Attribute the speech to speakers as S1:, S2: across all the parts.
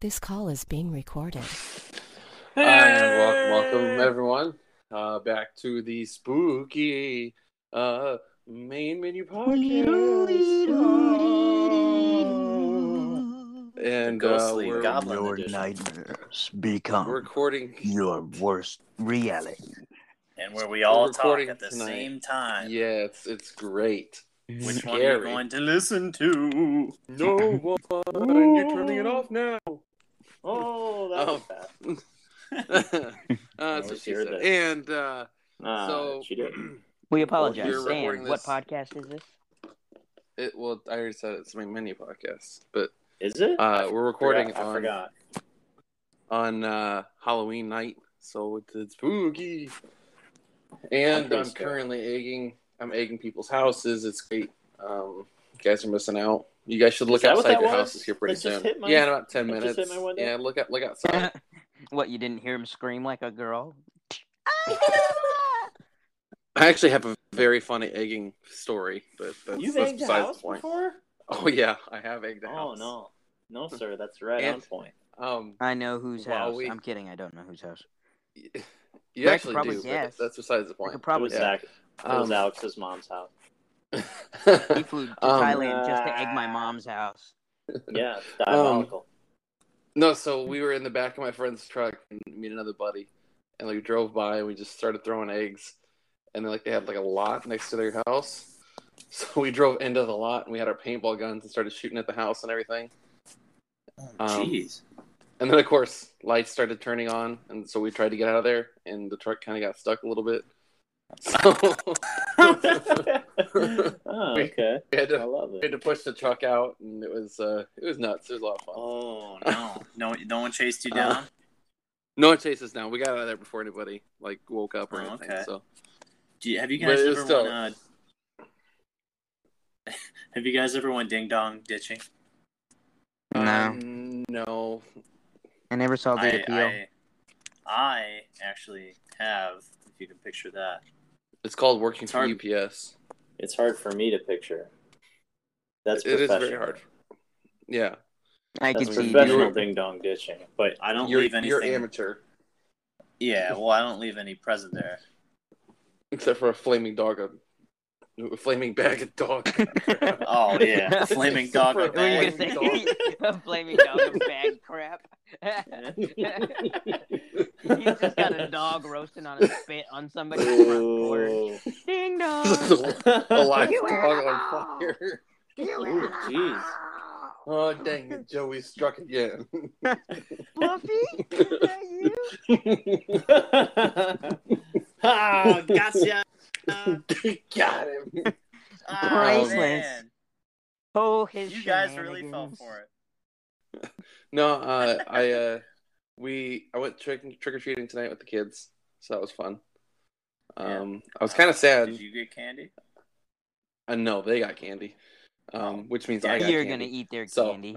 S1: This call is being recorded.
S2: Hi, and wel- welcome everyone uh, back to the spooky uh, main menu podcast. And uh,
S3: Ghostly
S2: we're
S3: goblin.
S4: Your
S3: edition.
S4: nightmares become
S2: recording.
S4: your worst reality.
S3: and where we all
S2: We're
S3: talk
S2: recording
S3: at the
S2: tonight.
S3: same time.
S2: Yeah, it's it's great.
S3: Which one are you
S2: Scary.
S3: going to listen to?
S2: No one, you're turning it off now.
S3: Oh, that was bad.
S2: uh, that's what
S3: Always
S2: she
S3: hear
S2: said.
S3: that.
S2: And uh,
S3: Nah,
S2: so
S3: she did.
S5: We apologize.
S2: You're recording
S5: Sam, what
S2: this-
S5: podcast is this?
S2: it, well, I already said it's my mini podcast, but
S3: Is it?
S2: uh, we're recording
S3: I forgot. I
S2: on
S3: forgot.
S2: on uh, Halloween night, so it's, it's spooky. And
S3: pretty
S2: I'm
S3: scared.
S2: currently egging. I'm egging people's houses. It's great. Um, you guys are missing out. You guys should look
S3: that what
S2: outside
S3: that
S2: your
S3: was?
S2: houses here pretty
S3: That just
S2: soon.
S3: hit my-
S2: yeah, in about ten
S3: that
S2: minutes.
S3: just hit my window?
S2: yeah, look out, look outside.
S5: what, you didn't hear him scream like a girl?
S2: I actually have a very funny egging story, but that's,
S3: You've
S2: that's
S3: egged a
S2: besides
S3: house
S2: the point.
S3: before?
S2: Oh yeah, I have egged a
S3: Oh
S2: house.
S3: no, no, sir. That's right
S2: And-
S3: on point.
S2: no. Um,
S5: I know whose
S2: Wow,
S5: house.
S2: we-
S5: I'm kidding. I don't know whose house.
S2: you
S5: That could
S2: actually
S5: probably
S2: do. but
S5: guess.
S2: That's besides the
S5: I
S2: point.
S5: could
S3: It
S5: probably.
S3: was,
S2: yeah.
S3: Zach, it was
S2: Um,
S3: Alex's mom's house.
S5: He flew to
S2: Um,
S5: Thailand just to egg my mom's house.
S3: Yeah, it's
S2: Um,
S3: diabolical.
S2: No, so we were in the back of my friend's truck and me and another buddy, and like we drove by and we just started throwing eggs, and then like they had like a lot next to their house, so we drove into the lot and we had our paintball guns and started shooting at the house and everything, um,
S3: Jeez.
S2: and then of course lights started turning on and so we tried to get out of there and the truck kind of got stuck a little bit, so
S3: oh, okay.
S2: we had
S3: I
S2: to,
S3: love
S2: we
S3: it.
S2: had to push the truck out and it was uh it was nuts. It was a lot of fun.
S3: Oh no! No, no one chased you
S2: Uh,
S3: down.
S2: No one chased us down. We got out of there before anybody like woke up or
S3: Oh,
S2: anything.
S3: okay.
S2: So.
S3: Do you, have you
S2: But
S3: guys
S2: it was
S3: ever
S2: still-
S3: went, uh, Have you guys ever went ding dong ditching?
S5: No.
S2: Um, no.
S5: I never saw the
S3: I,
S5: appeal.
S3: I I actually have. If you can picture that,
S2: It's called working
S3: It's
S2: for
S3: hard.
S2: UPS.
S3: it's hard for me to picture. That's
S2: it is
S3: professional.
S2: very hard. Yeah.
S5: I
S3: That's
S5: could see.
S3: professional
S2: you're-
S3: ding dong ditching, but I don't
S2: You're,
S3: leave anything.
S2: you're amateur.
S3: yeah, well, I don't leave any present there.
S2: Except for a flaming dog. A, a flaming bag of dog.
S3: Oh yeah, flaming dog.
S2: Were
S3: or
S2: you
S5: What were you
S3: bag.
S5: gonna
S2: Flaming
S5: say? a flaming dog of bag crap. He's just got a dog roasting on a spit on somebody's front porch.
S3: Ooh.
S5: Ding dong.
S2: Just a, a live dog on fire.
S3: Ooh, jeez.
S2: Oh, dang it. Joey struck again.
S5: Fluffy, is that you?
S3: ah, gotcha. Oh,
S2: Got him.
S3: Ah,
S5: Priceless.
S3: man.
S5: Oh, his
S3: You guys really fell
S5: shenanigans.
S3: for it.
S2: No, uh, I, uh, we, I went trick, trick or treating tonight with the kids. So that was fun. Um, I was kind of sad.
S3: Did you get candy?
S2: Uh, no, they got candy,
S3: Oh.
S2: um, which means I got
S5: You're
S2: candy.
S5: gonna eat their
S2: so,
S5: candy.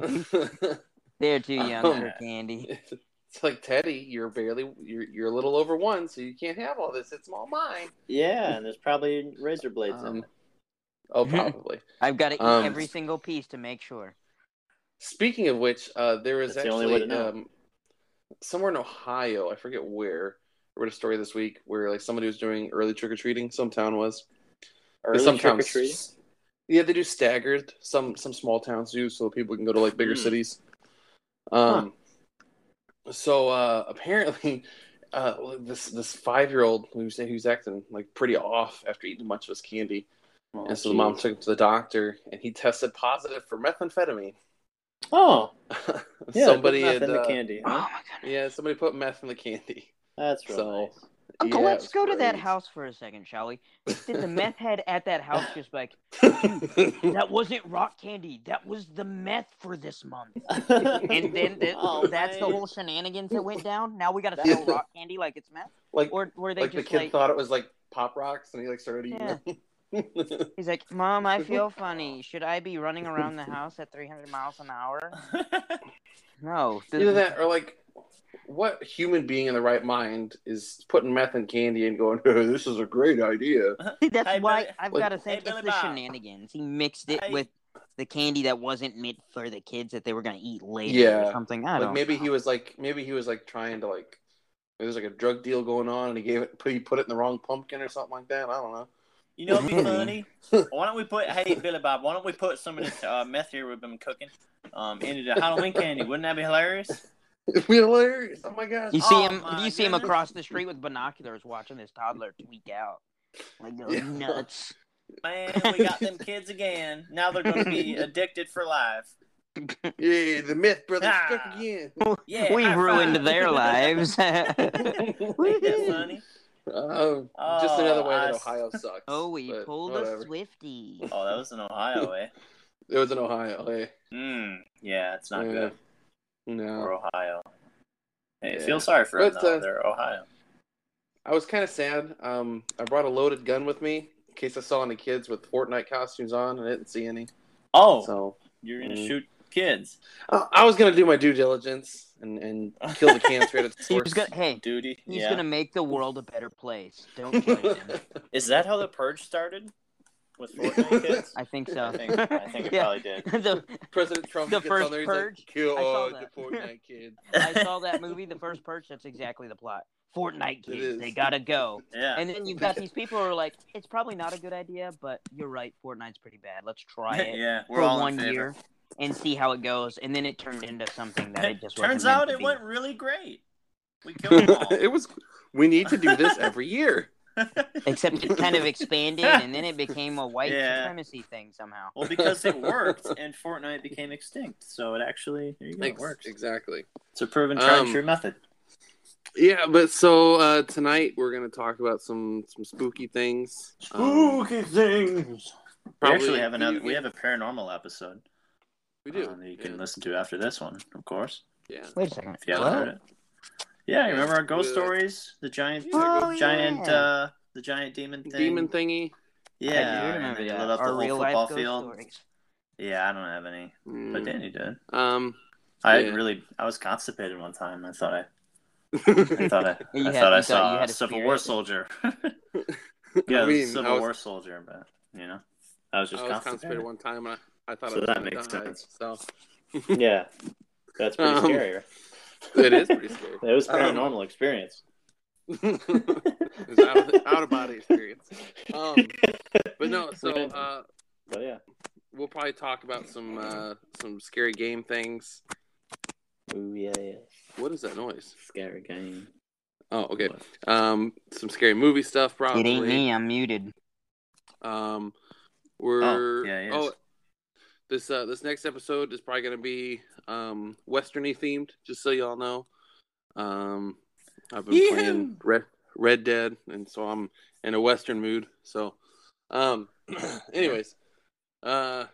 S5: They're too young
S2: Um,
S5: for candy.
S2: it's like Teddy, you're barely you're you're a little over one, so you can't have all this. It's all mine.
S3: Yeah, and there's probably razor blades in
S2: Um,
S3: it.
S2: oh, probably.
S5: I've got to eat
S2: um,
S5: every single piece to make sure.
S2: Speaking of which, uh, there is
S3: That's the only way
S2: actually
S3: to know.
S2: um, somewhere in Ohio, I forget where. I read a story this week where like somebody was doing early trick or treating. Some town was. They
S3: Early trick or
S2: sometimes-
S3: treating.
S2: Yeah, they do staggered. Some some small towns do, so people can go to like bigger
S3: Hmm.
S2: cities. Um, so uh, apparently, uh, this this five year old who's who's acting like pretty off after eating a bunch of his candy,
S3: Oh,
S2: and so the mom took him to the doctor, and he tested positive for methamphetamine.
S3: Oh, yeah,
S2: somebody
S3: somebody
S2: had,
S3: in the
S2: uh,
S3: candy.
S5: Oh
S3: huh?
S5: my god.
S2: yeah, somebody put meth in the candy.
S3: That's real
S2: so-
S3: nice.
S5: Uncle,
S2: Yeah,
S5: let's
S2: it
S5: go
S2: was
S5: to that
S2: great.
S5: house for a second, shall we? Did the meth head at that house just like that wasn't rock candy? That was the meth for this month. And then the,
S3: Oh,
S5: that's the
S3: man.
S5: whole shenanigans that went down. Now we got to
S3: That's-
S5: sell rock candy like it's meth,
S2: like
S5: or were they
S2: like the
S5: just
S2: kid
S5: like?
S2: thought it was like pop rocks, and he like started eating. them.
S5: He's like, Mom, I feel funny. Should I be running around the house at 300 miles an hour? No. this-
S2: Either that or like, what human being in the right mind is putting meth in candy and going, "This is a great idea."
S5: See, that's
S3: Hey,
S5: why
S3: Billy-
S5: I've
S2: Like-
S5: got to think
S3: Hey,
S5: it's
S3: Billy
S5: the
S3: Bob.
S5: shenanigans. He mixed it
S3: Hey.
S5: with
S6: the candy that wasn't meant for the kids that they were gonna eat later
S2: Yeah.
S6: or something. I don't.
S2: Like maybe
S6: know.
S2: he was like maybe he was like trying to like there's like a drug deal going on and he gave it he put it in the wrong pumpkin or something like that. I don't know.
S3: You know, what'd be
S2: Mm-hmm.
S6: Maybe.
S3: funny. Why don't we put? Hey, Billy Bob. Why don't we put some of this uh, meth here we've been cooking um, into the Halloween candy? Wouldn't that be hilarious?
S2: It'd be hilarious. Oh my gosh.
S6: You see
S3: Oh
S6: him.
S3: my
S6: You see him
S3: goodness.
S6: across the street with binoculars, watching this toddler tweak out like those
S2: Yeah.
S6: nuts.
S3: Man, we got them kids again. Now they're going to be addicted for life.
S2: Yeah, the myth brother
S3: Ah.
S2: struck again.
S3: Yeah,
S6: we
S3: high
S6: ruined
S3: five.
S6: their lives.
S3: Ain't that funny?
S2: Um,
S3: Oh,
S2: just another way
S3: I s-
S2: that Ohio sucks.
S6: oh, we
S2: but
S6: pulled a
S2: whatever.
S6: swifty.
S3: Oh, that was in Ohio, eh?
S2: It was in Ohio. Hey.
S3: Mm, yeah, it's not
S2: Yeah.
S3: good
S2: No,
S3: for Ohio. Hey,
S2: Yeah.
S3: feel sorry for them,
S2: But,
S3: though.
S2: uh,
S3: They're Ohio.
S2: I was kind of sad. Um, I brought a loaded gun with me in case I saw any kids with Fortnite costumes on. and I didn't see any,
S3: Oh,
S2: so
S3: you're going to
S2: mm.
S3: shoot kids.
S2: I, I was gonna do my due diligence and, and kill the cancer at its
S6: He
S2: source.
S6: was gonna. Hey,
S3: Duty.
S6: he's
S3: yeah.
S6: gonna make the world a better place. Don't play him.
S3: Is that how the purge started? With Fortnite kids?
S6: I think so.
S3: I think, I think it probably did.
S6: The-
S2: President Trump
S6: The
S2: gets
S6: first
S2: on there, he's
S6: purge?
S2: like, kill
S6: I saw
S2: all the
S6: that.
S2: Fortnite kids.
S6: I saw that movie, The First Purge. That's exactly the plot. Fortnite
S2: is.
S6: kids, they gotta go.
S3: Yeah.
S6: And then you've got these people who are like, it's probably not a good idea, but you're right. Fortnite's pretty bad. Let's try it
S3: yeah, we're
S6: for
S3: all in
S6: one
S3: favor.
S6: year and see how it goes. And then it turned into something that it just wasn't
S3: turns
S6: meant
S3: out
S6: to
S3: it
S6: be.
S3: went really great. We killed them all.
S2: it was. We need to do this every year.
S6: Except it kind of expanded, and then it became a white
S3: Yeah.
S6: supremacy thing somehow.
S3: Well, because it worked, and Fortnite became extinct, so it actually there you go, it
S2: Ex-
S3: works.
S2: exactly.
S3: It's a proven tried and
S2: Um,
S3: true method.
S2: Yeah, but so uh, tonight we're gonna talk about some some spooky things. Um,
S3: things. We
S2: probably
S3: actually have another.
S2: video
S3: We
S2: game-
S3: have a paranormal episode.
S2: We do.
S3: um, that you can listen to after this one, of course,
S2: yeah.
S6: Wait a second.
S3: if you haven't
S6: What?
S3: heard it. Yeah, you remember our ghost
S2: Yeah.
S3: stories? The giant,
S2: Oh,
S3: the giant,
S6: yeah.
S3: uh, the giant demon thing.
S2: Demon thingy.
S6: I
S3: Yeah,
S6: do remember
S3: and they
S6: that.
S3: lit up
S6: Our
S3: the
S6: real
S3: whole
S6: life
S3: football
S6: ghost
S3: field.
S6: stories.
S3: Yeah, I don't have any, but
S2: Mm.
S3: Danny did.
S2: Um.
S3: I
S2: Yeah.
S3: really, I was constipated one time. I thought I I
S2: I
S3: thought I,
S6: You
S3: I
S6: had-
S3: thought I
S6: you thought you
S3: saw
S6: had
S3: a
S6: a
S3: Civil
S6: spirit.
S3: War soldier. yeah,
S2: I mean,
S3: Civil
S2: I was-
S3: War soldier, but you know, I was just
S2: was
S3: constipated.
S2: constipated one time, and I, I thought
S3: So
S2: I was
S3: that
S2: gonna
S3: makes
S2: die,
S3: sense.
S2: So
S3: yeah, that's pretty
S2: Um,
S3: scary. Right?
S2: it is pretty scary. Um,
S3: It was
S2: I don't
S3: paranormal experience.
S2: it's out of, out of body experience. Um, but no, so uh,
S3: But yeah,
S2: we'll probably talk about some uh, some scary game things.
S3: ooh yeah, yeah,
S2: What is that noise?
S3: scary game.
S2: Oh, okay. Um, some scary movie stuff, probably.
S6: It ain't me. I'm muted.
S2: Um, we're oh,
S3: yeah, it is.
S2: this uh, this next episode is probably gonna be um westerny themed. Just so y'all know, um, I've been playing Red Red Dead, and so I'm in a western mood. So, um, anyways, uh,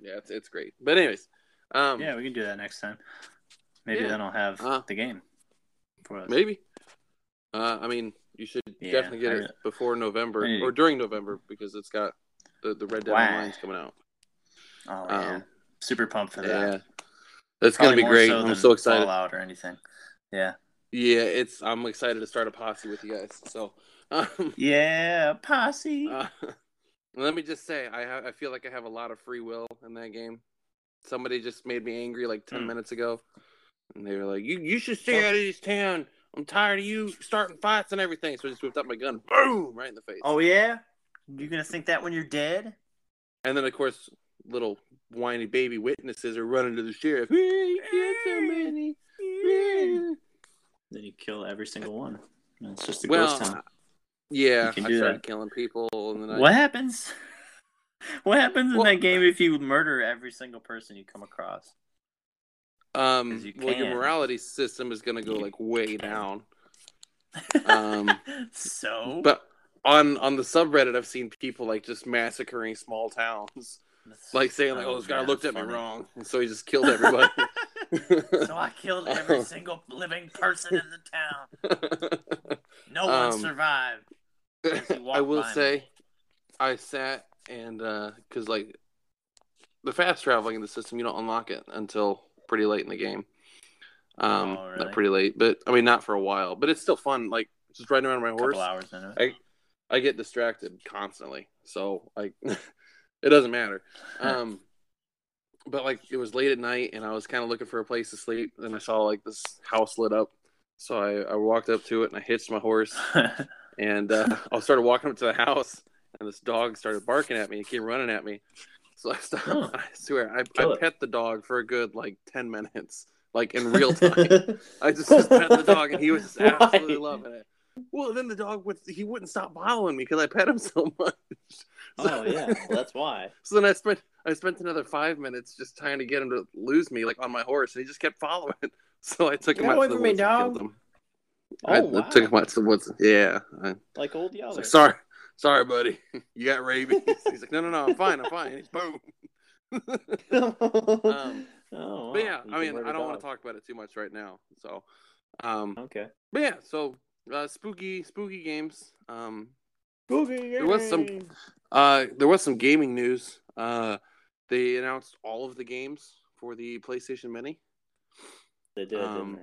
S2: yeah, it's it's great. But anyways, um,
S3: Yeah, we can do that next time. Maybe
S2: Yeah.
S3: then I'll have
S2: Uh,
S3: the game for us.
S2: maybe. Uh, I mean, you should
S3: Yeah,
S2: definitely get
S3: I
S2: it
S3: re-
S2: before November
S3: I need-
S2: or during November because it's got the the Red Dead
S3: Wow.
S2: Online's coming out.
S3: Oh yeah,
S2: Um,
S3: super pumped for that.
S2: Yeah. That's
S3: Probably
S2: gonna be
S3: more
S2: great.
S3: than
S2: I'm so excited.
S3: Fallout or anything. Yeah.
S2: Yeah, it's I'm excited to start a posse with you guys. So, um,
S3: Yeah, posse.
S2: uh, let me just say, I ha- I feel like I have a lot of free will in that game. Somebody just made me angry like ten
S3: Hmm.
S2: minutes ago, and they were like, "You you should stay out of this town. I'm tired of you starting fights and everything." So I just whipped out my gun, boom, right in the face.
S3: oh yeah, you gonna think that when you're dead?
S2: And then of course, little whiny baby witnesses are running to the sheriff. "We killed so many. We-"
S3: Then you kill every single one. And It's just a
S2: Well,
S3: ghost town.
S2: Yeah,
S3: You
S2: I
S3: can do
S2: started
S3: that.
S2: killing people, and then I
S3: What happens? What happens in
S2: Well-
S3: that game if you murder every single person you come across?
S2: Um,
S3: 'Cause you
S2: well, your
S3: can.
S2: morality system is going to go like way down. Um,
S3: so
S2: but on on the subreddit, I've seen people like just massacring small towns, like saying like, "Oh, this guy
S3: man,
S2: looked at me
S3: funny.
S2: wrong," and so he just killed everybody. Um,
S3: So I killed every single living person in the town. No one
S2: Um,
S3: survived. he walked
S2: I will
S3: by me.
S2: say, I sat and because like the fast traveling in the system, you don't unlock it until pretty late in the game. Um,
S3: Oh,
S2: not
S3: really?
S2: pretty late, but I mean, not for a while. But it's still fun. Like just riding around my
S3: A couple
S2: horse.
S3: hours in it.
S2: I I get distracted constantly, so like it doesn't matter. Um, but like it was late at night and I was kind of looking for a place to sleep. And I saw like this house lit up, so I, I walked up to it and I hitched my horse and uh, I started walking up to the house and this dog started barking at me. It came running at me, so I stopped.
S3: Huh.
S2: I swear, I,
S3: Kill
S2: I
S3: it.
S2: pet the dog for a good like ten minutes, like in real time. I just, just pet the dog, and he was just absolutely
S3: Right.
S2: loving it. Well, then the dog would he wouldn't stop following me because I pet him so much. So,
S3: oh yeah, that's why.
S2: So then I spent I spent another five minutes just trying to get him to lose me, like on my horse, and he just kept following. So I took
S3: Get
S2: him out
S3: away
S2: to the
S3: from me,
S2: woods and
S3: dog.
S2: killed him.
S3: Oh
S2: I,
S3: wow.
S2: I took him out to the woods. Yeah. I,
S3: like old
S2: I
S3: Yeller.
S2: was like, sorry, sorry, buddy, you got rabies. He's like, no, no, no, I'm fine, I'm fine. Boom. Um,
S3: oh,
S2: But yeah, I mean, I don't want to talk about it too much right now. So, um,
S3: Okay.
S2: But yeah, so uh, spooky, spooky games. Um, There was some- uh, there was some gaming news. Uh, they announced all of the games for the PlayStation Mini.
S3: They did,
S2: um,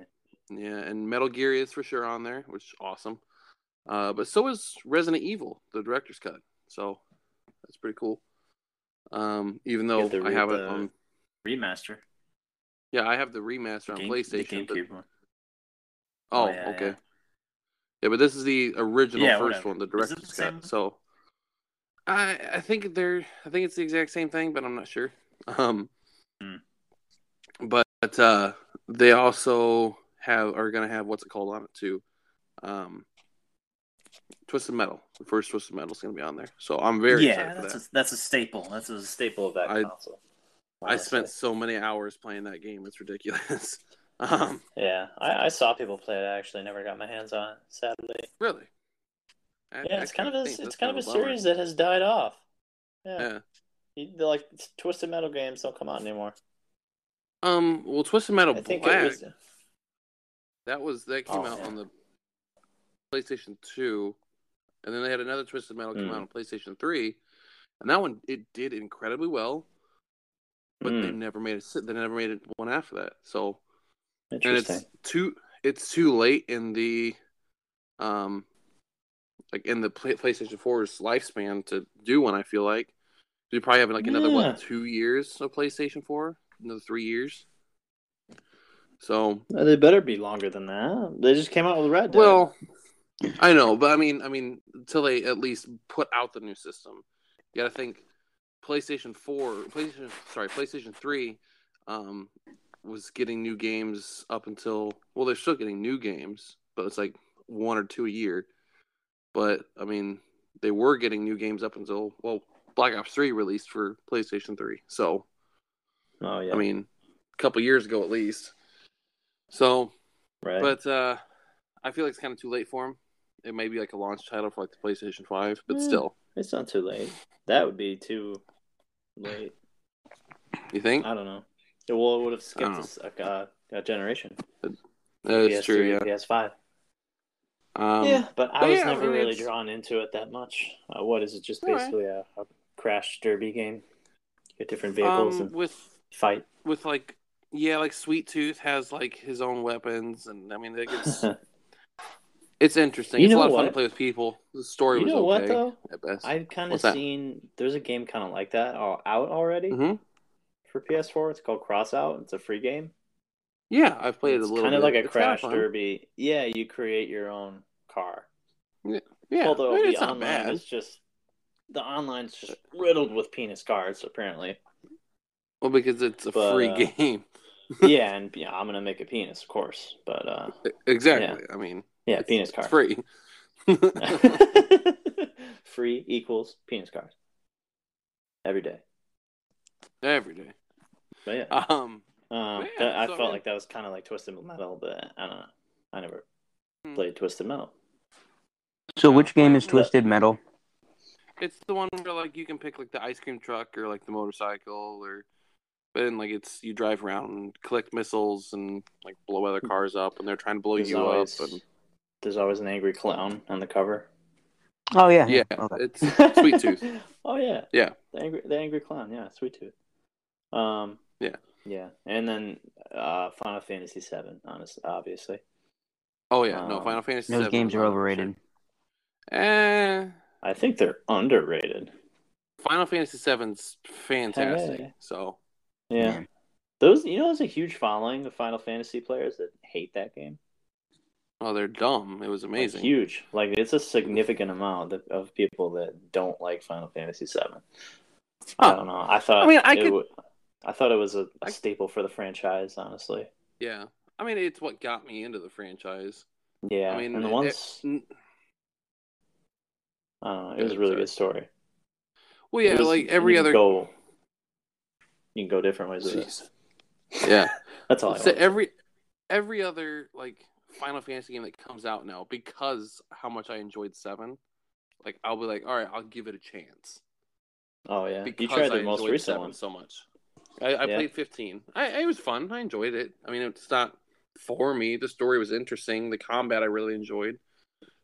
S3: didn't they?
S2: Yeah, and Metal Gear is for sure on there, which is awesome. Uh, but so is Resident Evil, the director's cut. So that's pretty cool. Um, even though
S3: Get the
S2: I
S3: re-
S2: have it
S3: the-
S2: on,
S3: Remaster.
S2: yeah, I have the remaster on
S3: Game- the
S2: PlayStation. but-
S3: GameCube one.
S2: oh,
S3: Oh, yeah,
S2: okay.
S3: yeah.
S2: Yeah. but this is the original
S3: Yeah,
S2: first
S3: whatever.
S2: one, the
S3: Is it
S2: director's
S3: the same?
S2: cut. So I I think they're I think it's the exact same thing, but I'm not sure. Um
S3: Hmm.
S2: but uh they also have are gonna have what's it called on it too. Um Twisted Metal. The first Twisted Metal's gonna be on there. So I'm very
S3: yeah,
S2: excited for
S3: that's
S2: that.
S3: a, that's a staple. That's a staple of that
S2: I-
S3: console.
S2: I spent
S3: honestly.
S2: so many hours playing that game, it's ridiculous. um
S3: Yeah, I, I saw people play it. I actually never got my hands on it, sadly.
S2: really. I-
S3: Yeah,
S2: I
S3: it's kind of
S2: kinda
S3: a,
S2: think
S3: it's
S2: that's
S3: kind of a
S2: bummer.
S3: series that has died off. Yeah,
S2: Yeah.
S3: You- they're like Twisted Metal games don't come out anymore.
S2: Um well Twisted Metal
S3: I think
S2: Black
S3: it was.
S2: That was that came
S3: Oh,
S2: out
S3: yeah.
S2: on the PlayStation Two, and then they had another Twisted Metal come
S3: Mm.
S2: out on PlayStation Three, and that one it did incredibly well, but they
S3: Mm.
S2: never made a si- They never made it one after that. So and
S3: Interesting.
S2: it's too it's too late in the um like in the Play- PlayStation 4's lifespan to do one. I feel like you probably have like another
S3: Yeah.
S2: what two years of PlayStation Four, another three years. So
S3: Uh, They better be longer than that. They just came out with Red Dead.
S2: Well, I know, but I mean, I mean, until they at least put out the new system, you got to think PlayStation Four, PlayStation, sorry, PlayStation Three, um, was getting new games up until well, they're still getting new games, but it's like one or two a year. But I mean, they were getting new games up until well, Black Ops Three released for PlayStation Three, so
S3: oh yeah,
S2: I mean, a couple years ago at least. So
S3: right.
S2: but uh, I feel like it's kind of too late for him. It may be like a launch title for like the PlayStation Five, but
S3: Mm.
S2: still,
S3: it's not too late. That would be too late.
S2: you think
S3: I don't know. It, well, it would have
S2: I
S3: skipped
S2: don't
S3: us a, uh, a generation.
S2: Oh. that's true. Yeah.
S3: PS Five.
S2: Um,
S3: yeah, but I
S2: but
S3: was
S2: yeah, I
S3: never
S2: mean,
S3: really
S2: it's-
S3: drawn into it that much. Uh, what is it? Just
S2: All right.
S3: basically a, a crash derby game. You get different vehicles
S2: um,
S3: and
S2: with
S3: fight.
S2: with like yeah, like Sweet Tooth has like his own weapons, and I mean, like, it's it's interesting.
S3: You
S2: it's a
S3: know
S2: lot of fun to
S3: what?
S2: play with people. The story
S3: you
S2: was
S3: know what
S2: okay
S3: though?
S2: at best.
S3: I've kind of
S2: What's that?
S3: seen there's a game kind of like that all, out already
S2: Mhm.
S3: for PS4. It's called Crossout. It's a free game.
S2: Yeah, I've played it a
S3: it's
S2: little.
S3: kind of
S2: bit.
S3: like a
S2: It's kinda
S3: crash
S2: fun.
S3: derby. Yeah, you create your own car.
S2: Yeah,
S3: Although
S2: I mean,
S3: the
S2: it's not
S3: online
S2: bad. Uh,
S3: is just the online's just riddled with penis cars apparently.
S2: Well, because it's a
S3: but,
S2: free
S3: uh,
S2: game.
S3: yeah, and yeah, I'm gonna make a penis, of course. But uh,
S2: Exactly. I mean,
S3: yeah,
S2: it's,
S3: penis
S2: it's
S3: car.
S2: free.
S3: free equals penis cars every day.
S2: Every day.
S3: But yeah.
S2: Um.
S3: Um,
S2: Yeah,
S3: that, I
S2: so, I
S3: felt
S2: mean-
S3: like that was kind of like Twisted Metal, but I don't know. I never
S2: Hmm.
S3: played Twisted Metal.
S5: So, which game is
S2: Look.
S5: Twisted Metal?
S2: It's the one where like you can pick like the ice cream truck or like the motorcycle or but then like it's you drive around and collect missiles and like blow other cars up and they're trying to blow
S3: Mm. There's
S2: you
S3: always,
S2: up and
S3: there's always an angry clown on the cover.
S5: Oh yeah,
S2: yeah,
S5: Okay.
S2: it's Sweet Tooth.
S3: oh yeah,
S2: Yeah.
S3: The angry, the angry clown. Yeah, Sweet Tooth. Um.
S2: Yeah.
S3: Yeah, and then uh, Final Fantasy Seven. Honestly, obviously,
S2: Oh yeah, no
S3: Um,
S2: Final Fantasy.
S5: Those
S2: VII
S5: games
S2: is
S5: are
S2: on there for
S5: overrated.
S2: sure. Eh,
S3: I think they're underrated.
S2: Final Fantasy VII's fantastic.
S3: Hey.
S2: So
S6: Yeah.
S3: Yeah. Those, you know, there's a huge following of Final Fantasy players that hate that game.
S2: Oh, they're dumb. It was
S3: It's
S2: amazing.
S3: huge. Like, it's a significant amount of, of people that don't like Final Fantasy Seven. I
S2: Huh.
S3: don't know. I thought.
S2: I mean, I
S3: it
S2: could-
S3: would- I thought it was a, a
S2: I-
S3: staple for the franchise. Honestly,
S2: Yeah. I mean, it's what got me into the franchise.
S3: yeah.
S2: I mean,
S3: and the
S2: it-
S3: ones,
S2: n-
S3: I don't know, it was a really
S2: Sorry.
S3: good story.
S2: Well,
S3: It
S2: yeah,
S3: was-
S2: like
S3: and
S2: every
S3: you
S2: other.
S3: can go, you can go different ways with it.
S2: Jeez. Yeah.
S3: That's all. I
S2: so
S3: want.
S2: every every other like Final Fantasy game that comes out now, because how much I enjoyed Seven, like I'll be like, all right, I'll give it a chance.
S3: oh yeah,
S2: Because
S3: you tried the
S2: I
S3: most
S2: enjoyed
S3: recent
S2: Seven
S3: one.
S2: so much. I, I
S3: Yeah.
S2: played fifteen. I it was fun. I enjoyed it. I mean, it's not for me. The story was interesting. The combat I really enjoyed.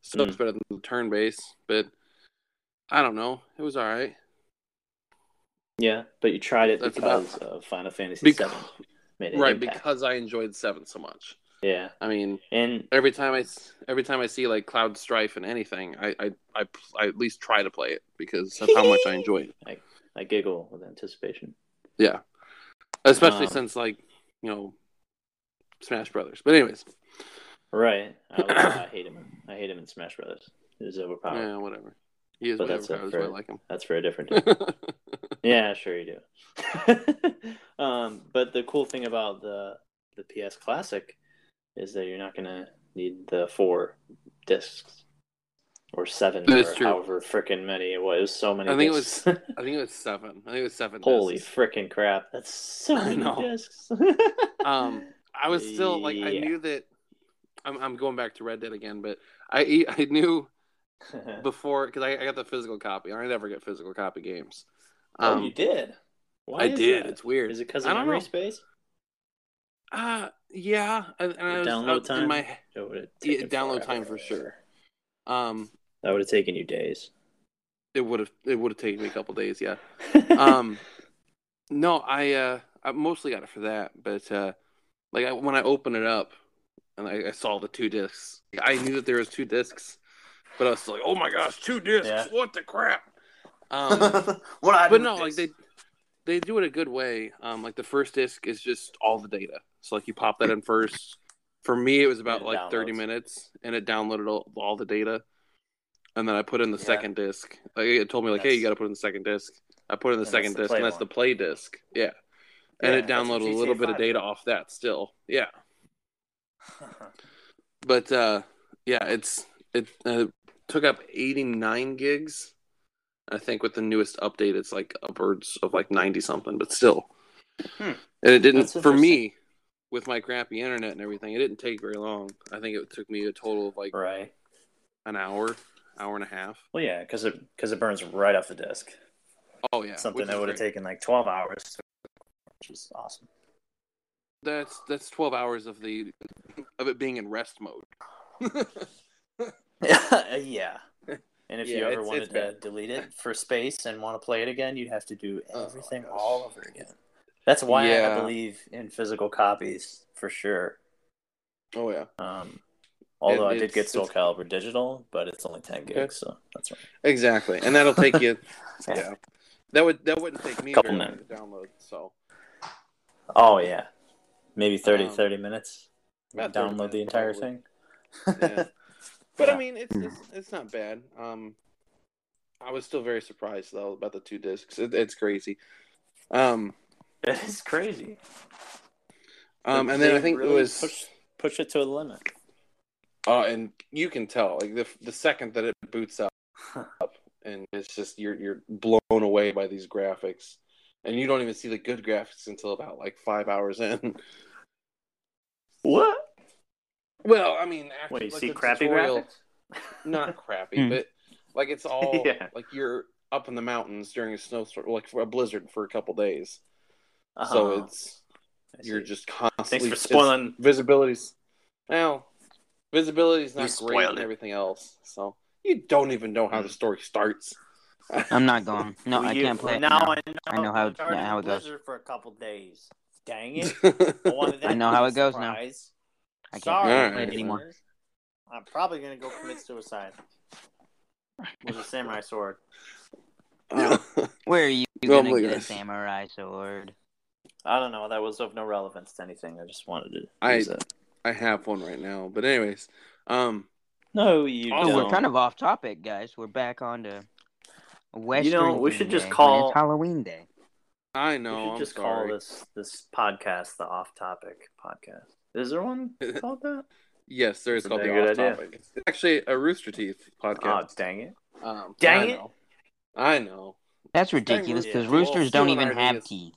S2: So
S3: Mm.
S2: it's better than the turn base, but I don't know. It was all right.
S3: Yeah, but you tried it
S2: That's about-
S3: because of Final Fantasy
S2: Bec-
S3: Seven made an
S2: right,
S3: impact.
S2: because I enjoyed Seven so much.
S3: yeah,
S2: I mean,
S3: and
S2: every time I s- every time I see like Cloud Strife and anything, I I, I, I at least try to play it because that's how much I enjoy it.
S3: I giggle with anticipation.
S2: Yeah, especially
S3: Um,
S2: since like you know Smash Brothers. But anyways,
S3: Right, I, I hate him. I hate him in Smash Brothers. He's overpowered.
S2: yeah, whatever. He is
S3: Oh. But
S2: whatever.
S3: that's
S2: That's
S3: it
S2: why I
S3: for-
S2: like him.
S3: That's for a different day. yeah, sure you do. um, but the cool thing about the the PS Classic is that you're not gonna need the four discs or seven
S2: That is
S3: or
S2: true.
S3: however frickin' many it was. It was so many.
S2: I think it
S3: discs.
S2: I think it was seven. I think it was seven.
S3: Holy
S2: discs.
S3: frickin' crap! That's so
S2: I
S3: many
S2: know.
S3: discs.
S2: um, I was still like I
S3: Yeah.
S2: knew that. I'm I'm going back to Red Dead again, but I e, I knew before because I, I got the physical copy. I never get physical copy games.
S3: oh, you did. Why
S2: um, I
S3: is
S2: did.
S3: that?
S2: It's weird.
S3: Is it because
S2: I
S3: of
S2: don't
S3: memory
S2: know.
S3: space?
S2: Uh, yeah, and, and I was
S3: download
S2: I was
S3: time?
S2: in my
S3: It would've
S2: Yeah,
S3: taken
S2: download time
S3: forever.
S2: for sure. um,
S3: That would have taken you days.
S2: it would have it would have taken me a couple days. Yeah. Um, no, I uh, I mostly got it for that, but uh, like I, when I opened it up and I, I saw the two discs, I knew that there was two discs, but I was still like, oh my gosh, two discs!
S3: Yeah.
S2: What the crap? Um,
S3: what I
S2: but no, like they they do it a good way. Um, like the first disc is just all the data, so like you pop that in first. For me, it was about
S3: It
S2: like thirty
S3: downloads.
S2: minutes, and it downloaded all, all the data, and then I put in the
S3: Yeah.
S2: second disc. Like it told me, like, hey,
S3: That's-
S2: you got to put in the second disc. I put in
S3: And
S2: the
S3: that's
S2: second
S3: the
S2: disc,
S3: play
S2: and that's
S3: one.
S2: the play disc. Yeah, and
S3: Yeah,
S2: it
S3: that's what
S2: downloaded a
S3: GTA
S2: little bit of
S3: 5
S2: data off that still. Yeah, but uh, yeah, it's it uh, took up eighty nine gigs. I think with the newest update, it's like upwards of like ninety something, but still.
S3: Hmm.
S2: And it didn't
S3: That's
S2: for me with my crappy internet and everything. It didn't take very long. I think it took me a total of like
S3: right.
S2: an hour, hour and a half.
S3: Well, yeah, because it because it burns right off the disk.
S2: Oh yeah,
S3: Something
S2: which
S3: that
S2: is
S3: would have
S2: great.
S3: taken like twelve hours, which is awesome.
S2: That's that's twelve hours of the of it being in rest mode.
S3: Uh, yeah. And if
S2: Yeah,
S3: you ever
S2: it's-
S3: wanted
S2: it's
S3: to
S2: bad.
S3: delete it for space and want to play it again, you'd have to do
S2: Oh,
S3: everything
S2: gosh.
S3: all over again. That's why
S2: Yeah.
S3: I believe in physical copies for sure.
S2: oh yeah,
S3: Um, although I did
S2: it's-
S3: get Soul
S2: it's-
S3: Calibur digital, but it's only ten gigs,
S2: Okay.
S3: so that's right.
S2: exactly. And that'll take you. yeah, that would that wouldn't take me
S3: Couple
S2: very long to download. So
S3: Oh yeah, maybe 30,
S2: Um,
S3: 30 minutes.
S2: about 30
S3: download
S2: minutes,
S3: the entire
S2: probably.
S3: thing.
S2: Yeah. But
S3: Yeah.
S2: I mean, it's,
S5: Hmm.
S2: it's it's not bad. Um, I was still very surprised though about the two discs. It, it's crazy. Um,
S3: That is crazy.
S2: um, and
S3: They
S2: then I think
S3: really
S2: it was.
S3: push, push it to the limit.
S2: Oh, and you can tell like the the second that it boots up, and it's just you're you're blown away by these graphics, and you don't even see the good graphics until about like five hours in.
S3: What?
S2: well, I mean, after,
S3: Wait, you
S2: like,
S3: see
S2: the
S3: crappy
S2: tutorial-
S3: graphics?
S2: not crappy,
S5: Hmm.
S2: but like it's all
S3: Yeah.
S2: like you're up in the mountains during a snowstorm, like for a blizzard for a couple days. So
S3: Uh-huh.
S2: it's
S3: I see.
S2: you're just constantly.
S3: thanks for
S2: it's-
S3: spoiling.
S2: Visibility's well, visibility's
S3: You
S2: not great
S3: spoiled
S2: and
S3: it. Hmm.
S2: everything else. So you don't even know how the story starts.
S5: I'm not going. No,
S3: Will
S5: I
S3: you-
S5: can't play it.
S3: Now
S5: now.
S3: I know,
S5: I know how-
S3: it's already
S5: how it goes.
S3: Blizzard For a couple days. Dang it! I,
S2: yeah,
S3: wanted that
S5: I know
S3: big
S5: how it goes now.
S3: surprise.
S5: I can't
S3: Sorry,
S2: Alright.
S5: play it anymore.
S3: listeners. I'm probably gonna go commit suicide with a samurai sword.
S5: Where are you
S2: No, I'm
S5: gonna
S2: looking
S5: get a
S2: at-
S5: samurai sword?
S3: I don't know. That was of no relevance to anything. I just wanted to
S2: I-
S3: use it.
S2: I have one right now, but anyways, um,
S3: No, you
S2: Oh,
S3: don't.
S2: we're
S5: We're kind of off topic, guys. We're back on to Western.
S3: we
S5: theme
S3: should just
S5: day, but
S3: call-
S5: it's Halloween Day.
S2: I
S3: We
S2: know.
S3: should
S2: I'm
S3: just
S2: sorry.
S3: call this this podcast the Off Topic Podcast. Is there one called that?
S2: Yes, there is
S3: Isn't
S2: called
S3: that
S2: the
S3: a
S2: off
S3: good idea?
S2: topic. It's actually a Rooster Teeth
S3: Oh,
S2: podcast.
S3: dang it!
S2: Um,
S3: Dang
S2: I
S3: it.
S2: know. I know
S5: That's ridiculous
S3: yeah.
S5: because
S2: Well,
S5: roosters
S2: still
S5: don't
S2: an
S5: even
S2: idea.
S5: have teeth.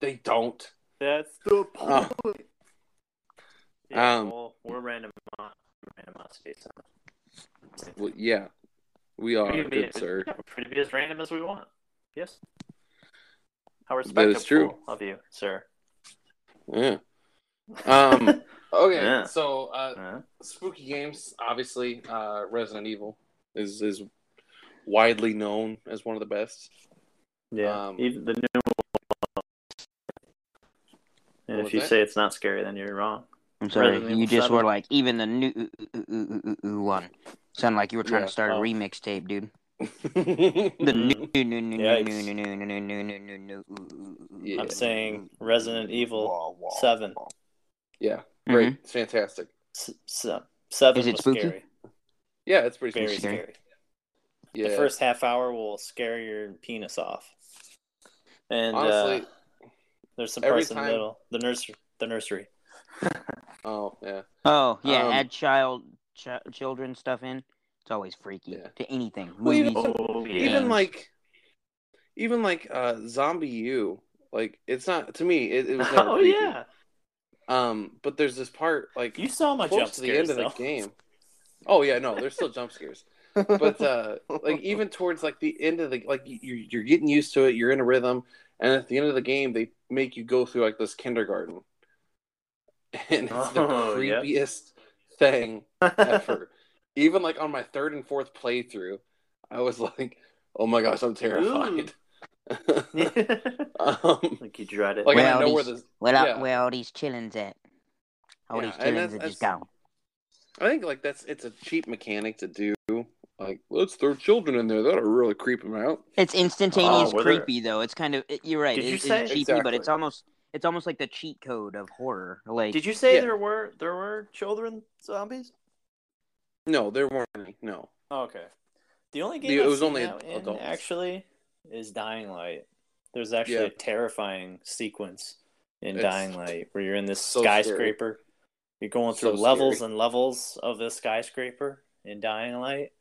S2: they don't.
S3: That's the
S2: Oh.
S3: Yeah,
S2: Um,
S3: well, we're random randomosities.
S2: Well, yeah, we are
S3: We can be-
S2: good, sir.
S3: yeah, we're free to be as random as we want. Yes. How
S2: is
S3: respectful
S2: true.
S3: of you, sir.
S2: Yeah. Um. Okay.
S3: Yeah.
S2: So, uh,
S3: Huh?
S2: spooky games. Obviously, uh, Resident Evil is is widely known as one of the best.
S3: yeah,
S2: Um,
S3: even the new one. And
S2: What
S3: if
S2: was
S3: you
S2: that?
S3: say it's not scary, then you're wrong.
S5: I'm sorry,
S3: Resident
S5: you
S3: Evil
S5: just
S3: 7.
S5: were like even the new ooh, ooh, ooh, ooh, ooh, ooh one. Sound like you were trying
S2: Yeah,
S5: to start
S3: oh.
S5: a remix tape, dude.
S2: the
S5: The new
S2: Mm-hmm.
S5: new new new new
S3: Yikes.
S5: new new new new new new new new. ooh, ooh, ooh,
S2: Yeah.
S5: ooh,
S3: I'm saying
S5: ooh, ooh,
S3: Resident
S5: ooh,
S3: Evil
S5: wah, wah,
S3: 7.
S5: wah.
S2: Yeah.
S5: Mhm.
S2: Great.
S3: Mm-hmm.
S2: Fantastic.
S3: S- s- seven
S5: Is it
S3: was
S5: spooky?
S3: scary.
S2: Yeah, it's pretty
S3: Very
S2: scary.
S3: scary.
S5: Scary.
S2: Yeah.
S3: The first half hour will scare your penis off. And
S2: Honestly,
S3: uh, there's some
S2: every
S3: parts in the
S2: time-
S3: middle. The nursery. The nursery.
S2: oh yeah.
S5: Oh yeah,
S2: Um,
S5: add child ch- children stuff in. It's always freaky
S2: Yeah.
S5: to anything.
S2: Well, you
S5: Movies.
S2: know-
S3: Oh,
S2: even
S5: Yeah.
S2: like even like uh zombie u like it's not to me it, it was never
S3: oh
S2: creepy.
S3: yeah.
S2: um but there's this part like
S3: You saw my jump
S2: close to the
S3: scares
S2: end of the
S3: though.
S2: game oh yeah no there's still jump scares but uh like even towards like the end of the like you're, you're getting used to it you're in a rhythm and at the end of the game they make you go through like this kindergarten and it's the
S3: Oh, yeah.
S2: creepiest thing ever. Even like on my third and fourth playthrough, I was like, "Oh my gosh, I'm terrified."
S3: Mm.
S2: um,
S3: like you dread it.
S2: like I
S5: Well,
S2: know where
S5: these-
S2: this.
S5: Where all,
S2: Yeah.
S5: where all these chillins at? All
S2: Yeah,
S5: these
S2: and
S5: chillins
S2: that's-
S5: are just
S2: that's-
S5: gone.
S2: I think like that's it's a cheap mechanic to do. Like let's throw children in there. That'll really creep them out.
S5: It's instantaneous
S3: were there-
S5: creepy though. It's kind of it- you're right.
S3: Did
S5: it-
S3: you
S5: it's
S3: say-
S5: cheapy, but it's
S2: Oh, Exactly.
S5: almost it's almost like the cheat code of horror. Like
S3: Did you say
S2: Yeah.
S3: there were there were children zombies?
S2: No, there weren't any. No.
S3: Oh, okay. The only game
S2: The-
S3: I've
S2: it was
S3: seen
S2: only
S3: that in,
S2: adults.
S3: actually is Dying Light. There's actually
S2: Yeah.
S3: a terrifying sequence in
S2: It's
S3: Dying Light where you're in this
S2: so scary.
S3: skyscraper. You're going
S2: So
S3: through levels
S2: scary.
S3: and levels of this skyscraper in Dying Light.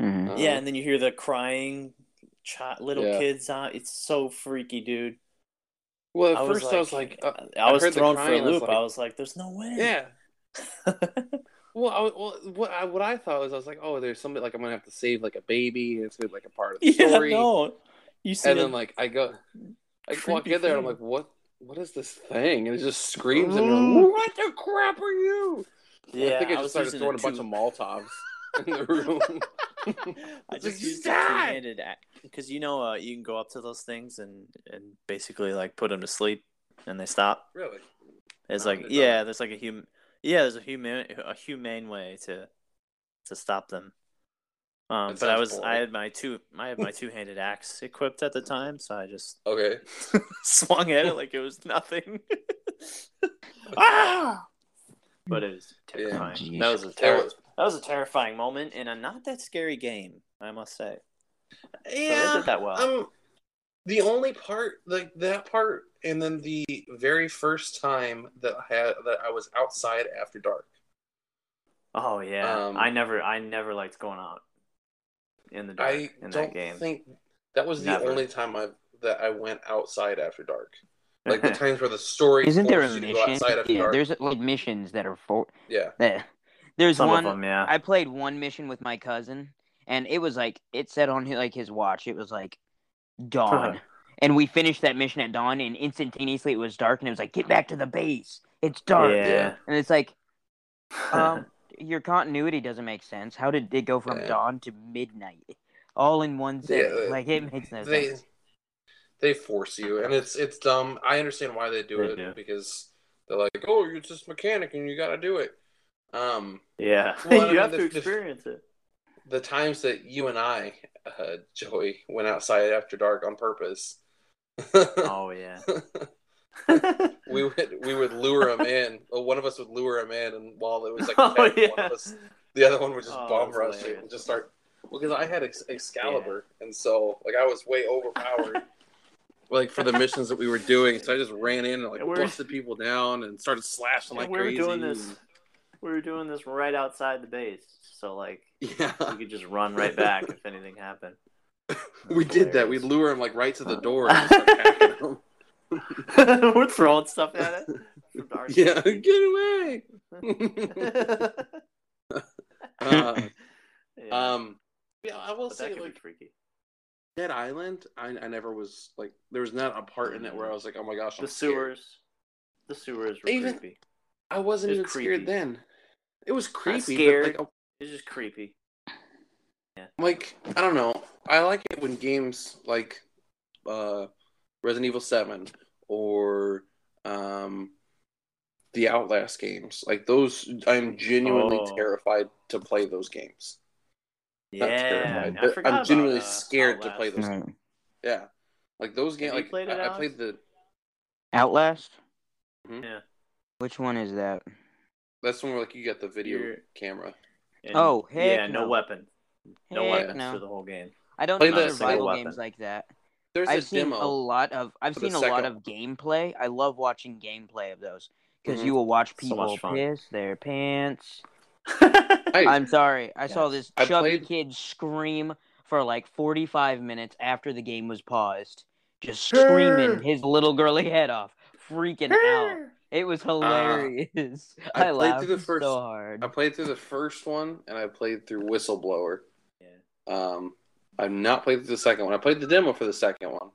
S5: Mhm.
S3: yeah,
S2: Um,
S3: and then you hear the crying chi- little
S2: Yeah.
S3: kids on. It's so freaky, dude.
S2: Well, at
S3: I
S2: first
S3: was
S2: I was
S3: like,
S2: like, uh,
S3: I
S2: I
S3: was
S2: heard the
S3: thrown for a
S2: crying, I was
S3: loop.
S2: like-
S3: I was like, "There's no way."
S2: yeah. Well, I, well, what I what I thought was I was like, oh, there's somebody like I'm gonna have to save like a baby. And it's gonna be like a part of the
S3: yeah,
S2: story.
S3: no. You see,
S2: and then like I go, I walk
S3: creepy
S2: in there and I'm
S3: thing.
S2: like, what? What is this thing? And it just screams and you're like, what the crap are you?
S3: yeah,
S2: I think I just
S3: was
S2: started
S3: using
S2: throwing a bunch
S3: two-
S2: of Molotovs in the room.
S3: I
S2: It's
S3: just
S2: like,
S3: used a
S2: "Die!"
S3: two-handed because you know uh, you can go up to those things and and basically like put them to sleep and they stop.
S2: really?
S3: It's
S2: No,
S3: like
S2: Oh, they don't.
S3: yeah, there's like a human yeah, there's a human a humane way to to stop them. Um,
S2: That
S3: but I
S2: sounds
S3: was I
S2: boring.
S3: had my two I had my two-handed axe equipped at the time, so I just
S2: Okay.
S3: swung at it like it was nothing. ah! But it was
S2: Yeah.
S3: terrifying.
S5: Jeez.
S3: That was a
S2: There
S3: terri-
S2: was-
S3: that was a terrifying moment in a not that scary game, I must say. So they
S2: Yeah.
S3: did that well.
S2: Um, the only part, like that part, and then the very first time that I had that I was outside after dark.
S3: oh yeah,
S2: um,
S3: I never I never liked going out in the dark
S2: I
S3: in
S2: don't
S3: that game.
S2: think that was the
S3: Never.
S2: only time I that I went outside after dark. Like the times where the story
S5: Isn't there a
S2: forced you to go
S5: mission?
S2: outside after
S5: Yeah,
S2: dark.
S5: there's like missions that are for
S2: Yeah.
S5: that. There's
S3: Some
S5: one
S3: of them, yeah.
S5: I played one mission with my cousin, and it was like it said on hi- like his watch, it was like
S2: Uh-huh.
S5: dawn, and we finished that mission at dawn, and instantaneously it was dark, and it was like get back to the base, it's dark,
S3: yeah.
S5: and it's like um, your continuity doesn't make sense. How did it go from
S2: Yeah.
S5: dawn to midnight, all in one day?
S2: Yeah, uh,
S5: like it makes no
S2: they
S5: sense.
S2: they force you and it's it's dumb i understand why they do
S3: They
S2: it
S3: do.
S2: because they're like oh you're just mechanic and you got to do it um
S3: yeah.
S2: Well, I
S3: you
S2: mean,
S3: have
S2: the-
S3: to
S2: the-
S3: experience it.
S2: the times that you and i uh, joey went outside after dark on purpose
S3: Oh yeah.
S2: we would we would lure him in. Or one of us would lure him in, and while it was like
S3: Oh,
S2: 10, one
S3: yeah.
S2: of us, the other one would just
S3: Oh,
S2: bomb
S3: that's
S2: rush it
S3: hilarious.
S2: and just start. Because I had Exc- Excalibur, and so like I was way overpowered. Like for the missions that we were doing, so I just ran in and like
S3: And we're-
S2: busted people down and started slashing like
S3: we were
S2: crazy.
S3: doing this. We were doing this right outside the base, so like
S2: Yeah,
S3: we could just run right back if anything happened.
S2: we did that. We
S3: Hilarious.
S2: lure him like right to the door. And just start hacking him.
S3: we're throwing stuff at it. From dark.
S2: Yeah, get away. uh,
S3: Yeah.
S2: um, yeah, I will
S3: but that
S2: say
S3: could
S2: like
S3: be freaky.
S2: Dead Island, I, I never was like there was not a part in it where I was like, oh my gosh, I'm
S3: Mm. The
S2: scared.
S3: sewers. The sewers were
S2: Even-
S3: creepy.
S2: I wasn't
S3: It's
S2: even
S3: creepy.
S2: scared then. It was creepy.
S3: scared.
S2: But, like,
S3: It's just creepy.
S2: I'm like I don't know. I like it when games like uh, Resident Evil Seven or um, the Outlast games, like those, I'm genuinely
S3: Oh.
S2: terrified to play those games. Not
S3: Yeah,
S2: terrified,
S3: I
S2: but
S3: forgot
S2: I'm genuinely
S3: about, uh,
S2: scared to
S3: Outlast.
S2: play those.
S5: Right.
S2: Yeah, like those games.
S3: Have you
S2: Like
S3: played it,
S2: I, I
S3: Alex?
S2: played the
S5: Outlast.
S2: Mhm.
S3: Yeah.
S5: Which one is that?
S2: That's when we're like you got the video
S3: You're-
S2: camera.
S3: And-
S5: Oh, heck
S3: yeah, no,
S5: no.
S3: weapon, no
S5: Heck
S3: weapons
S5: Eh, no.
S3: for the whole game.
S5: I don't
S2: Play
S5: do
S2: the
S5: survival
S3: single
S5: games
S3: weapon.
S5: like that.
S2: There's
S5: I've
S2: a
S5: seen
S2: demo.
S5: a lot of I've
S2: for the
S5: seen a lot
S2: second
S5: of gameplay. I love watching gameplay of those because
S2: Mhm.
S5: you will watch
S3: So much
S5: people
S3: fun.
S5: piss their pants.
S2: Hey,
S5: I'm sorry, I saw this
S2: I
S5: chubby
S2: played-
S5: kid scream for like 45 minutes after the game was paused, just
S3: Grr.
S5: screaming his little girly head off, freaking out. It was hilarious.
S2: Ah. I
S5: I,
S2: played through
S5: laughed
S2: the first- um,
S5: so hard.
S2: I played through the first one and I played through Whistleblower. Um, I've not played through the second one. I played the demo for the second one.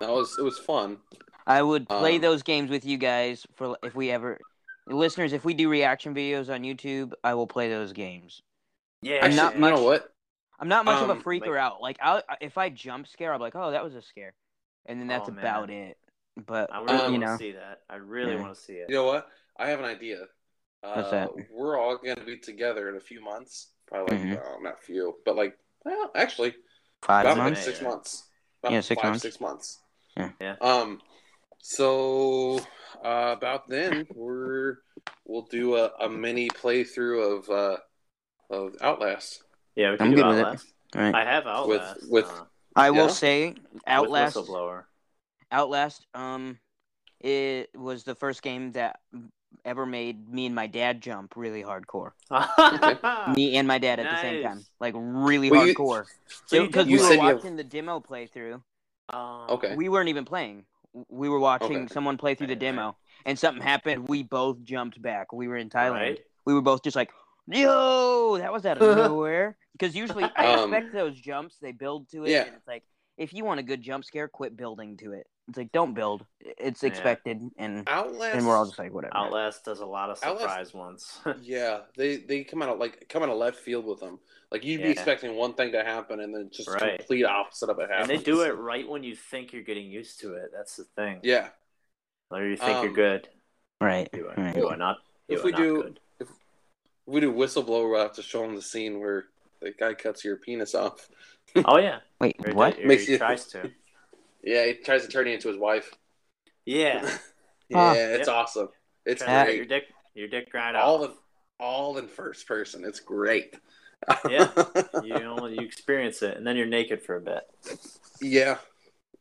S2: That was it was fun.
S5: I would play
S2: Um,
S5: those games with you guys for if we ever listeners if we do reaction videos on YouTube, I will play those games.
S3: Yeah,
S5: I'm
S2: Actually,
S5: not
S2: you know
S5: much-
S2: what?
S5: I'm not much of
S2: Um,
S5: a freaker
S3: like-
S5: out. Like I if I jump scare, I'm like, "Oh, that was a scare." And then that's
S3: Oh, man.
S5: about it. But
S3: I really
S2: Um,
S5: you
S3: want to
S5: know,
S3: see that. I really
S5: Yeah.
S3: want to see it.
S2: You know what? I have an idea. Uh,
S5: What's that?
S2: We're all gonna be together in a few months. Probably like,
S5: Mhm.
S2: oh, not few, but like well, actually
S5: 5
S2: about
S5: months.
S2: six
S3: Yeah.
S2: months. About
S5: Yeah, six
S2: five,
S5: months.
S2: Six months.
S5: Yeah.
S3: Yeah.
S2: Um. So uh, about then we're we'll do a, a mini playthrough of uh, of Outlast.
S3: Yeah, we can
S5: I'm
S3: do
S5: good with it.
S3: Outlast.
S5: Right.
S3: I have Outlast
S2: with-
S3: uh,
S5: I will
S2: Yeah.
S5: say
S3: Outlast
S5: Outlast
S3: Whistleblower.
S5: Outlast um it was the first game that ever made me and my dad jump really hardcore. me and my dad at the same time.
S3: Ah, Nice.
S5: Like really
S2: Well, you-
S5: hardcore.
S3: So you
S5: Because
S3: did
S5: we
S2: you
S5: were
S2: said you have-
S5: watching the demo playthrough.
S3: Um,
S2: Okay.
S5: We weren't even playing. We were watching
S2: Okay.
S5: someone play through the
S3: Right, right.
S5: demo, and something happened. We both jumped back. We were in Thailand.
S3: Right?
S5: We were both just like, "Yo, that was out of nowhere." Because usually I
S2: Um,
S5: expect those jumps. They build to it.
S2: yeah.
S5: And it's like if you want a good jump scare, quit building to it. It's like don't build. It's expected, and
S2: Outlast.
S5: and we're all just like whatever.
S3: Outlast does a lot of
S2: Outlast-
S3: surprise ones.
S2: yeah, they they come out of like come out of left field with them. Like you'd be
S3: Yeah.
S2: expecting one thing to happen, and then just
S3: Right.
S2: complete opposite of it
S3: and
S2: happens.
S3: they do it right when you think you're getting used to it. That's the thing.
S2: Yeah.
S3: Or you think
S2: Um,
S3: you're good.
S5: Right.
S3: You are,
S5: right.
S3: you are not. You
S2: If
S3: are
S2: we
S3: not
S2: do-
S3: good.
S2: We do whistleblower. We'll have to show them the scene where the guy cuts your penis off.
S3: Oh yeah.
S5: Wait,
S3: Or
S5: what?
S3: that- or
S2: Makes
S3: he
S2: you-
S3: tries to.
S2: Yeah, he tries to turn it into his wife.
S3: Yeah.
S5: Ah.
S2: yeah, it's
S3: Yep.
S2: awesome. It's
S3: Trying to get
S2: great.
S3: your dick, your dick grind out.
S2: all in all in first person. It's great.
S3: Yeah. you know, you experience it, and then you're naked for a bit.
S2: yeah,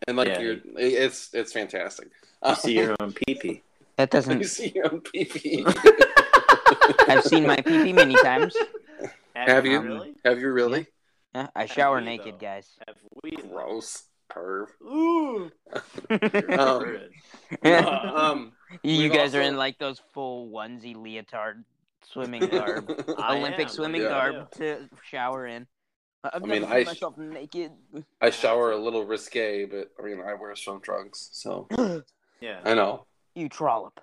S2: and like
S3: Yeah.
S2: you're, it's it's fantastic.
S3: You see your own pee pee.
S5: That
S2: you
S5: doesn't.
S2: see your own pee.
S5: I've seen my pee pee many times.
S2: Have you?
S3: really?
S2: Have you really?
S5: Uh, I shower
S3: me,
S5: naked,
S3: though.
S5: guys.
S3: Have we?
S2: Gross perv.
S3: Ooh.
S2: Um,
S3: Good.
S2: Uh, um,
S5: you
S2: we've
S5: guys are
S2: also-
S5: in like those full onesie leotard swimming garb,
S3: I
S5: Olympic
S3: am,
S5: swimming
S2: yeah.
S5: garb to shower in. I- I've
S2: I mean,
S5: never
S2: I
S5: seen
S2: sh-
S5: myself naked.
S2: I shower a little risque, but I mean, I wear swim trunks, so
S3: Yeah.
S2: I know,
S5: You trollop.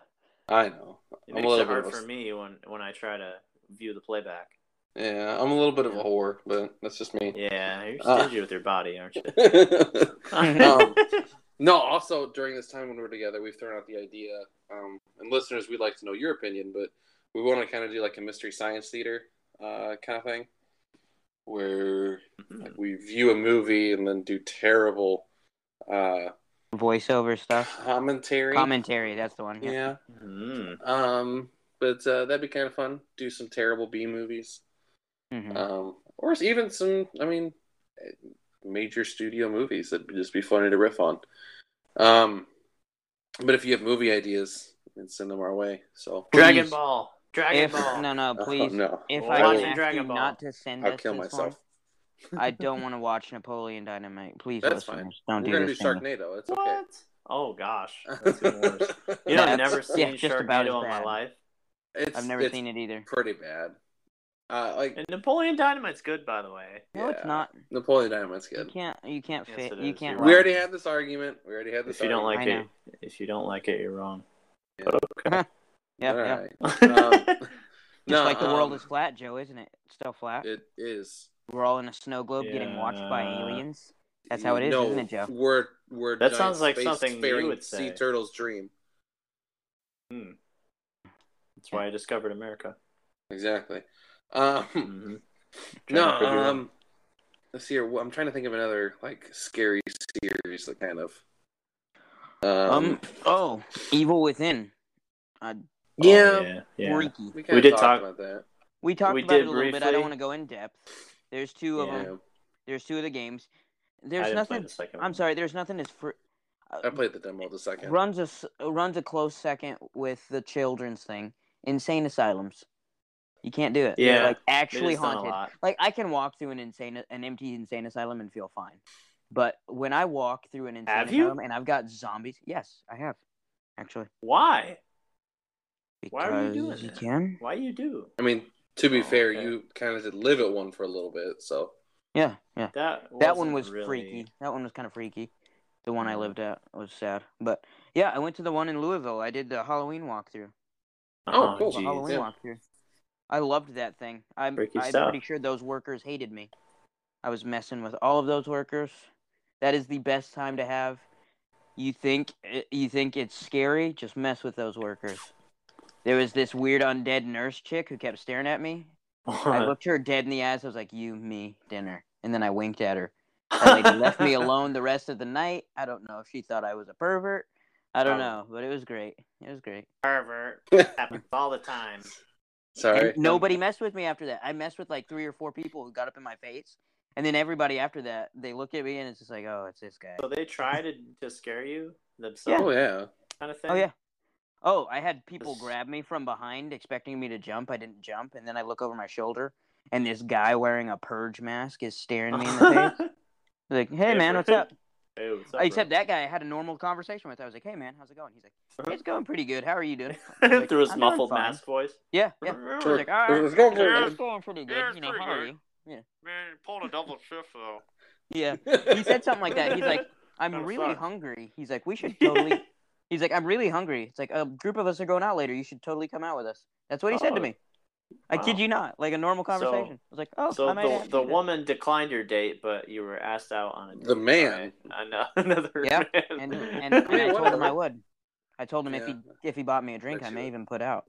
S2: I know.
S3: It
S2: I'm
S3: makes
S2: a little
S3: it
S2: bit
S3: hard
S2: of a-
S3: for me when when I try to view the playback.
S2: Yeah, I'm a little bit of a whore, but that's just me.
S3: Yeah, you're
S2: Uh.
S3: stingy with your body, aren't you?
S2: um, no, also during this time when we're together, we've thrown out the idea, um, and listeners, we'd like to know your opinion, but we want to kind of do like a mystery science theater uh, kind of thing, where
S3: Mhm.
S2: like, we view a movie and then do terrible uh,
S5: voiceover stuff.
S2: Commentary.
S5: Commentary, that's the one.
S2: Yeah.
S3: Mm.
S2: Um, but uh, that'd be kind of fun. Do some terrible B movies.
S5: Mhm.
S2: Um, or even some, I mean, major studio movies that'd just be funny to riff on. Um, but if you have movie ideas, then send them our way. So,
S3: Dragon
S5: Please.
S3: Ball. Dragon
S5: If
S3: Ball.
S5: no, no,
S2: Oh,
S5: please.
S2: no.
S5: If
S3: We're
S5: I
S2: watching
S5: can ask
S3: Dragon
S5: you
S3: Ball.
S5: not to send
S2: I'll
S5: us
S2: kill
S5: this
S2: myself.
S5: one, I don't want to watch Napoleon Dynamite. Please,
S2: That's
S5: listeners,
S2: We're
S5: don't do
S2: gonna do
S5: this. to me.
S2: Sharknado. It's
S3: What?
S2: okay.
S3: Oh gosh, that's even worse. You know,
S5: Yeah,
S3: I've
S5: that's-
S3: never seen
S5: yeah, just about
S3: Sharknado in
S5: as
S3: my
S5: bad.
S3: life.
S2: It's,
S5: I've never
S2: it's
S5: seen it either.
S2: Pretty bad. Uh, like
S3: And Napoleon Dynamite's good, by the way.
S5: No, it's
S2: yeah.
S5: not.
S2: Napoleon Dynamite's
S5: You
S2: good.
S5: can't. You can't
S3: Yes,
S5: fit.
S3: it
S5: you
S3: is.
S5: can't.
S3: You're
S2: We
S5: watch
S2: already
S5: it.
S2: had this argument. We already had this.
S3: If you don't
S2: argument.
S5: I
S3: like it, if you don't like it, you're wrong.
S5: Yep,
S2: All
S5: yep.
S2: right. Um,
S5: Just
S2: No,
S5: like the world
S2: um,
S5: is flat, Joe, isn't it? It's Still flat.
S2: It is.
S5: We're all in a snow globe getting watched by
S3: Yeah. uh,
S5: aliens. That's how it is,
S2: No,
S5: isn't it, Joe?
S2: We're we're
S3: That
S2: giant
S3: sounds like
S2: space
S3: something you
S2: faring
S3: would
S2: sea
S3: say.
S2: turtle's dream.
S3: Hmm. That's why I discovered America.
S2: Exactly.
S5: Hmm.
S2: Um,
S3: Mhm.
S2: no.
S3: Trying to figure
S2: Um, let's see here. Well, I'm trying to think of another like scary series that kind of. Um.
S5: Um. Oh, Evil Within.
S3: Oh,
S2: yeah,
S3: yeah, yeah.
S5: Freaky.
S2: We, kinda
S3: We did
S2: talked
S3: talk-
S2: about that.
S5: We talked
S3: We
S5: about
S3: did
S5: it a little bit. I
S3: briefly.
S5: don't want to go in depth. There's two of
S3: Yeah.
S5: them.
S2: Yeah.
S5: There's two of the games.
S3: I
S5: There's
S3: didn't play
S5: nothing.
S3: the second
S5: I'm
S3: one.
S5: sorry. There's nothing as fr-
S2: I played the demo the second.
S5: runs a s- runs a close second with the children's thing. Insane asylums. You can't do it. They're,
S3: Yeah,
S5: like
S3: They've
S5: actually
S3: just done a
S5: haunted.
S3: lot.
S5: Like I can walk through an insane an empty insane asylum and feel fine. But when I walk through an insane
S3: Have you?
S5: asylum and I've got zombies, yes, I have actually.
S3: Why?
S5: Because
S3: Why are you doing
S5: you
S3: that?
S5: can.
S3: Why you do
S2: I mean, to be
S3: Oh,
S2: fair,
S3: okay.
S2: you kind of did live at one for a little bit, so
S5: Yeah, yeah.
S3: that?
S5: That one
S3: wasn't
S5: was
S3: really-
S5: freaky. That one was kind of freaky. The one I
S3: Mhm.
S5: lived at was sad. But yeah, I went to the one in Louisville. I did the Halloween walkthrough.
S2: Oh, cool.
S5: The
S3: geez.
S5: Halloween
S2: yeah.
S5: walkthrough. I loved that thing. I'm,
S3: Freaky
S5: I'm
S3: stuff.
S5: pretty sure those workers hated me. I was messing with all of those workers. That is the best time to have. You think eh, you think it's scary? Just mess with those workers. There was this weird undead nurse chick who kept staring at me. I looked her dead in the eyes. I was like, "You, me, dinner," and then I winked at her. That lady left me alone the rest of the night. I don't know if she thought I was a pervert. I don't know,
S3: Probably.
S5: but it was great. It was great.
S3: Pervert happens all the time.
S2: sorry.
S5: And nobody messed with me after that. I messed with like three or four people who got up in my face, and then everybody after that they look at me and it's just like, oh, it's this guy.
S3: So they try to, to scare you themselves,
S2: Oh yeah.
S3: kind of thing.
S5: Oh yeah. Oh, I had people
S3: This-
S5: grab me from behind, expecting me to jump. I didn't jump, and then I look over my shoulder, and this guy wearing a purge mask is staring me in the face. Like, hey man, what's up?
S3: Hey, what's up,
S5: Except that guy I had a normal conversation with. I was like, hey man, how's it going? He's like,
S3: Uh-huh.
S5: it's going pretty good. How are you doing?
S3: bro.
S5: Like,
S3: through his
S5: I'm doing
S3: muffled
S5: fine.
S3: mask voice.
S5: Yeah, yeah.
S3: Brr.
S5: I was like, all right,
S2: It's going pretty
S5: it's
S2: good."
S5: going pretty
S3: Yeah,
S5: good.
S3: it's
S5: You know,
S3: pretty
S5: how are
S3: good.
S5: you?
S3: Man, you pulled a double shift though.
S5: Yeah. he said something like that. He's like, I'm
S3: I'm
S5: really
S3: sorry.
S5: hungry. He's like, we should totally. He's like, I'm really hungry. It's like a group of us are going out later. You should totally come out with us. That's what he said
S3: Oh,
S5: to me. I kid
S3: wow.
S5: you not. Like a normal
S3: So-
S5: conversation. I was like, oh,
S3: so
S5: I might have
S3: the
S5: to
S3: the
S5: do that.
S3: woman declined your date, but you were asked out on a date.
S2: The man.
S3: by ano- another.
S5: Yeah,
S3: man.
S5: And, and, and I told him I would. I told him if he
S2: Yeah.
S5: if he bought me a drink,
S2: Bet
S5: I may
S2: you.
S5: even put out.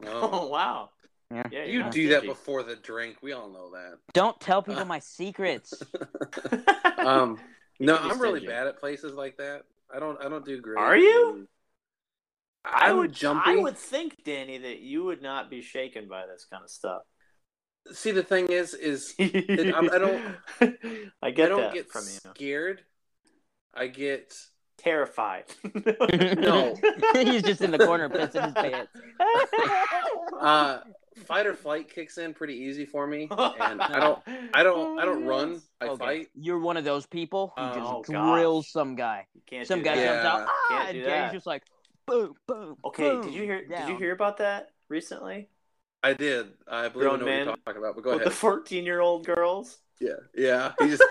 S2: No.
S3: Oh wow.
S5: Yeah.
S3: you're
S2: You
S3: not
S2: do that
S3: stingy.
S2: before the drink. We all know that.
S5: Don't tell people my secrets.
S2: Um, no,
S3: can be
S2: I'm really
S3: stingy.
S2: bad at places like that. I don't. I don't do great.
S3: Are you?
S2: in-
S3: I
S2: I'm
S3: would
S2: jumpy.
S3: I would think, Danny, that you would not be shaken by this kind of stuff.
S2: See, the thing is, is I'm- I don't-
S3: I get
S2: I don't
S3: that
S2: get
S3: from you.
S2: scared. I get
S3: Terrified.
S2: no.
S5: He's just in the corner pissing his pants.
S2: Uh, fight or flight kicks in pretty easy for me, and I don't. I don't. I don't
S5: Oh,
S2: run. I
S5: Okay.
S2: fight.
S5: You're one of those people who just
S3: Oh, gosh.
S5: drills some guy.
S3: You can't
S5: Some
S3: do
S5: guy
S3: that.
S5: jumps out. Ah,
S3: Can't do
S5: and
S3: that.
S5: Jerry's just like, boom, boom.
S3: Okay,
S5: boom,
S3: did you hear? Did
S5: down.
S3: you hear about that recently?
S2: I did. I believe I
S3: Grown
S2: know
S3: man.
S2: what you're talking about. But go
S3: With
S2: ahead.
S3: the fourteen-year-old girls,
S2: yeah, yeah. He just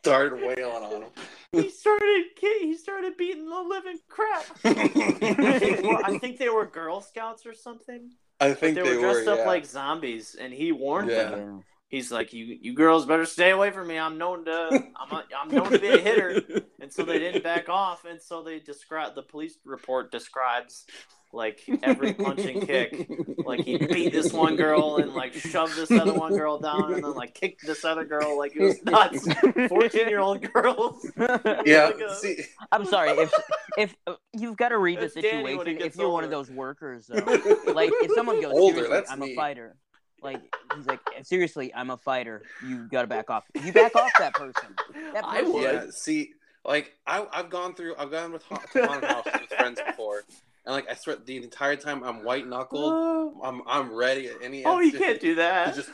S2: started wailing on him.
S3: he started ki- he started beating the living crap. Well, I
S2: I
S3: think they were Girl Scouts or something.
S2: think
S3: They,
S2: they,
S3: were dressed up
S2: yeah.
S3: like zombies, and he warned
S2: Yeah.
S3: them. He's like, "You, you girls better stay away from me. I'm known to, I'm, a, I'm known to be a hitter." And so they didn't back off, and so they describe the police report describes like every punch and kick. Like he beat this one girl and like shoved this other one girl down and then like kicked this other girl like it was nuts. Fourteen year old girls.
S2: Yeah.
S3: Like uh, a-
S2: See,
S5: I'm sorry if if uh, you've got to read the
S3: That's Danny when he
S5: situation
S3: gets
S5: if you're one of
S3: older.
S5: those workers though. like if someone goes
S2: Older,
S5: seriously,
S2: that's
S5: I'm
S2: me.
S5: a fighter. Like he's like seriously, I'm a fighter. You got to back off. You back off that person. That
S3: I
S5: person-
S3: would.
S2: yeah, see, like I, I've gone through, I've gone with ha- to haunted houses with friends before, and like I swear, the entire time I'm white knuckled,
S3: Oh,
S2: I'm I'm ready at any.
S3: you
S2: instance
S3: can't do
S2: to
S3: that.
S2: just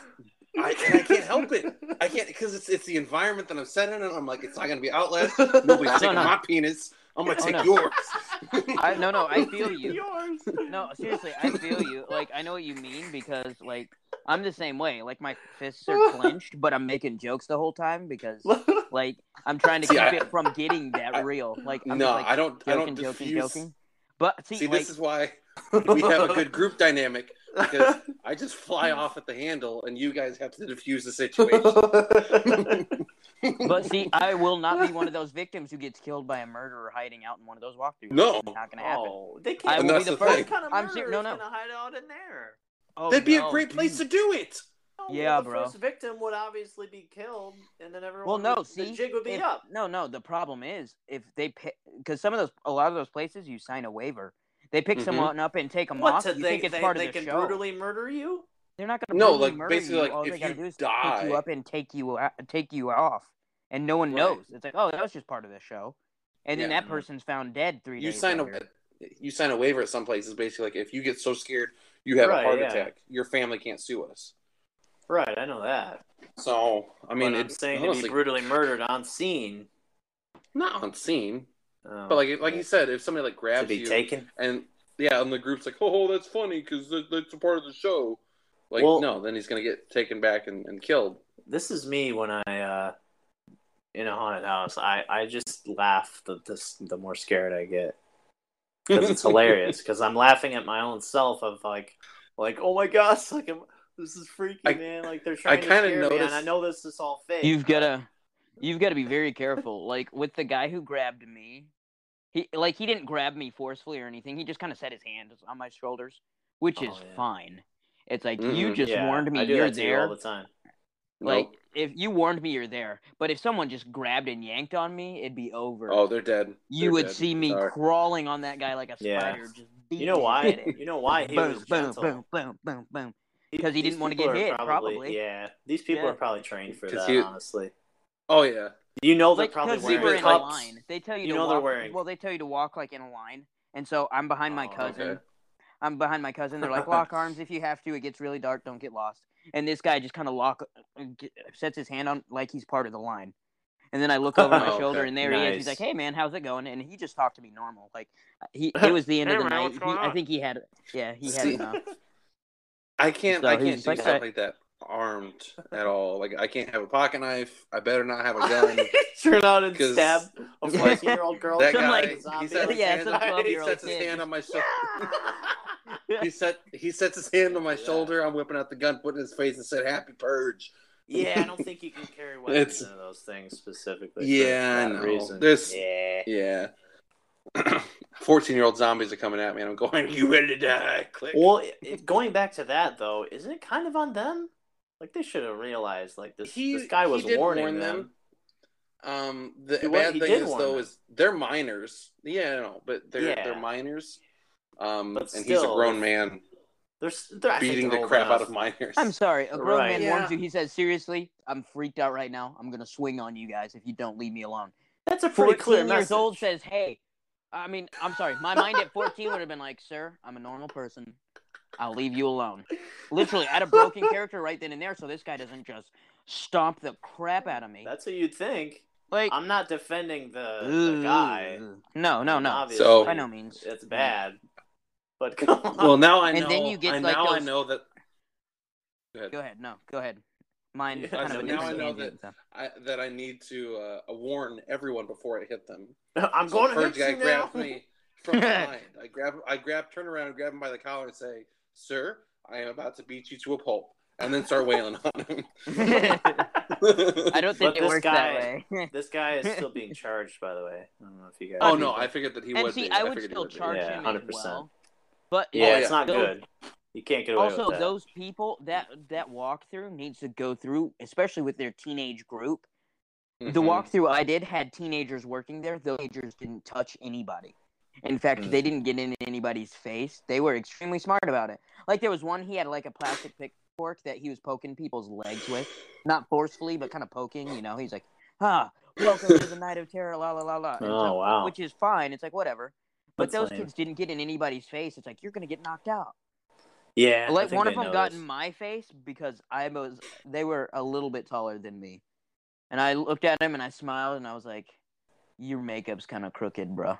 S2: I, and I can't help it. I can't because it's it's the environment that I'm set in, and I'm like, it's not gonna be outlet. Nobody's
S5: No,
S2: taking
S5: no.
S2: my penis. I'm gonna
S5: Oh,
S2: take
S5: no.
S2: yours.
S5: I, no, no, I feel you.
S3: Yours.
S5: No, seriously, I feel you. Like I know what you mean because like I'm the same way. Like my fists are clenched, but I'm making jokes the whole time because like I'm trying to
S2: See,
S5: keep
S2: I-
S5: it from getting
S2: I-
S5: that real. Like I'm
S2: no,
S5: just, like,
S2: I don't. I
S5: joking,
S2: don't
S5: joking,
S2: diffuse.
S5: joking. But see,
S2: See,
S5: like,
S2: this is why we have a good group dynamic because I just fly off at the handle, and you guys have to diffuse the situation.
S5: Oh, but see, I will not be one of those victims who gets killed by a murderer hiding out in one of those walkthroughs.
S2: No.
S5: it's not gonna happen.
S3: oh, they
S5: I
S3: can't.
S2: And
S5: will
S2: that's
S5: be the
S2: the
S5: first.
S2: thing.
S3: What kind of
S5: I'm
S3: murderer
S5: ser- no, no.
S3: is gonna hide out in there?
S5: Oh,
S2: That'd be
S5: no,
S2: a great place to do it.
S3: Oh,
S5: Yeah,
S3: well, the
S5: bro.
S3: first victim would obviously be killed, and then everyone.
S5: Well, no,
S3: would,
S5: see,
S3: the jig would be
S5: if-
S3: up.
S5: No, no. The problem is if they pick because some of those, a lot of those places, you sign a waiver. They pick
S2: Mhm.
S5: someone up and take them
S3: What
S5: off.
S3: do
S5: you
S3: they
S5: think it's
S3: they,
S5: part
S3: they
S5: of the
S3: can
S5: show?
S3: brutally murder you?
S5: They're not gonna
S2: No,
S5: brutally
S2: like,
S5: murder
S2: basically,
S5: you.
S2: like,
S5: All
S2: if
S5: they gotta
S2: you
S5: do is pick
S2: die-
S5: you up and take you out, take you off, and no one
S3: Right.
S5: knows. It's like, oh, that was just part of the show. And then
S2: Yeah.
S5: that person's found dead three
S2: You
S5: days
S2: sign a
S5: later.
S2: you sign a waiver at some places. Basically, like if you get so scared you have
S3: Right,
S2: a heart
S3: yeah.
S2: attack, your family can't sue us.
S3: Right, I know that.
S2: So I mean,
S3: But I'm
S2: it's
S3: saying to
S2: honestly
S3: be brutally murdered on scene.
S2: not on scene,
S3: Um,
S2: but like like you said, if somebody like
S3: to
S2: grabs
S3: be
S2: you
S3: taken.
S2: and yeah, and the group's like, oh, that's funny because that, that's a part of the show. Like
S3: Well-
S2: no, then he's gonna get taken back and, and killed.
S3: This is me when I uh, in a haunted house. I I just laugh the the, the more scared I get. because it's hilarious. Because I'm laughing at my own self of like, like oh my gosh, like I'm, this is freaky,
S2: I-
S3: man. Like they're trying to
S2: kinda
S3: scare me, and
S2: noticed-
S3: I know this is all fake.
S5: You've gotta, you've gotta be very careful. Like with the guy who grabbed me, he like he didn't grab me forcefully or anything. He just kind of set his hands on my shoulders, which is
S3: Oh, yeah.
S5: fine. It's like you
S2: Mhm.
S5: just
S3: Mm-hmm. Yeah,
S5: warned me
S3: I do
S5: you're
S3: that to you
S5: there.
S3: all the time.
S5: Like
S2: Nope.
S5: if you warned me you're there, but if someone just grabbed and yanked on me, it'd be over.
S2: oh, they're dead.
S5: you
S2: They're
S5: would
S2: dead.
S5: see me
S2: Sorry.
S5: crawling on that guy like a
S3: Yeah.
S5: spider. Just
S3: You
S5: beating
S3: know
S5: the
S3: why?
S5: shit out of him.
S3: You know why he was
S5: boom, boom,
S3: gentle?
S5: boom, boom, boom, boom. Because he
S3: These
S5: didn't wanna
S3: people
S5: get
S3: are
S5: hit, probably.
S3: Yeah, these people
S5: Yeah.
S3: are probably trained for
S2: 'Cause
S3: that.
S2: he-
S3: honestly,
S2: Oh yeah,
S3: you know they're
S5: Like,
S3: probably
S5: 'cause we
S3: wearing
S5: were in a
S3: cups.
S5: line. They tell you,
S3: You
S5: to
S3: know
S5: walk,
S3: they're wearing-
S5: Well, they tell you to walk like in a line, and so I'm behind my
S3: Oh,
S5: cousin.
S2: okay.
S5: I'm behind my cousin. They're like, lock arms if you have to. It gets really dark. Don't get lost. And this guy just kind of lock g- sets his hand on like he's part of the line. And then I look over my
S2: Oh,
S5: shoulder,
S2: okay.
S5: and there he is. He's
S3: Nice.
S5: like, "Hey, man, how's it going?" And he just talked to me normal. Like, uh, he it was the end of
S3: Hey, man,
S5: the night.
S3: what's
S5: He,
S3: going
S5: I
S3: on?
S5: think he had, yeah, he had uh,
S2: See-
S5: enough.
S2: I can't.
S5: So
S2: I
S5: he's
S2: can't do
S5: just like,
S2: stuff
S5: "Alright."
S2: like that armed at all. Like I can't have a pocket knife. I better not have a gun.
S3: Turn out and
S2: 'Cause-
S3: stab a 14 year old girl.
S2: that
S5: Some,
S2: guy,
S5: like-
S2: he,
S3: Zombie
S2: set
S3: like
S2: his
S5: Yeah,
S2: hand
S5: some
S2: on- he
S5: 12-year-old
S2: sets his
S5: kid.
S2: hand on my shoulder. he set he sets his hand on my
S3: Yeah.
S2: shoulder. I'm whipping out the gun, putting it in his face, and said, "Happy purge."
S3: Yeah, I don't think you can carry weapons
S2: It's-
S3: into those things specifically.
S2: Yeah, I
S3: for that
S2: know.
S3: reason.
S2: There's-
S3: yeah.
S2: Yeah. Fourteen year old zombies are coming at me, and I'm going, "You ready to die?" Click.
S3: Well, it, it- going back to that though, isn't it kind of on them? Like they should have realized. Like this,
S2: He-
S3: this guy
S2: he
S3: was
S2: did
S3: warning
S2: warn
S3: them.
S2: them. Um, the
S3: He wa-
S2: bad
S3: he
S2: thing
S3: did
S2: is
S3: warn
S2: though
S3: them.
S2: is they're minors. Yeah, I know, but they're
S3: Yeah.
S2: they're minors. Um,
S3: But
S2: and he's a
S3: still,
S2: grown
S3: if-
S2: man
S3: They're, s- they're I think
S2: beating
S3: they're
S2: the
S3: old
S2: crap
S3: enough.
S2: out of minors.
S5: I'm sorry. A grown
S3: Right.
S5: man warns
S2: Yeah.
S5: you. He says, "Seriously, I'm freaked out right now. I'm gonna swing on you guys if you don't leave me alone."
S3: That's a pretty
S5: 14
S3: clear
S5: years
S3: message.
S5: old says, "Hey," I mean, I'm sorry. My mind at 14 would have been like, "Sir, I'm a normal person. I'll leave you alone." Literally, I had a broken character right then and there, so this guy doesn't just stomp the crap out of me.
S3: That's what you'd think.
S5: like,
S3: I'm not defending the, the guy.
S5: No, no, no.
S3: Obviously,
S2: So-
S5: By no means.
S3: it's bad. But come on.
S2: well, now I know.
S5: And then you get,
S2: and
S5: like,
S2: now I
S5: those-
S2: know that. Go ahead.
S5: Go ahead. No, go ahead. Mine
S3: Yeah,
S5: kind
S2: so
S5: of a
S2: now I
S5: different
S2: know
S5: tangent, so.
S2: I, that I need to uh, warn everyone before I hit them.
S3: I'm
S2: So
S3: going to
S2: first
S3: hit you
S2: guy
S3: now.
S2: grabbed me from behind. I grab, I grab, turn around, grab him by the collar, and say, "Sir, I am about to beat you to a pulp," and then start wailing on him.
S5: I don't think
S3: But
S5: it
S3: this
S5: works
S3: guy-
S5: that way.
S3: This guy is still being charged, by the way. I don't know if you guys.
S2: oh no, I figured that he
S5: and
S2: would.
S5: see,
S2: be.
S5: I would
S2: figured he
S5: still
S2: be.
S5: charge
S3: Yeah,
S5: him as
S3: 100%.
S5: well. But
S3: Yeah,
S2: Oh,
S3: it's
S2: yeah.
S3: not
S5: Those-
S3: good. You can't get away
S5: also
S3: with that.
S5: those people that that walkthrough needs to go through, especially with their teenage group. The
S3: Mm-hmm.
S2: Mhm.
S5: walkthrough I did had teenagers working there. The teenagers didn't touch anybody. In fact,
S2: Mm.
S5: they didn't get in anybody's face. They were extremely smart about it. Like there was one, he had like a plastic pitchfork that he was poking people's legs with, not forcefully, but kind of poking. You know, he's like, "Ah, welcome to the night of terror, la la la la." And
S3: Oh
S5: so-
S3: wow.
S5: Which is fine. It's like whatever. But
S3: That's
S5: those
S3: lame.
S5: kids didn't get in anybody's face. It's like you're gonna get knocked out.
S3: Yeah. I
S5: Like
S3: think
S5: one
S3: they
S5: of them
S3: know
S5: got
S3: this.
S5: in my face because I was they were a little bit taller than me, and I looked at him and I smiled and I was like, "Your makeup's kind of crooked, bro."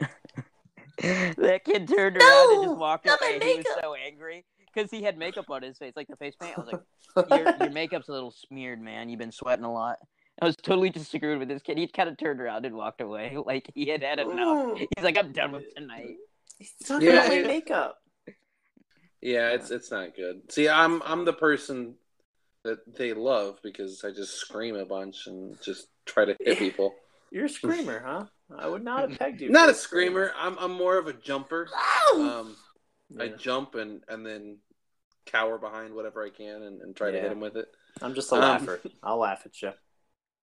S5: that kid turned around and
S6: No,
S5: just walked
S6: not my
S5: away. He was
S6: makeup.
S5: so angry because he had makeup on his face, like the face paint. I was like, your, "Your makeup's a little smeared, man. You've been sweating a lot." I was totally disagreed with this kid. He kind of turned around and walked away, like he had had enough. He's like, "I'm done with tonight."
S3: It's not
S2: Yeah,
S3: gonna wear
S2: it-
S3: makeup.
S2: Yeah, it's it's not good. See, I'm I'm the person that they love because I just scream a bunch and just try to hit people.
S3: You're a screamer, huh? I would not have pegged you.
S2: Not
S3: for
S2: a screamer. I'm I'm more of a jumper. Um,
S3: Yeah.
S2: I jump and and then cower behind whatever I can and, and try to hit
S3: Yeah.
S2: him with it.
S3: I'm just a
S2: um,
S3: laugher. I'll laugh at you.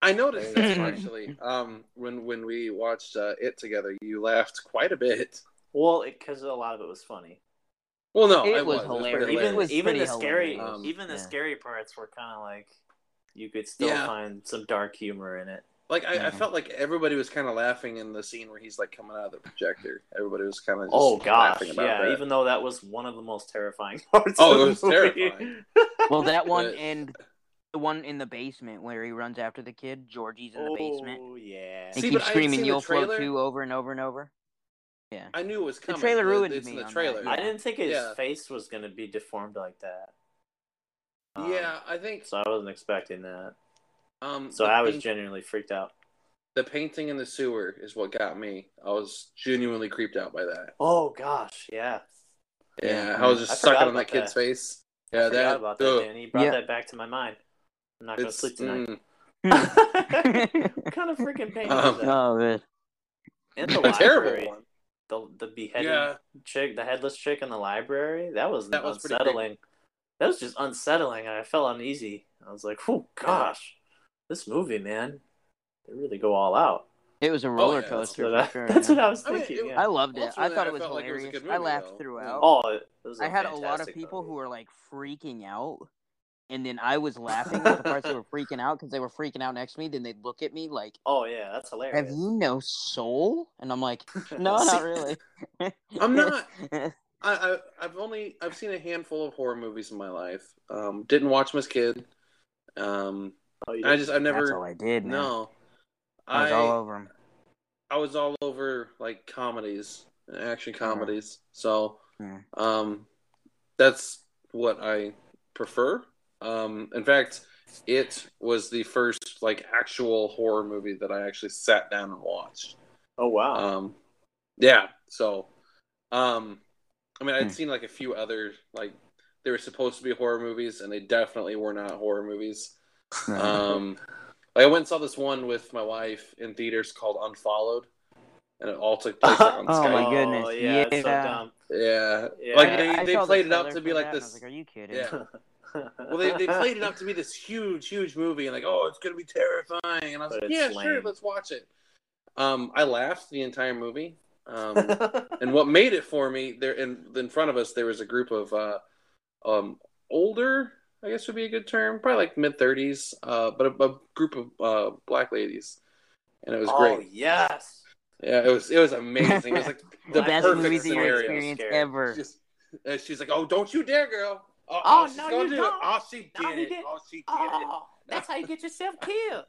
S2: I noticed
S3: There
S2: this
S5: you go.
S2: actually um, when when we watched uh, it together. You laughed quite a bit.
S3: Well, because a lot of it was funny.
S2: Well, no,
S5: It was
S2: pretty
S5: hilarious.
S3: even
S5: was
S3: even the
S5: pretty
S3: scary
S2: hilarious. Um,
S3: even the
S5: yeah.
S3: scary parts were kind of like you could still
S2: Yeah.
S3: find some dark humor in it.
S2: Like I, I
S5: Yeah.
S2: felt like everybody was kind of laughing in the scene where he's like coming out of the projector. Everybody was kind of
S3: Oh gosh,
S2: laughing
S3: yeah.
S2: about that.
S3: Even though that was one of the most terrifying parts.
S2: Oh,
S3: of
S2: it
S3: the
S2: was
S3: movie.
S2: terrifying.
S5: Well, that one
S2: But-
S5: and the one in the basement where he runs after the kid. Georgie's in the basement.
S3: Oh yeah.
S5: He
S2: See, but I had
S5: keeps
S2: seen
S5: screaming,
S2: the
S5: "You'll float
S2: trailer.
S5: too" over and over and over.
S2: I knew it was coming.
S5: trailer
S2: It-
S5: ruined
S2: it's in
S5: me
S2: the
S5: on
S2: trailer.
S5: that,
S3: I didn't think his
S2: Yeah.
S3: face was gonna be deformed like that. Um,
S2: Yeah, I think
S3: So I wasn't expecting that.
S2: um
S3: So
S2: the
S3: I was
S2: paint-
S3: genuinely freaked out.
S2: the painting in the sewer is what got me. I was genuinely creeped out by that.
S3: Oh gosh, yeah.
S2: Yeah,
S5: Yeah.
S2: I was
S3: Mm-hmm.
S2: just
S3: I forgot
S2: sucking on that
S3: about
S2: kid's
S3: that.
S2: face.
S3: I
S2: Yeah,
S3: forgot
S2: that,
S3: about that,
S2: ugh,
S3: Danny. You brought
S5: Yeah.
S3: that back to my mind. I'm not gonna
S2: it's-
S3: sleep tonight.
S2: mm.
S3: what kind of freaking pain
S2: Um,
S3: is that?
S5: Oh, man.
S3: In the
S2: a terrible
S3: library,
S2: one.
S3: the the beheaded
S2: Yeah,
S3: chick, the headless chick in the library, that was
S2: That was pretty creepy.
S3: unsettling. that was just unsettling, and I felt uneasy. I was like, "Oh gosh, this movie, man, they really go all out."
S5: It was a
S2: Oh,
S5: roller
S2: yeah, that's
S5: coaster.
S3: That's what
S5: for
S3: I,
S5: sure,
S3: that's
S5: yeah.
S3: what I was
S2: I mean,
S3: thinking.
S2: it-
S3: yeah.
S5: I loved it. I
S2: Ultimately,
S5: thought
S2: I
S5: it was
S2: felt like it was a
S5: hilarious.
S2: good
S5: I
S2: movie,
S5: laughed
S2: though.
S5: throughout.
S3: oh, it was
S5: I had a lot of people who were like freaking out, and then I was laughing at the parts that were freaking out because they were freaking out next to me. Then they'd look at me like,
S3: Oh yeah, that's
S5: "Have
S3: hilarious.
S5: you uh, no soul?" And I'm like, "No,
S2: See-
S5: not really.
S2: I'm not. I, I I've only I've seen a handful of horror movies in my life. Um, didn't watch them as a kid. Um,
S3: Oh, you
S2: I just I've
S5: That's all
S2: never
S5: I did. man.
S2: no.
S5: I was all over him.
S2: I was all over like comedies, action
S5: Yeah.
S2: comedies. So,
S5: Yeah.
S2: um, that's what I prefer. Um, in fact, it was the first like actual horror movie that I actually sat down and watched.
S3: oh wow.
S2: Um, yeah. So, um, I mean, I'd
S5: Hmm.
S2: seen like a few other like they were supposed to be horror movies, and they definitely were not horror movies. Um, like I went and saw this one with my wife in theaters called Unfollowed, and it all took place like, on
S5: Oh
S2: Skype.
S5: my goodness,
S3: Oh, yeah, it's so
S5: yeah.
S3: dumb.
S2: Yeah,
S3: Yeah.
S2: like
S5: Yeah,
S2: they,
S5: I
S2: they
S5: saw the
S2: played it up
S5: trailer
S2: to be
S5: for
S2: like
S5: that, and I
S2: this.
S5: was like, "Are you kidding?"
S2: Yeah. Well, they, they played it up to be this huge, huge movie, and like, oh, it's gonna be terrifying. And I was
S3: But
S2: like,
S3: it's
S2: yeah, sure,
S3: lame.
S2: let's watch it. Um, I laughed the entire movie. Um, and what made it for me there in in front of us there was a group of uh, um, older, I guess would be a good term, probably like mid thirties, uh, but a, a group of uh, black ladies, and it was
S3: oh
S2: great.
S3: yes.
S2: Yeah, it was it was amazing. It was like the
S5: the best
S2: perfect
S5: movies in your
S2: scenario.
S5: experience
S3: Scary.
S5: ever.
S2: Just, and she's like, "Oh, don't you dare, girl! Oh,
S3: Oh,
S2: she's
S3: no,
S2: gonna
S3: you
S2: do
S3: don't.
S2: It. Oh, she did
S3: No, he
S2: it!
S3: didn't.
S2: Oh, she did it!"
S3: Oh, that's how you get yourself killed.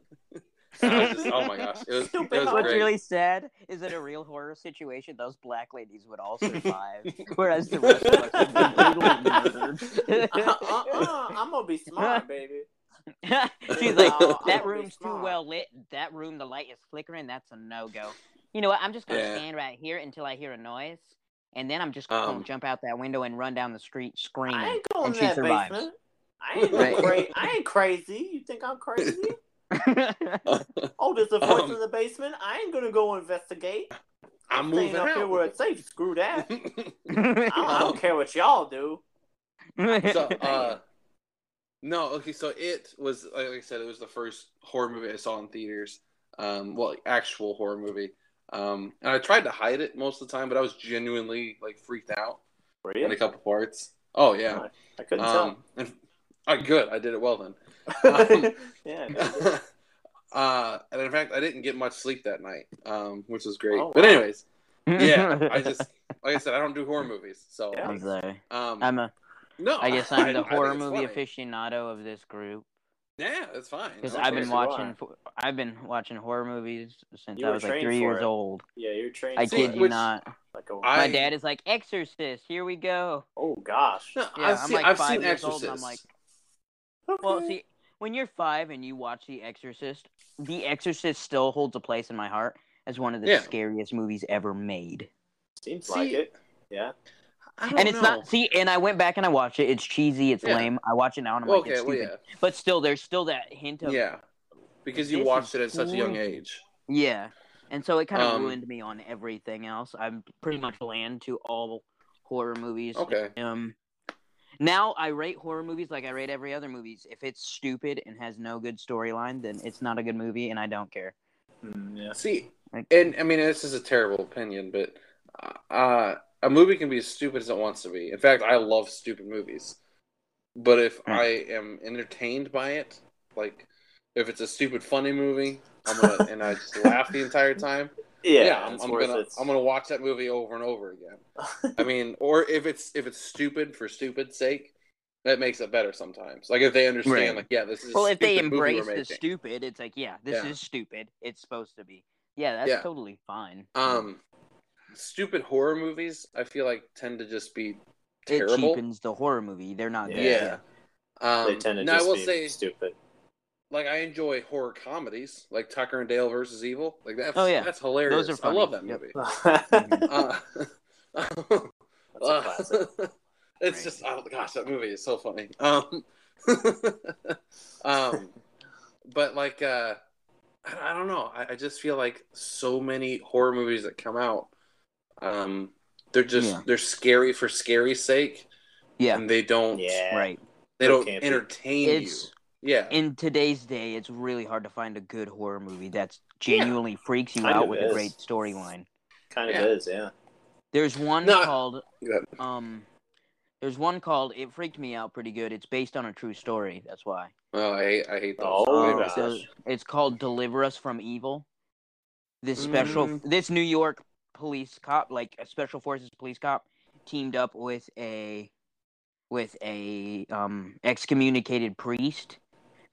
S2: And I was just- oh my gosh, it was
S3: Stupid
S2: it was
S3: hoe.
S5: What's
S2: great.
S5: really sad is that a real horror situation, those black ladies would all survive, whereas the rest of us would be brutally
S3: uh, uh, uh, I'm gonna be smart, baby.
S5: murdered. She's like, "Oh,
S3: No, I'm gonna
S5: that
S3: be
S5: room's too
S3: smart."
S5: well lit. That room, the light is flickering. That's a no go. You know what? I'm just gonna
S2: Yeah.
S5: stand right here until I hear a noise, and then I'm just gonna
S2: Um,
S5: jump out that window and run down the street screaming.
S3: I ain't going
S5: And
S3: to
S5: she
S3: that
S5: survives.
S3: basement. I ain't, no
S5: Right.
S3: cra- I ain't crazy. You think I'm crazy? Oh, there's a voice
S2: Um,
S3: in the basement. I ain't gonna go investigate.
S2: I'm moving
S3: up here
S2: out.
S3: where it's safe. Screw that. I don't care what y'all do.
S2: so, uh, no, okay, so it was like I said, it was the first horror movie I saw in theaters. Um, well, actual horror movie. Um, and I tried to hide it most of the time, but I was genuinely like freaked out
S3: Were
S2: in a
S3: you?
S2: couple parts. Oh yeah,
S3: I couldn't
S2: um, and, oh, good, I did it well then.
S3: tell.
S2: um,
S3: yeah.
S2: uh, and in fact, I didn't get much sleep that night, um, which was great.
S3: Oh,
S2: But
S3: wow.
S2: anyways, yeah, I just like I said, I don't do horror movies, so
S3: Yeah.
S5: I'm sorry.
S2: um,
S5: I'm a.
S2: no,
S5: I guess I'm the
S2: think
S5: horror
S2: it's
S5: movie
S2: funny.
S5: aficionado of this group
S2: Yeah, that's fine.
S5: because
S3: No,
S2: I don't
S5: I've
S2: care.
S5: been
S3: so do I.
S5: watching. fo- I've been watching horror movies since
S3: You
S5: I
S3: were
S5: was like
S3: trained
S5: three
S3: for
S5: years
S3: it.
S5: old.
S3: Yeah, you're trained.
S5: I
S3: for
S5: kid
S3: it.
S5: you
S2: which-
S5: not.
S3: Like a,
S2: I-
S5: My dad is like Exorcist. Here we go.
S3: oh gosh.
S2: No,
S5: Yeah,
S2: I've
S5: I'm
S2: seen,
S5: like
S2: I've
S5: five
S2: seen
S5: years
S2: Exorcist.
S5: old, and I'm like, Well, see, when you're five and you watch The Exorcist, The Exorcist still holds a place in my heart as one of the
S2: Yeah.
S5: scariest movies ever made.
S3: seems
S2: see-
S3: like it. Yeah.
S2: I don't
S5: And it's
S2: know.
S5: not see, and I went back and I watched it. It's cheesy, it's
S2: Oh, Yeah.
S5: lame. I watch it now and I'm
S2: Well,
S5: like, it's
S2: okay, well,
S5: stupid.
S2: yeah,
S5: But still, there's still that hint of yeah,
S2: yeah, because you
S5: This
S2: watched
S5: is
S2: it at such a young
S5: cool.
S2: age.
S5: and so it kind of
S2: Um,
S5: ruined me on everything else. I'm pretty much bland to all horror movies.
S2: Okay,
S5: Um, now I rate horror movies like I rate every other movies. If it's stupid and has no good storyline, then it's not a good movie, and I don't care.
S3: Mm, yeah.
S2: see,
S5: Like-
S2: and I mean, this is a terrible opinion, but uh, a movie can be as stupid as it wants to be. In fact, I love stupid movies, but if
S5: Hmm.
S2: I am entertained by it, like if it's a stupid funny movie, I'm gonna and I just laugh the entire time.
S3: Yeah.
S2: yeah, I'm,
S3: it's
S2: I'm
S3: worth
S2: gonna
S3: it.
S2: I'm gonna watch that movie over and over again. I mean, or if it's if it's stupid for stupid's sake, that makes it better sometimes. Like if they understand,
S5: Right.
S2: like yeah, this is a
S5: well if they
S2: stupid movie we're
S5: embrace the
S2: making.
S5: stupid it's like yeah this
S2: Yeah.
S5: is stupid it's supposed to be yeah that's
S2: Yeah.
S5: totally fine
S2: um stupid horror movies, I feel like tend to just be
S5: it
S2: terrible.
S5: cheapens the horror movie they're not
S2: yeah.
S5: good.
S3: Yeah.
S2: Um,
S3: they tend to
S2: now
S3: just
S2: I will
S3: be
S2: say,
S3: stupid.
S2: like I enjoy horror comedies, like Tucker and Dale versus Evil. Like that's
S5: Oh, yeah.
S2: that's hilarious.
S5: Those are
S2: I love that
S5: funny. Yep.
S2: movie.
S3: That's
S2: Uh,
S3: a
S2: Uh,
S3: classic.
S2: it's
S5: Right.
S2: just oh gosh, that movie is so funny. Um, um, but like, uh, I, I don't know. I, I just feel like so many horror movies that come out, um, they're just
S5: Yeah.
S2: they're scary for scary's sake,
S5: yeah
S2: and they don't
S3: Yeah.
S5: right
S2: they
S3: they're
S2: don't
S3: campy.
S2: entertain
S5: it's
S2: you. Yeah,
S5: in today's day it's really hard to find a good horror movie that's genuinely freaks you
S3: Kind
S5: out
S3: of
S5: with
S3: is.
S5: a great storyline
S3: Kind of
S2: Yeah.
S3: is. Yeah.
S5: there's one
S2: No.
S5: called
S2: Go ahead.
S5: um there's one called it freaked me out pretty good it's based on a true story that's why
S2: oh, I hate I hate those.
S3: Oh,
S5: Um,
S3: gosh.
S5: so it's called "Deliver Us from Evil." This special,
S2: Mm.
S5: this New York police cop, like a special forces police cop, teamed up with a with a um, excommunicated priest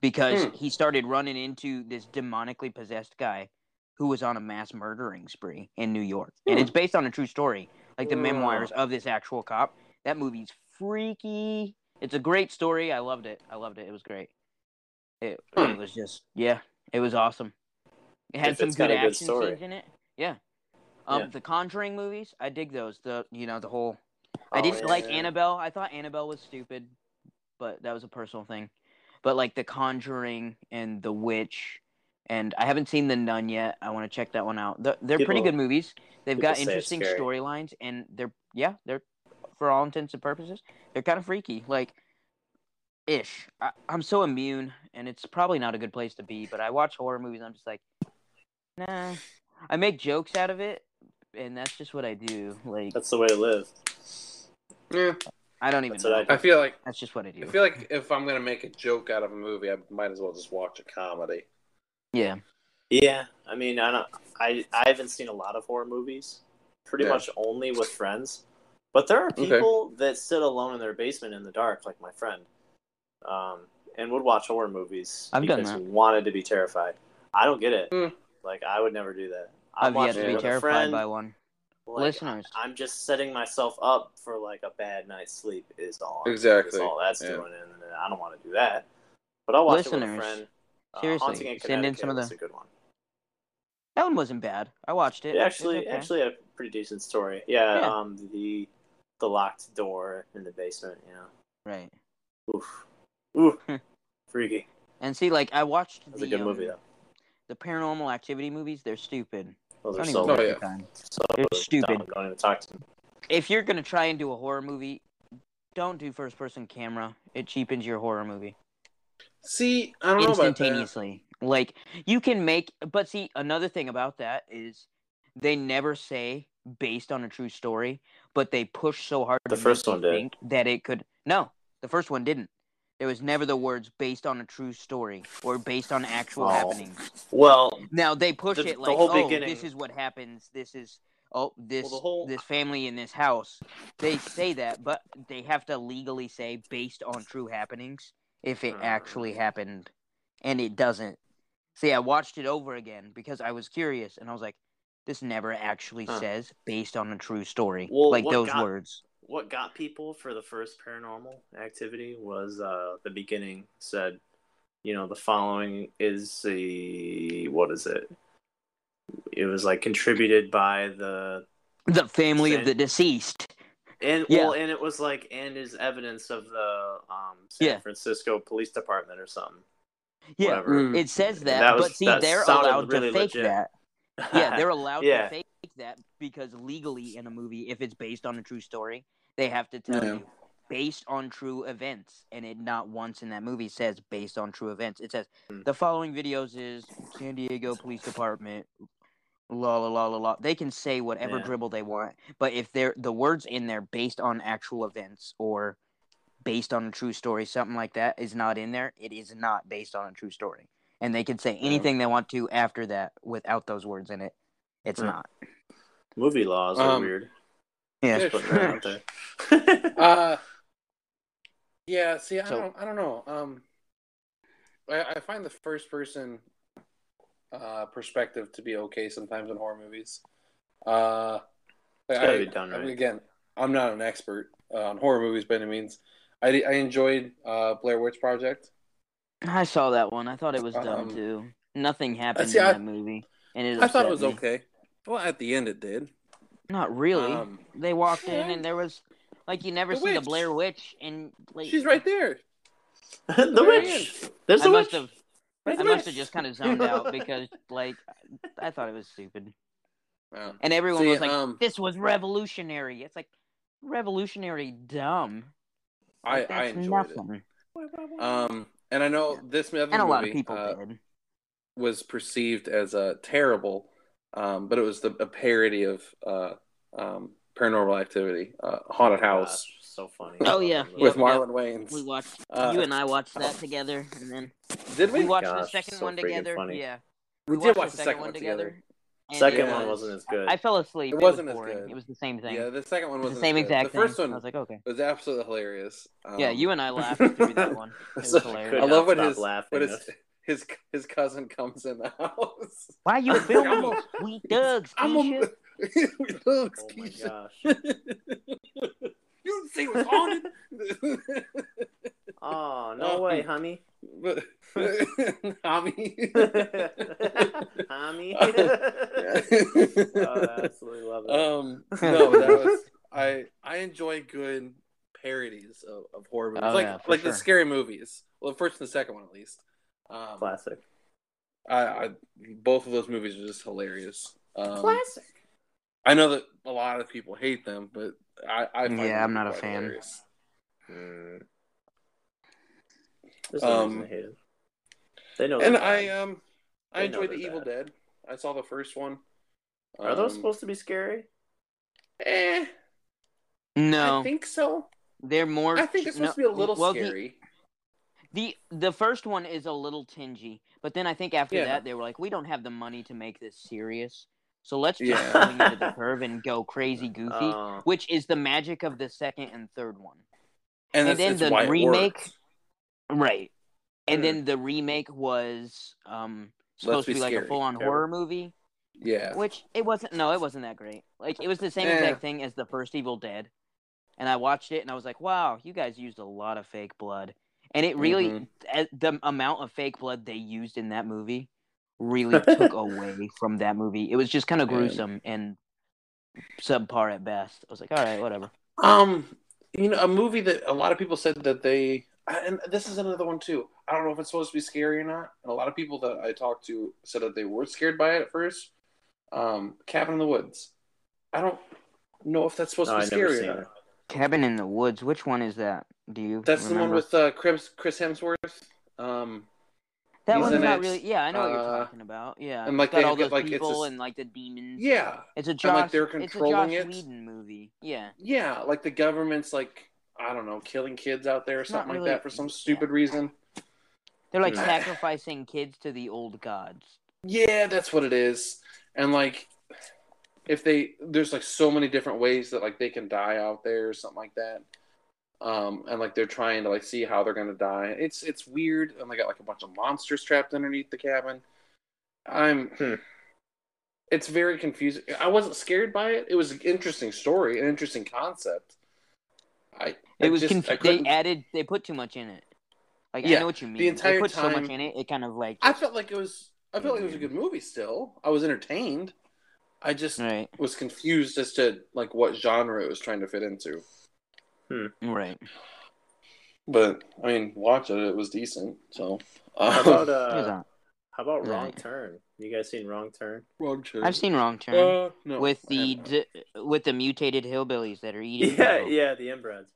S5: because
S2: Hmm.
S5: he started running into this demonically possessed guy who was on a mass murdering spree in New York, and it's based on a true story, like the
S2: Oh.
S5: memoirs of this actual cop. That movie's freaky. It's a great story. I loved it. I loved it. It was great. It,
S2: Hmm.
S5: it was just yeah, it was awesome. It had
S3: If
S5: some
S3: it's got
S5: good
S3: a good
S5: action
S3: story.
S5: scenes in it. Yeah. Um,
S3: Yeah.
S5: the Conjuring movies, I dig those. The you know the whole. I
S3: Oh,
S5: didn't
S3: yeah.
S5: like Annabelle. I thought Annabelle was stupid, but that was a personal thing. But like the Conjuring and the Witch, and I haven't seen the Nun yet. I want to check that one out. The, they're pretty
S3: People-
S5: good movies. They've
S3: people
S5: got
S3: say it's
S5: interesting
S3: scary.
S5: storylines, and they're yeah, they're for all intents and purposes, they're kind of freaky. Like ish. I, I'm so immune, and it's probably not a good place to be. But I watch horror movies. And I'm just like, nah. I make jokes out of it, and that's just what I do. Like
S3: That's the way to live.
S2: Yeah,
S5: I don't even
S3: That's what
S5: know.
S3: I do.
S2: I feel like
S5: That's just what I
S2: I
S5: do.
S2: feel like if I'm gonna make a joke out of a movie, I might as well just watch a comedy.
S5: Yeah,
S3: Yeah, I mean, I don't. I I haven't seen a lot of horror movies. Pretty
S2: Yeah.
S3: much only with friends. But there are
S2: Okay.
S3: people that sit alone in their basement in the dark, like my friend, um, and would watch horror movies
S5: I've done
S3: because
S5: that.
S3: he wanted to be terrified. I I don't get it.
S2: Hmm.
S3: Like I would never do that.
S5: I've
S3: I'm
S5: yet
S3: watching
S5: to
S3: it
S5: be
S3: with a
S5: terrified
S3: friend.
S5: by one.
S3: like,
S5: Listeners,
S3: I'm just setting myself up for like a bad night's sleep is all. I'm-
S2: Exactly,
S3: Is all that's
S2: yeah.
S3: doing, and I don't want to do that. But I'll watch it with a
S5: Listeners,
S3: friend. Uh,
S5: seriously,
S3: Haunting in
S5: send in
S3: Connecticut
S5: some of
S3: was
S5: the-
S3: a good one.
S5: that one wasn't bad. I watched it.
S3: It actually
S5: It's okay.
S3: actually had a pretty decent story. Yeah,
S5: Yeah.
S3: um, the the locked door in the basement. You know,
S5: right.
S3: oof,
S5: Hmm.
S3: oof, freaky.
S5: And see, like I watched
S3: That's
S5: the
S3: a good
S5: um,
S3: movie though.
S5: the Paranormal Activity movies. They're stupid.
S3: Those are
S5: Don't
S3: so,
S5: even
S2: Oh,
S5: waste
S2: yeah.
S5: your time.
S3: so
S5: They're
S3: dumb.
S5: stupid.
S3: Don't even talk to them.
S5: If you're gonna try and do a horror movie, don't do first person camera. It cheapens your horror movie
S2: See, I don't know about that.
S5: instantaneously. Like you can make, but see another thing about that is they never say based on a true story, but they push so hard.
S3: The
S5: to
S3: first
S5: make
S3: one
S5: you
S3: did.
S5: think that it could. No, the first one didn't. There was never the words based on a true story or based on actual
S3: Oh.
S5: happenings.
S3: Well,
S5: Now they push
S3: The-
S5: it
S3: the
S5: like,
S3: whole
S5: oh,
S3: beginning-
S5: this is what happens. This is oh, this
S3: the whole-
S5: this family in this house. They say that, but they have to legally say based on true happenings if it
S3: Hmm.
S5: actually happened, and it doesn't. See, I watched it over again because I was curious, and I was like, this never actually
S3: Huh.
S5: says based on a true story,
S3: Well,
S5: like
S3: what
S5: those
S3: got-
S5: words.
S3: what got people for the first paranormal activity was uh the beginning said you know the following is a what is it it was like contributed by the
S5: The family of
S3: Say-
S5: the deceased.
S3: and
S5: Yeah.
S3: well and it was like and is evidence of the um san
S5: Yeah.
S3: francisco police department or something
S5: Yeah, mm.
S3: whatever
S5: it says
S3: And
S5: that,
S3: that was-
S5: but see,
S3: that
S5: they're
S3: sounded
S5: allowed
S3: really
S5: to fake
S3: legit.
S5: that. yeah, they're allowed
S3: Yeah.
S5: to fake that because legally in a movie, if it's based on a true story, they have to tell
S2: Yeah.
S5: you based on true events, and it not once in that movie says based on true events. It says
S3: Mm.
S5: the following videos is San Diego Police Department. La la la la la. They can say whatever
S3: Yeah.
S5: dribble they want, but if they're the words in there based on actual events or based on a true story, something like that is not in there. It is not based on a true story, and they can say anything they want to after that without those words in it. It's
S3: Hmm.
S5: not.
S3: movie laws are
S2: Um,
S3: weird
S5: Yeah.
S2: Yeah,
S3: putting that out
S2: sure.
S3: there
S2: Uh, yeah. See, I
S5: So-
S2: don't. I don't know. Um, I, I find the first person uh, perspective to be okay sometimes in horror movies. Uh,
S3: gotta be done
S2: I mean,
S3: right.
S2: again, I'm not an expert uh, on horror movies by any means. I, I enjoyed uh, Blair Witch Project.
S5: I saw that one. I thought it was dumb
S2: Um,
S5: too. Nothing happened
S2: see,
S5: in
S2: I-
S5: that movie, and it
S2: I thought
S5: upset
S2: it was
S5: me.
S2: okay. Well, at the end, it did.
S5: Not really.
S2: Um,
S5: they walked in
S2: yeah.
S5: and there was like you never
S2: The
S5: see the
S2: witch.
S5: Blair Witch and like
S2: she's right there.
S3: the witch there's
S5: I
S3: the
S5: must
S3: witch
S5: have
S3: There's the
S5: I must
S3: witch.
S5: have just kind of zoned out because like I thought it was stupid.
S2: Wow.
S5: And everyone
S2: See,
S5: was like
S2: um,
S5: this was revolutionary. It's like revolutionary dumb.
S2: I,
S5: Like,
S2: I
S5: that's
S2: enjoyed
S5: nothing.
S2: it. Um, and I know this other
S5: And a lot of
S2: movie,
S5: people
S2: uh,
S5: did.
S2: was perceived as uh, terrible, um, but it was the, a parody of uh, um, Paranormal Activity, uh, Haunted House,
S3: Gosh, so funny
S5: Oh, yeah.
S2: with
S5: Yep,
S2: Marlon
S5: We
S2: Wayans.
S5: watched
S2: Uh,
S5: you and I watched that together and then
S2: did we?
S5: we watched the
S3: gosh,
S5: second
S3: so
S5: one
S3: freaking
S5: together.
S3: funny.
S5: Yeah.
S2: We did watch the second one together.
S5: and
S3: second
S5: it
S3: one
S2: Yeah.
S5: was-
S3: wasn't as good
S5: I fell asleep.
S2: It
S5: It,
S2: wasn't as
S5: was boring.
S2: good.
S5: It was the same thing.
S2: Yeah, the second one
S5: it was
S2: was
S5: the same exact
S2: The first
S5: thing.
S2: one
S5: I was like, okay.
S2: was absolutely hilarious. Um,
S5: yeah, you and I laughed through that one. It was
S2: so
S5: hilarious.
S3: Could
S2: I
S3: not
S2: love when
S3: stop
S2: his-
S3: laughing.
S2: But his, his his cousin comes in the house.
S5: Why you
S2: I'm
S5: filming
S2: a-
S5: this? We thugs,
S2: I'm
S5: Keisha.
S2: a. Look,
S3: oh my
S2: Keisha.
S3: gosh.
S2: you didn't see what's on it.
S3: Oh,
S2: no
S3: no
S2: way,
S3: way, homie.
S2: But- Tommy.
S3: homie. oh, I absolutely love it.
S2: um, no, that was I. I enjoy good parodies of, of horror movies,
S5: Oh,
S2: like
S5: yeah, for
S2: like
S5: sure.
S2: the scary movies. Well, the first and the second one, at least. Um,
S3: Classic.
S2: I, I both of those movies are just hilarious. Um, Classic. I know that a lot of people hate them, but I, I find
S5: Yeah,
S2: them
S5: I'm not a
S2: quite
S5: fan.
S2: hilarious.
S3: Mm. There's no reason
S2: Um,
S3: to hate it. They know.
S2: And
S3: they're
S2: I
S3: bad.
S2: um I
S3: They know
S2: enjoyed the
S3: they're
S2: Evil Dead. I saw the first one.
S3: are those
S2: Um,
S3: supposed to be scary?
S2: Eh,
S5: No,
S2: I think so.
S5: they're more.
S2: I think it's supposed
S5: no,
S2: to be a little
S5: well, the-
S2: scary.
S5: The, the first one is a little tingy, but then I think after
S2: Yeah.
S5: that they were like, we don't have the money to make this serious, so let's just
S2: Yeah. Um,
S5: swing into the curve and go crazy goofy,
S2: Mm-hmm.
S3: Oh.
S5: which is the magic of the second and third one.
S2: And,
S5: and
S2: that's,
S5: then
S2: it's
S5: the
S2: why it
S5: remake-
S2: worked.
S5: Right. And
S2: Mm.
S5: then the remake was um supposed
S2: Be
S5: to be like
S2: Scary.
S5: a full on
S2: Terrible.
S5: horror movie,
S2: Yeah.
S5: which it wasn't. No, it wasn't that great. Like it was the same
S2: Yeah.
S5: exact thing as the first Evil Dead, and I watched it and I was like, wow, you guys used a lot of fake blood, and it really
S2: Mhm.
S5: th- the amount of fake blood they used in that movie really took away from that movie. It was just kind of
S2: Yeah.
S5: gruesome and subpar at best. I was like, all right, whatever.
S2: Um, you know, a movie that a lot of people said that they, and this is another one too. I don't know if it's supposed to be scary or not. And a lot of people that I talked to said that they were scared by it at first. Um, Cabin in the Woods. I don't know if that's supposed
S3: No,
S2: to be
S3: I've never
S2: scary.
S3: seen
S2: Or
S3: it.
S2: not.
S5: Cabin in the Woods. Which one is that? Do you?
S2: That's the one
S5: remember?
S2: with uh, Chris Chris Hemsworth. Um,
S5: That
S2: he's
S5: one's
S2: in
S5: not
S2: it,
S5: really. Yeah, I know what you're
S2: uh,
S5: talking about. Yeah,
S2: and, like,
S5: it's got
S2: they
S5: all
S2: get,
S5: those
S2: like, it's a
S5: people
S2: s-
S5: and like the demons.
S2: yeah,
S5: it's a Josh.
S2: like, they're controlling
S5: it's a
S2: it.
S5: Josh Whedon movie. Yeah,
S2: yeah, like the government's like I don't know, killing kids out there or
S5: It's not
S2: something like
S5: really-
S2: that for some stupid reason.
S5: they're like
S2: Yeah.
S5: sacrificing kids to the old gods.
S2: Yeah, that's what it is. And like, if they there's like so many different ways that like they can die out there or something like that. Um, and like they're trying to like see how they're gonna die. It's it's weird, and they got like a bunch of monsters trapped underneath the cabin. I'm.
S3: Hmm.
S2: It's very confusing. I wasn't scared by it. It was an interesting story, an interesting concept. I
S5: It
S2: I
S5: was
S2: just- I
S5: confusing.
S2: couldn't-
S5: They added. They put too much in it. Like
S2: Yeah,
S5: I know what you mean.
S2: entire
S5: they put so
S2: time-
S5: much in it. It kind of like.
S2: I felt like it was. I felt like it was a good movie. Still, I was entertained. I just
S5: Right.
S2: was confused as to like what genre it was trying to fit into.
S5: Right.
S2: But I mean, watch it; it was decent. So
S3: How about
S5: It was
S3: uh,
S5: on.
S3: how about Wrong
S5: Right.
S3: Turn? You guys seen Wrong Turn?
S2: wrong choice.
S5: I've seen Wrong Turn
S2: Uh, no,
S5: with
S2: I
S5: the
S2: haven't.
S5: d- with the mutated hillbillies that are eating.
S3: Yeah,
S5: people.
S3: yeah, the inbreds.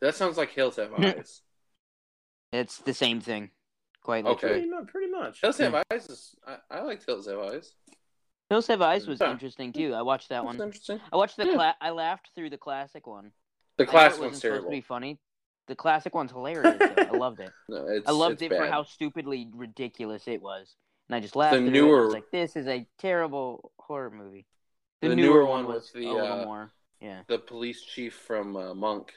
S2: that sounds like Hills Have Eyes.
S5: It's the same thing. Quite
S2: Okay.
S5: literally.
S3: Pretty much. Pretty much.
S2: Hills Have Eyes is I, I liked Hills Have Eyes.
S5: Hills Have Eyes was
S2: Huh. Hmm.
S5: interesting too. I watched that
S2: That's
S5: one.
S2: interesting.
S5: I watched the
S2: Yeah.
S5: cla- I laughed through the classic one.
S2: The
S5: I know
S2: class one's
S5: it wasn't supposed
S2: terrible.
S5: to be funny. The classic one's hilarious. though. I loved it.
S2: No, it's,
S5: I loved
S2: it's
S5: it for
S2: bad.
S5: how stupidly ridiculous it was, and I just laughed.
S2: The
S5: at it. I
S2: newer-
S5: was like, "This is a terrible horror movie."
S2: The newer one was the,
S5: a little
S2: uh,
S5: more. Yeah,
S2: the police chief from uh, Monk.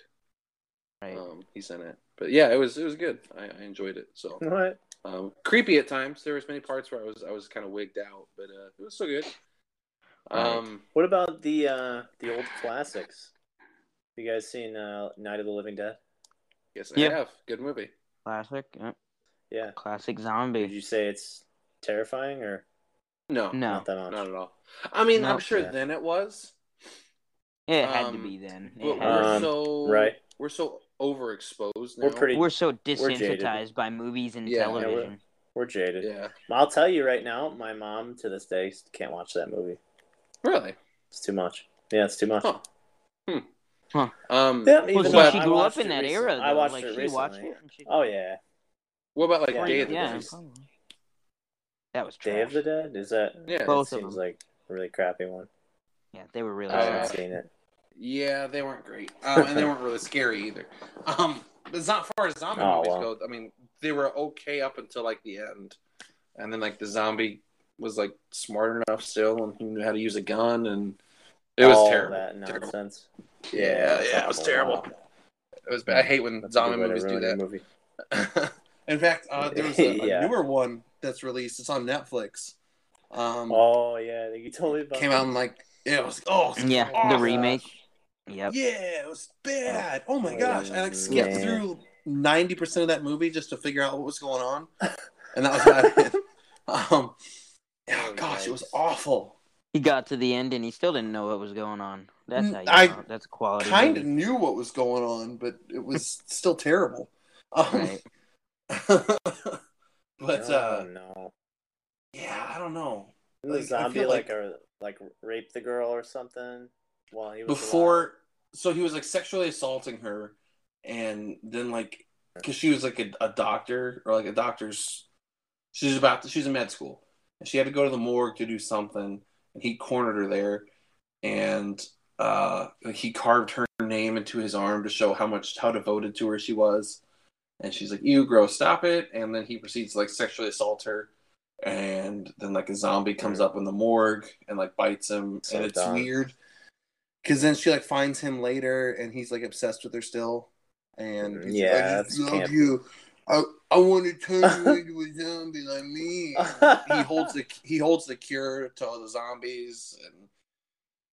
S5: right.
S2: Um, he's in it. But yeah, it was it was good. I, I enjoyed it. So
S3: What?
S2: um, creepy at times. There was many parts where I was I was kind of wigged out, but uh, it was still good. Um,
S3: What about the uh, the old classics? You guys seen uh, Night of the Living Dead?
S2: yes, I
S5: Yeah.
S2: have good movie.
S5: classic, yeah.
S3: Yeah.
S5: classic
S3: Would
S5: zombie.
S3: you say it's terrifying or
S2: No,
S5: No,
S3: not that much?
S2: not at all. I mean, I'm
S5: No.
S2: sure
S3: Yeah.
S2: then it was,
S5: it had to
S2: um,
S5: be then. It
S2: but
S5: had to
S2: we're
S5: be.
S3: Um,
S2: so
S3: right.
S2: We're so overexposed. Now.
S3: We're pretty-
S5: we're so
S3: jaded.
S5: desensitized by movies and
S2: Yeah, yeah, we're-
S5: television.
S3: We're jaded.
S2: Yeah,
S3: I'll tell you right now, my mom to this day can't watch that movie.
S2: really.
S3: It's too much. Yeah, it's too much.
S2: Huh. Hmm.
S5: Huh.
S2: Um,
S3: Yeah,
S5: well,
S3: even
S5: so
S3: though
S5: she
S3: I
S5: grew up
S3: watched
S5: in
S3: it
S5: that
S3: recent-
S5: era. Though.
S3: I watched
S5: like,
S3: it
S5: she
S3: recently.
S5: watched it. And she...
S3: Oh yeah,
S2: what about like
S3: Yeah,
S2: Day of the
S5: yeah,
S2: Dead?
S5: probably. that was trash.
S3: Day of the Dead is that?
S2: Yeah.
S3: that
S5: Both of
S3: seems
S5: them.
S3: like a really crappy one.
S5: Yeah, they were really
S3: I
S2: Uh,
S5: trash.
S3: haven't seen it.
S2: Yeah, they weren't great, um, and they weren't really scary either. Um, but as far as zombie
S3: Oh,
S2: movies
S3: wow.
S2: go, I mean, they were okay up until like the end, and then like the zombie was like smart enough still, and he knew how to use a gun, and it was
S3: All
S2: terrible.
S3: That
S2: terrible.
S3: nonsense.
S2: Yeah, yeah, it was terrible. It was bad. I hate when zombie movies do that. In fact, uh, there was a, a
S3: Yeah.
S2: newer one that's released. It's on Netflix. Um,
S3: Oh yeah, you told me about.
S2: came
S3: that.
S2: out in like yeah, it was oh it was
S5: Yeah, the
S2: awful.
S5: remake. Yep.
S2: Yeah, it was bad. Oh my gosh, I like skipped
S3: Man.
S2: through ninety percent of that movie just to figure out what was going on, and that was what I did. Um, oh gosh, it was awful.
S5: He got to the end and he still didn't know what was going on. That's how you
S2: I
S5: know. That's quality.
S2: Kind of
S5: movie.
S2: knew what was going on, but it was still terrible. Um,
S5: Right.
S2: but
S3: oh,
S2: uh,
S3: no.
S2: yeah, I don't know.
S3: Didn't
S2: like, I
S3: the zombie
S2: feel
S3: like
S2: like-
S3: or like rape the girl or something while he was alive?
S2: before so he was like sexually assaulting her and then like because she was like a, a doctor or like a doctor's she's about to, she's in med school and she had to go to the morgue to do something and he cornered her there and uh he carved her name into his arm to show how much how devoted to her she was and she's like ew gross stop it and then he proceeds to like sexually assault her and then like a zombie comes up in the morgue and like bites him
S3: So
S2: and it's
S3: dumb.
S2: weird because then she like finds him later and he's like obsessed with her still and he's like,
S3: Mm, Yeah,
S2: i
S3: that's
S2: just love
S3: campy.
S2: you i, I want to turn you into a zombie like me he holds the he holds the cure to all the zombies and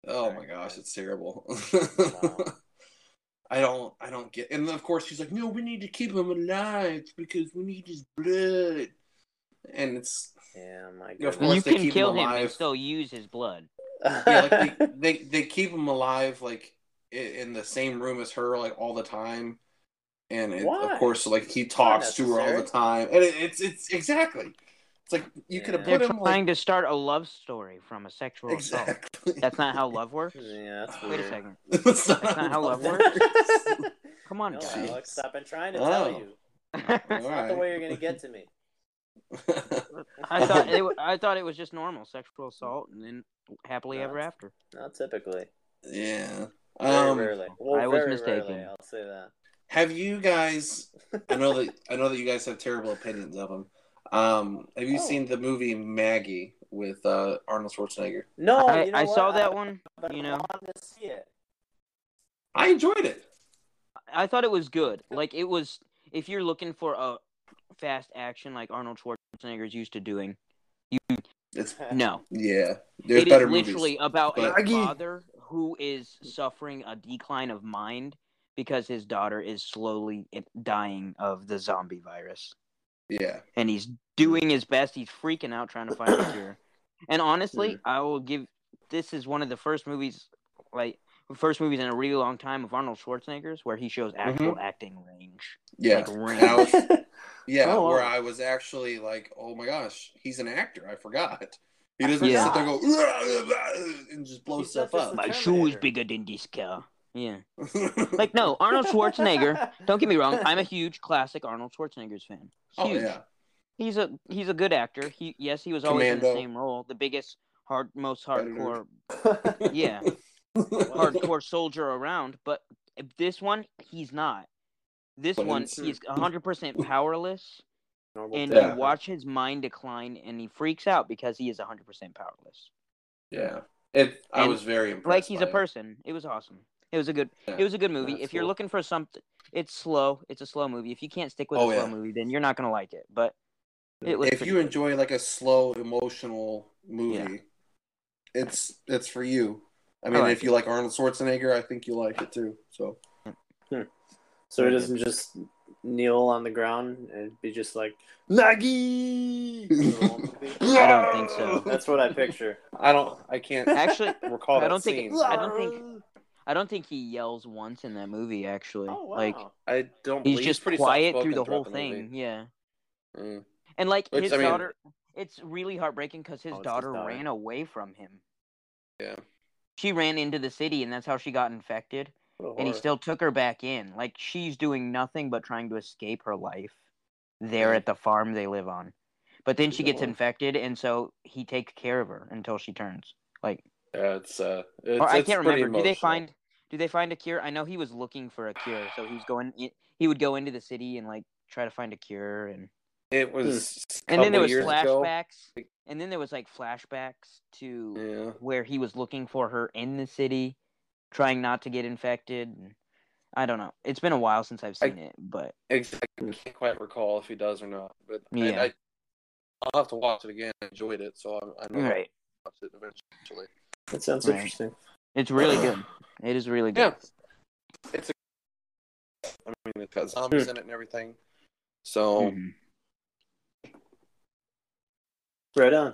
S2: oh my gosh it's terrible
S3: Wow.
S2: i don't i don't get and then, of course she's like no we need to keep him alive because we need his blood and it's
S3: Yeah, my
S2: Yeah, of
S3: god.
S2: course
S5: you
S2: they
S5: can
S2: keep
S5: kill
S2: him
S5: him and
S2: alive.
S5: still use his blood.
S2: yeah, like they, they they keep him alive like i- in the same room as her like all the time and it,
S3: Why?
S2: of course like he talks to her all the
S3: necessary.
S2: time and it, it's it's exactly It's like you could have
S3: Yeah.
S2: put
S5: They're
S2: him like
S5: trying to start a love story from a sexual assault.
S2: exactly.
S5: That's not how love works.
S3: Yeah, that's
S5: Wait
S3: weird.
S5: a second.
S2: That's not,
S5: That's not how love Come on,
S3: no,
S5: guys.
S2: Jeez.
S3: Alex, I've been trying to
S2: Oh.
S3: tell you. That's
S2: All
S3: not the
S2: right.
S3: way you're gonna get to me.
S5: I thought it, wa- I thought it was just normal sexual assault and then happily
S3: No,
S5: ever
S3: it's-
S5: after.
S3: Not typically.
S2: yeah.
S3: Very
S2: Um,
S3: rarely. Well,
S5: I was
S3: very
S5: mistaken.
S3: Rarely, I'll say that.
S2: have you guys? I know that I know that you guys have terrible opinions of him. Um, have you
S3: Oh.
S2: seen the movie Maggie with uh, Arnold Schwarzenegger?
S3: No,
S5: I,
S3: Oh, you know
S5: I
S3: what?
S5: saw
S3: I-
S5: that one.
S3: but
S5: you
S3: I
S5: know.
S3: wanted to see it.
S2: I enjoyed it.
S5: I thought it was good. Like it was if you're looking for a fast action like Arnold Schwarzenegger is used to doing.
S2: It's
S5: No.
S2: yeah. There's
S5: It is
S2: better
S5: literally
S2: movies.
S5: about a
S2: But-
S5: father who is suffering a decline of mind because his daughter is slowly dying of the zombie virus.
S2: Yeah.
S5: and he's doing his best. He's freaking out trying to find a cure. And honestly, I will give this is one of the first movies, like first movies in a really long time of Arnold Schwarzenegger's where he shows
S2: Mm-hmm.
S5: actual acting range.
S2: Yeah.
S5: Like range.
S2: Now it's- Yeah,
S3: Oh, wow.
S2: where I was actually like, "Oh my gosh, he's an actor. I forgot." He doesn't
S5: Yeah.
S2: sit there and go "Ugh, ugh, ugh," and just blow
S3: He's
S2: stuff
S3: not just
S2: up.
S3: a-
S5: My shoe is
S3: Terminator.
S5: bigger than this car. Yeah. Like no, Arnold Schwarzenegger. don't get me wrong, I'm a huge classic Arnold Schwarzenegger's fan. Huge.
S2: oh yeah,
S5: He's a he's a good actor. He yes, he was always in
S2: Commando.
S5: the same role, the biggest hard most hardcore
S2: Predator.
S5: yeah. hardcore soldier around, but this one he's not. This
S2: But
S5: one
S2: it's-
S5: he's 100% powerless
S3: Normal
S5: and
S2: Yeah.
S5: you watch his mind decline and he freaks out because he is 100% powerless.
S2: yeah. It. I
S5: And,
S2: was very impressed.
S5: Like he's
S2: by
S5: a
S2: it.
S5: person. It was awesome. It was a good
S2: Yeah.
S5: it was a good movie.
S2: that's
S5: if you're
S2: cool.
S5: looking for something it's slow. It's a slow movie. If you can't stick with
S2: Oh,
S5: a slow
S2: yeah.
S5: movie then you're not going to like it. But it was
S2: if
S5: pretty
S2: you
S5: good.
S2: enjoy like a slow emotional movie, it's it's for you. I mean,
S5: like
S2: if you like Arnold Schwarzenegger, I think you like it too. So
S3: So he doesn't just kneel on the ground and be just like Maggie.
S5: I don't think so.
S3: That's what I picture.
S2: I don't. I can't
S5: Actually,
S2: recall.
S5: I
S2: that
S5: don't think-
S2: scene.
S5: I don't think- I don't think he yells once in that movie actually.
S3: Oh wow.
S5: Like
S2: I don't.
S5: he's
S2: believe-
S5: just
S2: pretty
S5: quiet
S2: soft-spoken
S5: through the whole
S2: throughout
S5: thing.
S2: movie.
S5: Yeah.
S2: Mm.
S5: And like
S2: Which,
S5: his
S2: I mean-
S5: daughter, it's really heartbreaking because his
S3: Oh, it's his
S5: daughter,
S3: daughter.
S5: ran away from him.
S2: Yeah.
S5: She ran into the city, and that's how she got infected.
S3: What a
S5: And he
S3: horror.
S5: still took her back in. Like she's doing nothing but trying to escape her life there
S2: Yeah.
S5: at the farm they live on. But then she gets
S2: Yeah.
S5: infected, and so he takes care of her until she turns. Like,
S2: Yeah, it's uh, it's,
S5: or I
S2: it's
S5: can't
S2: pretty
S5: remember. Do they
S2: emotional.
S5: find? Do they find a cure? I know he was looking for a cure, so he was going. He would go into the city and like try to find a cure, and
S2: it was?
S5: Hmm. and then
S2: couple
S5: there was
S2: years ago.
S5: flashbacks and then there was like flashbacks to
S2: Yeah,
S5: where he was looking for her in the city trying not to get infected and i don't know it's been a while since i've
S2: I-
S5: seen it but
S2: exactly. I can't quite recall if he does or not, but
S5: Yeah.
S2: I, I, I'll have to watch it again. I enjoyed it, so I'm, I know I'll
S5: right
S2: watch it eventually.
S3: That sounds
S5: Right.
S3: interesting.
S5: it's really good it is really good
S2: Yeah, it's. A, I mean,
S5: Hmm.
S2: it's got zombies in it and everything, so
S5: Mhm.
S3: Right on.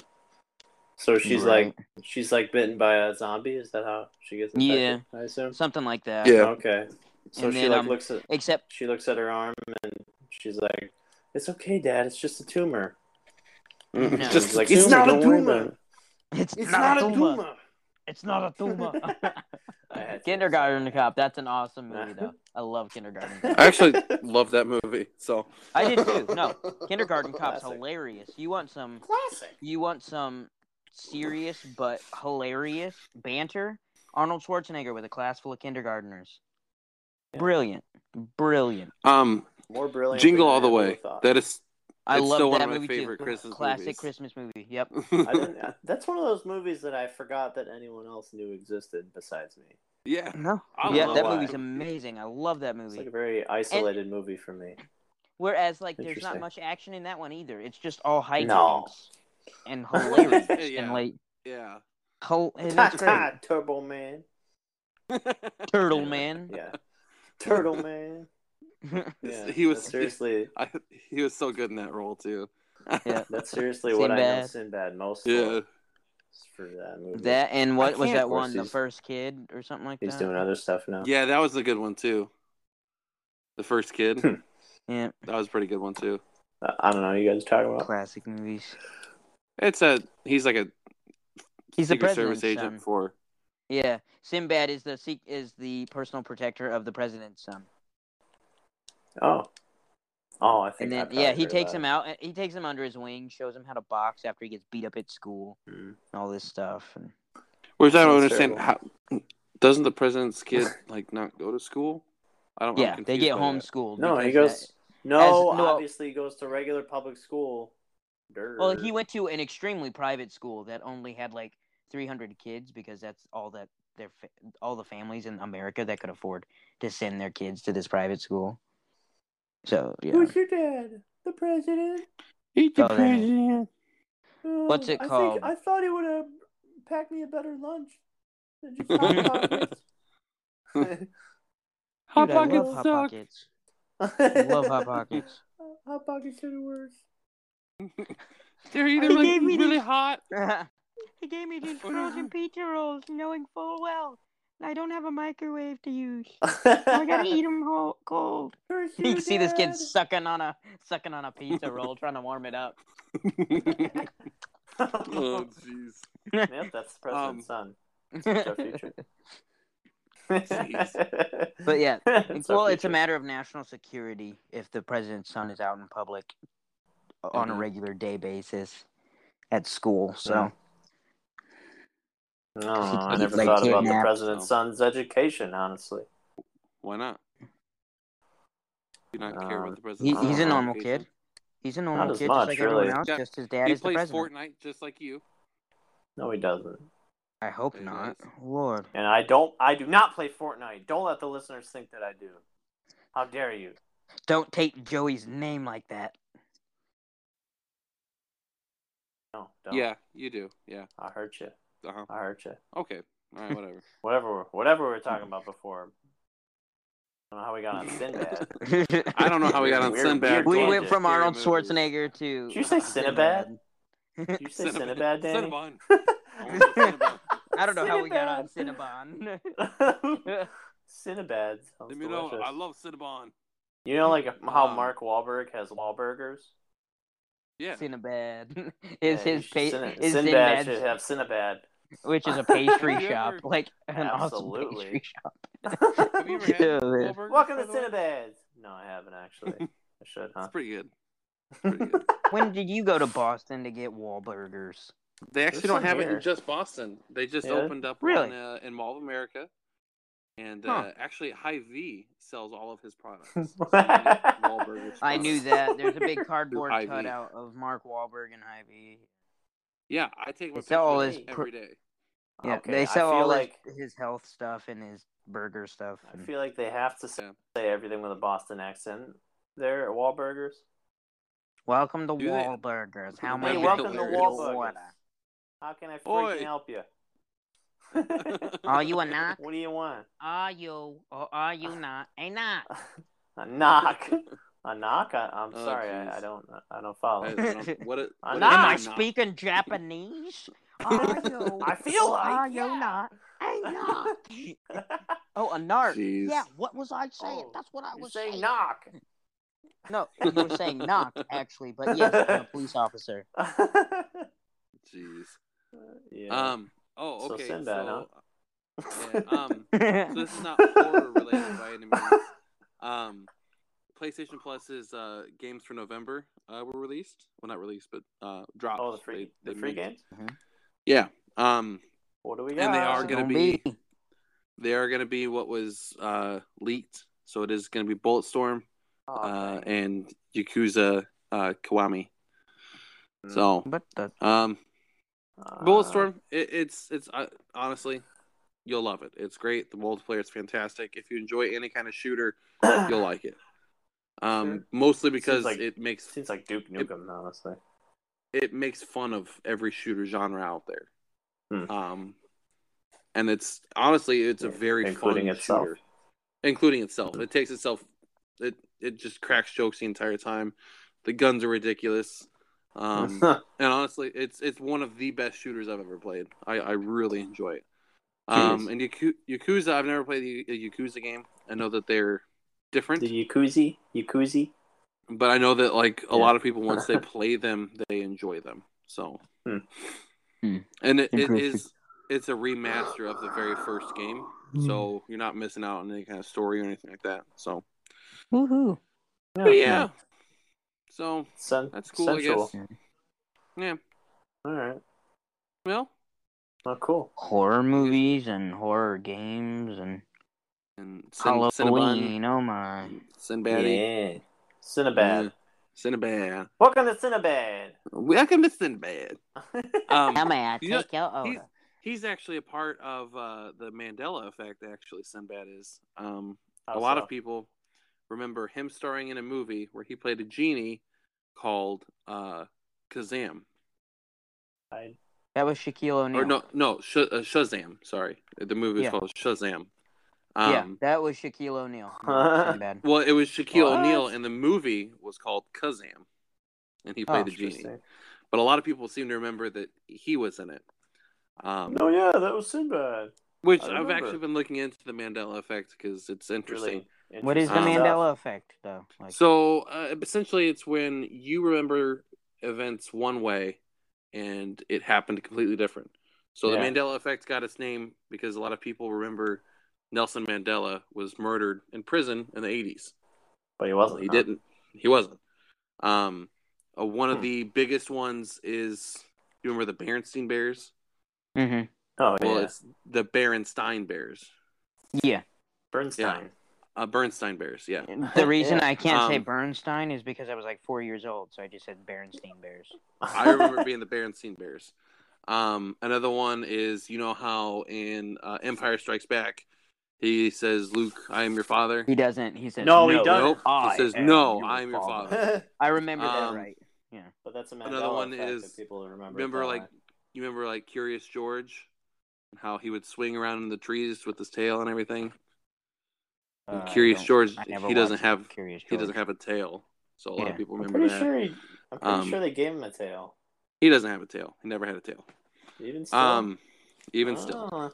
S3: So she's
S5: Right.
S3: like she's like bitten by a zombie. Is that how she gets infected? Yeah, I assume.
S5: something like that
S2: Yeah.
S3: Okay. So
S5: And
S3: she
S5: then,
S3: like
S5: um,
S3: looks at
S5: except
S3: she looks at her arm and she's like, "It's okay, Dad. It's just a tumor."
S2: Mm,
S5: No.
S2: just
S3: She's like,
S2: it's not a
S3: "Don't worry
S2: tumor.
S3: about it.
S5: it's,
S3: It's
S5: not,
S3: not a
S5: tumor.
S3: tumor."
S5: it's not a tumor
S3: I had to-
S5: kindergarten cop that's an awesome movie though i love kindergarten cop.
S2: I actually love that movie. So
S5: i did too no kindergarten cop's
S3: Classic.
S5: hilarious you want some
S3: Classic.
S5: you want some serious but hilarious banter? Arnold Schwarzenegger with a class full of kindergarteners.
S3: Yeah.
S5: Brilliant. Brilliant.
S2: Um,
S3: More brilliant.
S2: Jingle
S3: than
S2: All the
S3: I ever
S2: Way.
S3: thought.
S2: That is.
S5: I
S2: It's
S5: love
S2: still one
S5: that
S2: of my
S5: movie
S2: favorite
S5: too.
S2: Christmas
S5: Classic
S2: movies.
S5: Christmas movie. Yep.
S3: I didn't, I- that's one of those movies that I forgot that anyone else knew existed besides me.
S2: yeah.
S5: No.
S2: I
S5: yeah,
S2: love
S5: that
S2: that.
S5: movie's amazing. I love that
S3: It's like
S5: movie.
S3: a very isolated movie for me.
S5: Whereas like there's not
S3: Interesting.
S5: much action in that one either. It's just all hijinks
S3: No.
S5: and hilarious and
S2: Yeah.
S5: like
S2: Yeah.
S5: hol- and it's great.
S3: Turbo Man.
S5: Turtle Man.
S3: Yeah. Turtle Man. Yeah,
S2: He was-
S3: that's seriously.
S2: I, he was so good in that role too.
S5: Yeah.
S3: That's seriously what I know
S5: Sinbad.
S3: Sinbad most
S2: Yeah.
S3: for, for that movie.
S5: That uh, and
S2: I
S5: what was
S2: can't-
S5: that
S3: Of course
S5: one? The
S3: he's-
S5: first kid or something like
S3: he's
S5: that.
S3: doing other stuff now.
S2: Yeah, that was a good one too. The first kid.
S3: Hmm.
S5: Yeah,
S2: That was a pretty good one too.
S3: Uh, I- I don't know. You guys talking about?
S5: classic movies.
S2: It's a he's like a
S5: He's the
S2: Secret Service
S5: president's
S2: agent
S5: son.
S2: for.
S5: Yeah, Sinbad is the se- is the personal protector of the president's son.
S3: Oh. Oh, I
S5: And
S3: think.
S5: then yeah, he takes him out. He takes him under his wing, shows him how to box after he gets beat up at school
S3: Mhm.
S5: and all this stuff. And
S2: Which I don't
S3: That's
S2: understand. How,
S3: terrible.
S2: doesn't the president's kid like not go to school? I don't. I'm
S5: yeah, they
S2: confused
S5: get
S2: by that.
S5: homeschooled.
S3: No, he
S5: because
S3: goes. No,
S5: as- no.
S3: obviously he goes to regular public school.
S5: that- well,
S3: Durr.
S5: he went to an extremely private school that only had like 300 kids because that's all that their fa- all the families in America that could afford to send their kids to this private school. So yeah,
S3: Who's your dad? The president.
S2: Eat the
S5: Oh, they-
S2: president.
S3: Oh,
S5: What's it
S3: I think-
S5: called?
S3: I thought he would have packed me a better lunch. Than just Hot Pockets.
S2: Hot
S5: Dude,
S2: pockets suck.
S5: I love hot pockets. I love hot pockets.
S3: Hot pockets are the worst.
S2: They're
S5: They
S2: either like
S5: gave me
S2: really
S5: these-
S2: hot.
S5: he gave me these
S2: frozen
S5: pizza rolls, knowing full well I don't have a microwave to use.
S3: I
S5: them whole cold. You can see this kid sucking on a sucking on a pizza roll, trying to warm it up.
S2: oh
S3: yep,
S2: jeez.
S3: that's the
S2: Um,
S3: president's son. It's our
S5: but
S3: future.
S5: But yeah,
S3: it's our
S5: well, it's a
S3: future.
S5: matter of national security if the president's son is out in public uh, on a
S2: Mhm.
S5: regular day basis at school. So
S3: Mm-hmm. Yeah. No, I
S5: He's,
S3: never
S5: like,
S3: thought about the
S5: kidnapped,
S3: president's
S2: so.
S3: son's education. Honestly,
S2: Why not? Do not care
S3: Um,
S2: about the president.
S5: he, he's a
S3: Oh,
S5: normal kid. He's a normal
S3: as
S5: kid,
S3: much,
S5: just like
S3: really.
S5: everyone else.
S2: Yeah,
S5: Just his dad
S2: he
S5: is the
S2: plays
S5: president.
S2: Fortnite just like you.
S3: no, he doesn't.
S5: I hope
S2: He
S5: not.
S2: does.
S5: Lord.
S3: And I don't. I do not play Fortnite. Don't let the listeners think that I do. How dare you?
S5: Don't take Joey's name like that.
S3: No, don't.
S2: Yeah, you do. Yeah.
S3: I hurt you.
S2: Uh huh.
S3: I hurt you.
S2: Okay. All right. Whatever.
S3: Whatever. we're- Whatever we were talking about before. I don't know how we got on Sinbad.
S2: I don't know how we got on
S3: Weird- weird
S2: Sinbad.
S5: We
S3: Tangent,
S5: went from
S2: Scary
S5: Arnold
S2: movies.
S5: Schwarzenegger to. uh,
S3: Did you say Cinnabad? Did you say Cinnabad, Danny?
S2: Cinnabon. I wanna say Cinnabon.
S5: I don't know how we got on
S3: Cinnabon.
S5: Cinnabon.
S3: Cinnabad. sounds
S2: Let me know.
S3: delicious.
S2: I love Cinnabon.
S3: You know, like how
S2: Um,
S3: Mark Wahlberg has Wahlburgers.
S2: Yeah.
S5: Cinnabad is
S3: Yeah, you
S5: his
S3: should-
S5: pa-
S3: Cinna-
S5: is
S3: Sinbad
S5: Sinbad's,
S3: should have Cinnabad.
S5: which is a pastry
S2: Have you
S5: shop,
S2: ever-
S5: like an awesome
S3: Absolutely.
S5: pastry shop.
S2: Have you ever had
S5: Yeah, man.
S2: Wahlburgers,
S3: Welcome
S2: by
S3: to
S2: the way?
S3: Cinnabad. No, I haven't actually. I should, huh?
S2: It's pretty good. It's pretty good.
S5: When did you go to Boston to get Wahlburgers?
S2: They
S3: There's
S2: actually don't
S3: some
S2: have it
S3: here.
S2: in just Boston. They just
S3: Yeah.
S2: opened up
S5: Really?
S2: one uh, in Mall of America, and uh,
S5: Huh.
S2: actually, Hy V sells all of his products. So you can get Wahlburgers
S5: I knew
S2: products.
S5: that. There's a big cardboard
S2: Hy-Vee.
S5: cutout of Mark Wahlberg and Ivy.
S2: Yeah, I take my
S5: They sell all
S2: pictures
S3: his
S2: every day.
S5: Yeah,
S3: Okay,
S5: they sell
S3: I feel
S5: all
S3: like
S5: his, his health stuff and his burger stuff.
S3: I
S5: and-
S3: feel like they have to say
S2: Yeah.
S3: everything with a Boston accent. There at Wahlburgers.
S5: Welcome to
S2: Do they-
S5: Wahlburgers. How
S2: Hey,
S5: many
S3: Hey, welcome to
S2: hilarious.
S3: Wahlburgers. How can I freaking
S2: Oi.
S3: help you?
S5: Are Oh, you a knock?
S3: what do you want?
S5: Are you or are you not a knock?
S3: A knock. A knock? I, I'm
S2: Oh,
S3: sorry,
S2: jeez.
S3: I, I don't. I don't
S2: I
S3: follow.
S2: don't- what it-
S3: A
S2: what it-
S3: knock.
S5: Am I
S3: Knock.
S5: speaking Japanese? Are you?
S3: I feel like.
S5: are you
S3: yeah.
S5: not a knock? Oh, a narc.
S2: Jeez.
S5: Yeah. What was I saying?
S3: Oh,
S5: That's what I
S3: you
S5: was
S3: say
S5: saying.
S3: knock.
S5: No, you were saying knock actually, but yes, I'm a police officer.
S2: Um, Jeez.
S3: yeah.
S2: Um. Oh,
S3: So
S2: okay. So,
S3: send that,
S2: yeah, um, so
S5: yeah,
S2: this is not horror related by any means. Um, PlayStation Plus's uh, games for November uh, were released. Well, not released, but uh, dropped.
S3: oh, the free,
S2: They-
S3: the
S2: they
S3: free
S2: mint-
S3: games.
S2: Yeah. Um,
S3: What do we got?
S2: And they are gonna
S5: Don't
S2: be- they are going to be what was uh, leaked, so it is going to be Bulletstorm
S3: Oh,
S2: uh,
S3: dang.
S2: and Yakuza uh, Kiwami.
S3: Mm.
S2: So,
S5: But the
S2: um,
S3: Uh,
S2: Bulletstorm, it, it's it's uh, honestly, you'll love it. It's great. The multiplayer is fantastic. If you enjoy any kind of shooter, you'll like it. Um,
S3: Sure.
S2: mostly because
S3: like-
S2: it makes
S3: Seems like Duke
S2: Yep.
S3: Nukem, honestly.
S2: it makes fun of every shooter genre out there.
S3: Hmm.
S2: Um, and it's honestly, it's a very
S3: Including
S2: fun
S3: itself.
S2: shooter, including itself. It takes itself, it it just cracks jokes the entire time. The guns are ridiculous, um, and honestly, it's it's one of the best shooters I've ever played. I, I really enjoy it. Um,
S3: Jeez.
S2: and Yaku- Yakuza, I've never played the- a Yakuza game. I know that they're different,
S3: the Yakuzi, Yakuzi.
S2: but I know that like a
S3: Yeah.
S2: lot of people once they play them, they enjoy them. So,
S3: Hmm.
S5: Hmm.
S2: and it, it
S5: Interesting.
S2: is it's a remaster of the very first game, so you're not missing out on any kind of story or anything like that. So,
S5: Woohoo!
S2: but yeah. So
S3: Sen-
S2: That's cool, I
S3: Sensual.
S2: guess. yeah,
S3: All right.
S2: well,
S3: Well, Oh, cool.
S5: Horror movies and horror games and
S2: and Sin- Cinnabon,
S5: Halloween. Oh my!
S2: Sinbad,
S3: Yeah. Cinnabad.
S2: Yeah. Sinbad.
S3: Welcome to Cinnabad.
S2: Welcome to Sinbad. Um,
S6: How may I
S2: you know,
S6: take your
S2: he's-
S6: order?
S2: He's actually a part of uh, the Mandela effect. Actually, Sinbad is. Um,
S3: Oh,
S2: a lot of people remember him starring in a movie where he played a genie called uh, Kazam.
S3: I-
S5: That was Shaquille O'Neal.
S2: Or no, no, Sh- uh, Shazam. Sorry, the movie was
S5: Yeah.
S2: called Shazam. Um,
S5: yeah, that was Shaquille O'Neal. No, it's bad.
S2: Well, it was Shaquille
S3: What?
S2: O'Neal, and the movie was called Kazam, and he played
S5: Oh,
S2: the genie.
S3: Interesting.
S2: But a lot of people seem to remember that he was in it. Um,
S3: No, yeah, that was Sinbad.
S2: which
S3: I
S2: I've
S3: remember.
S2: actually been looking into the Mandela effect because it's interesting.
S3: Really interesting.
S5: What is the
S2: Um,
S5: Mandela effect, though? Like,
S2: So uh, essentially, it's when you remember events one way and it happened completely different. So
S3: Yeah.
S2: the Mandela effect got its name because a lot of people remember Nelson Mandela was murdered in prison in the 80s.
S3: But he wasn't.
S2: He
S3: huh?
S2: didn't. He wasn't. Um, uh, one of
S3: Hmm.
S2: the biggest ones is you remember the Berenstein Bears?
S5: Mhm.
S3: Oh,
S2: Well,
S3: yeah.
S2: it's the Berenstein Bears.
S5: yeah.
S3: Bernstein.
S2: Uh, Bernstein Bears, yeah.
S5: The reason I can't say
S2: Um,
S5: Bernstein is because I was like four years old, so I just said Bernstein Bears.
S2: I remember being the Berenstein Bears. Um, another one is you know how in uh, Empire Strikes Back, he says, "Luke, I am your father."
S5: He doesn't. He says
S3: No, he doesn't.
S2: Nope.
S5: I
S2: He says,
S5: am
S2: "No,
S5: your
S2: I am your
S5: father."
S2: father."
S5: I remember
S2: Um,
S5: that right.
S3: but that's a Mandela
S2: Another one
S3: effect
S2: is-
S3: that people remember.
S2: remember,
S3: that.
S2: like you remember, like Curious George, and how he would swing around in the trees with his tail and everything. And
S5: Uh, I
S2: Curious
S5: don't-
S2: George,
S5: I never
S2: he doesn't
S5: watched
S2: have
S5: Curious George.
S2: he doesn't have a tail, so a lot
S5: Yeah.
S2: of people
S3: I'm
S2: remember
S3: pretty
S2: that.
S3: sure. He, I'm pretty
S2: Um,
S3: sure they gave him a tail.
S2: He doesn't have a tail. He never had a tail.
S3: Even still.
S2: Um, even still.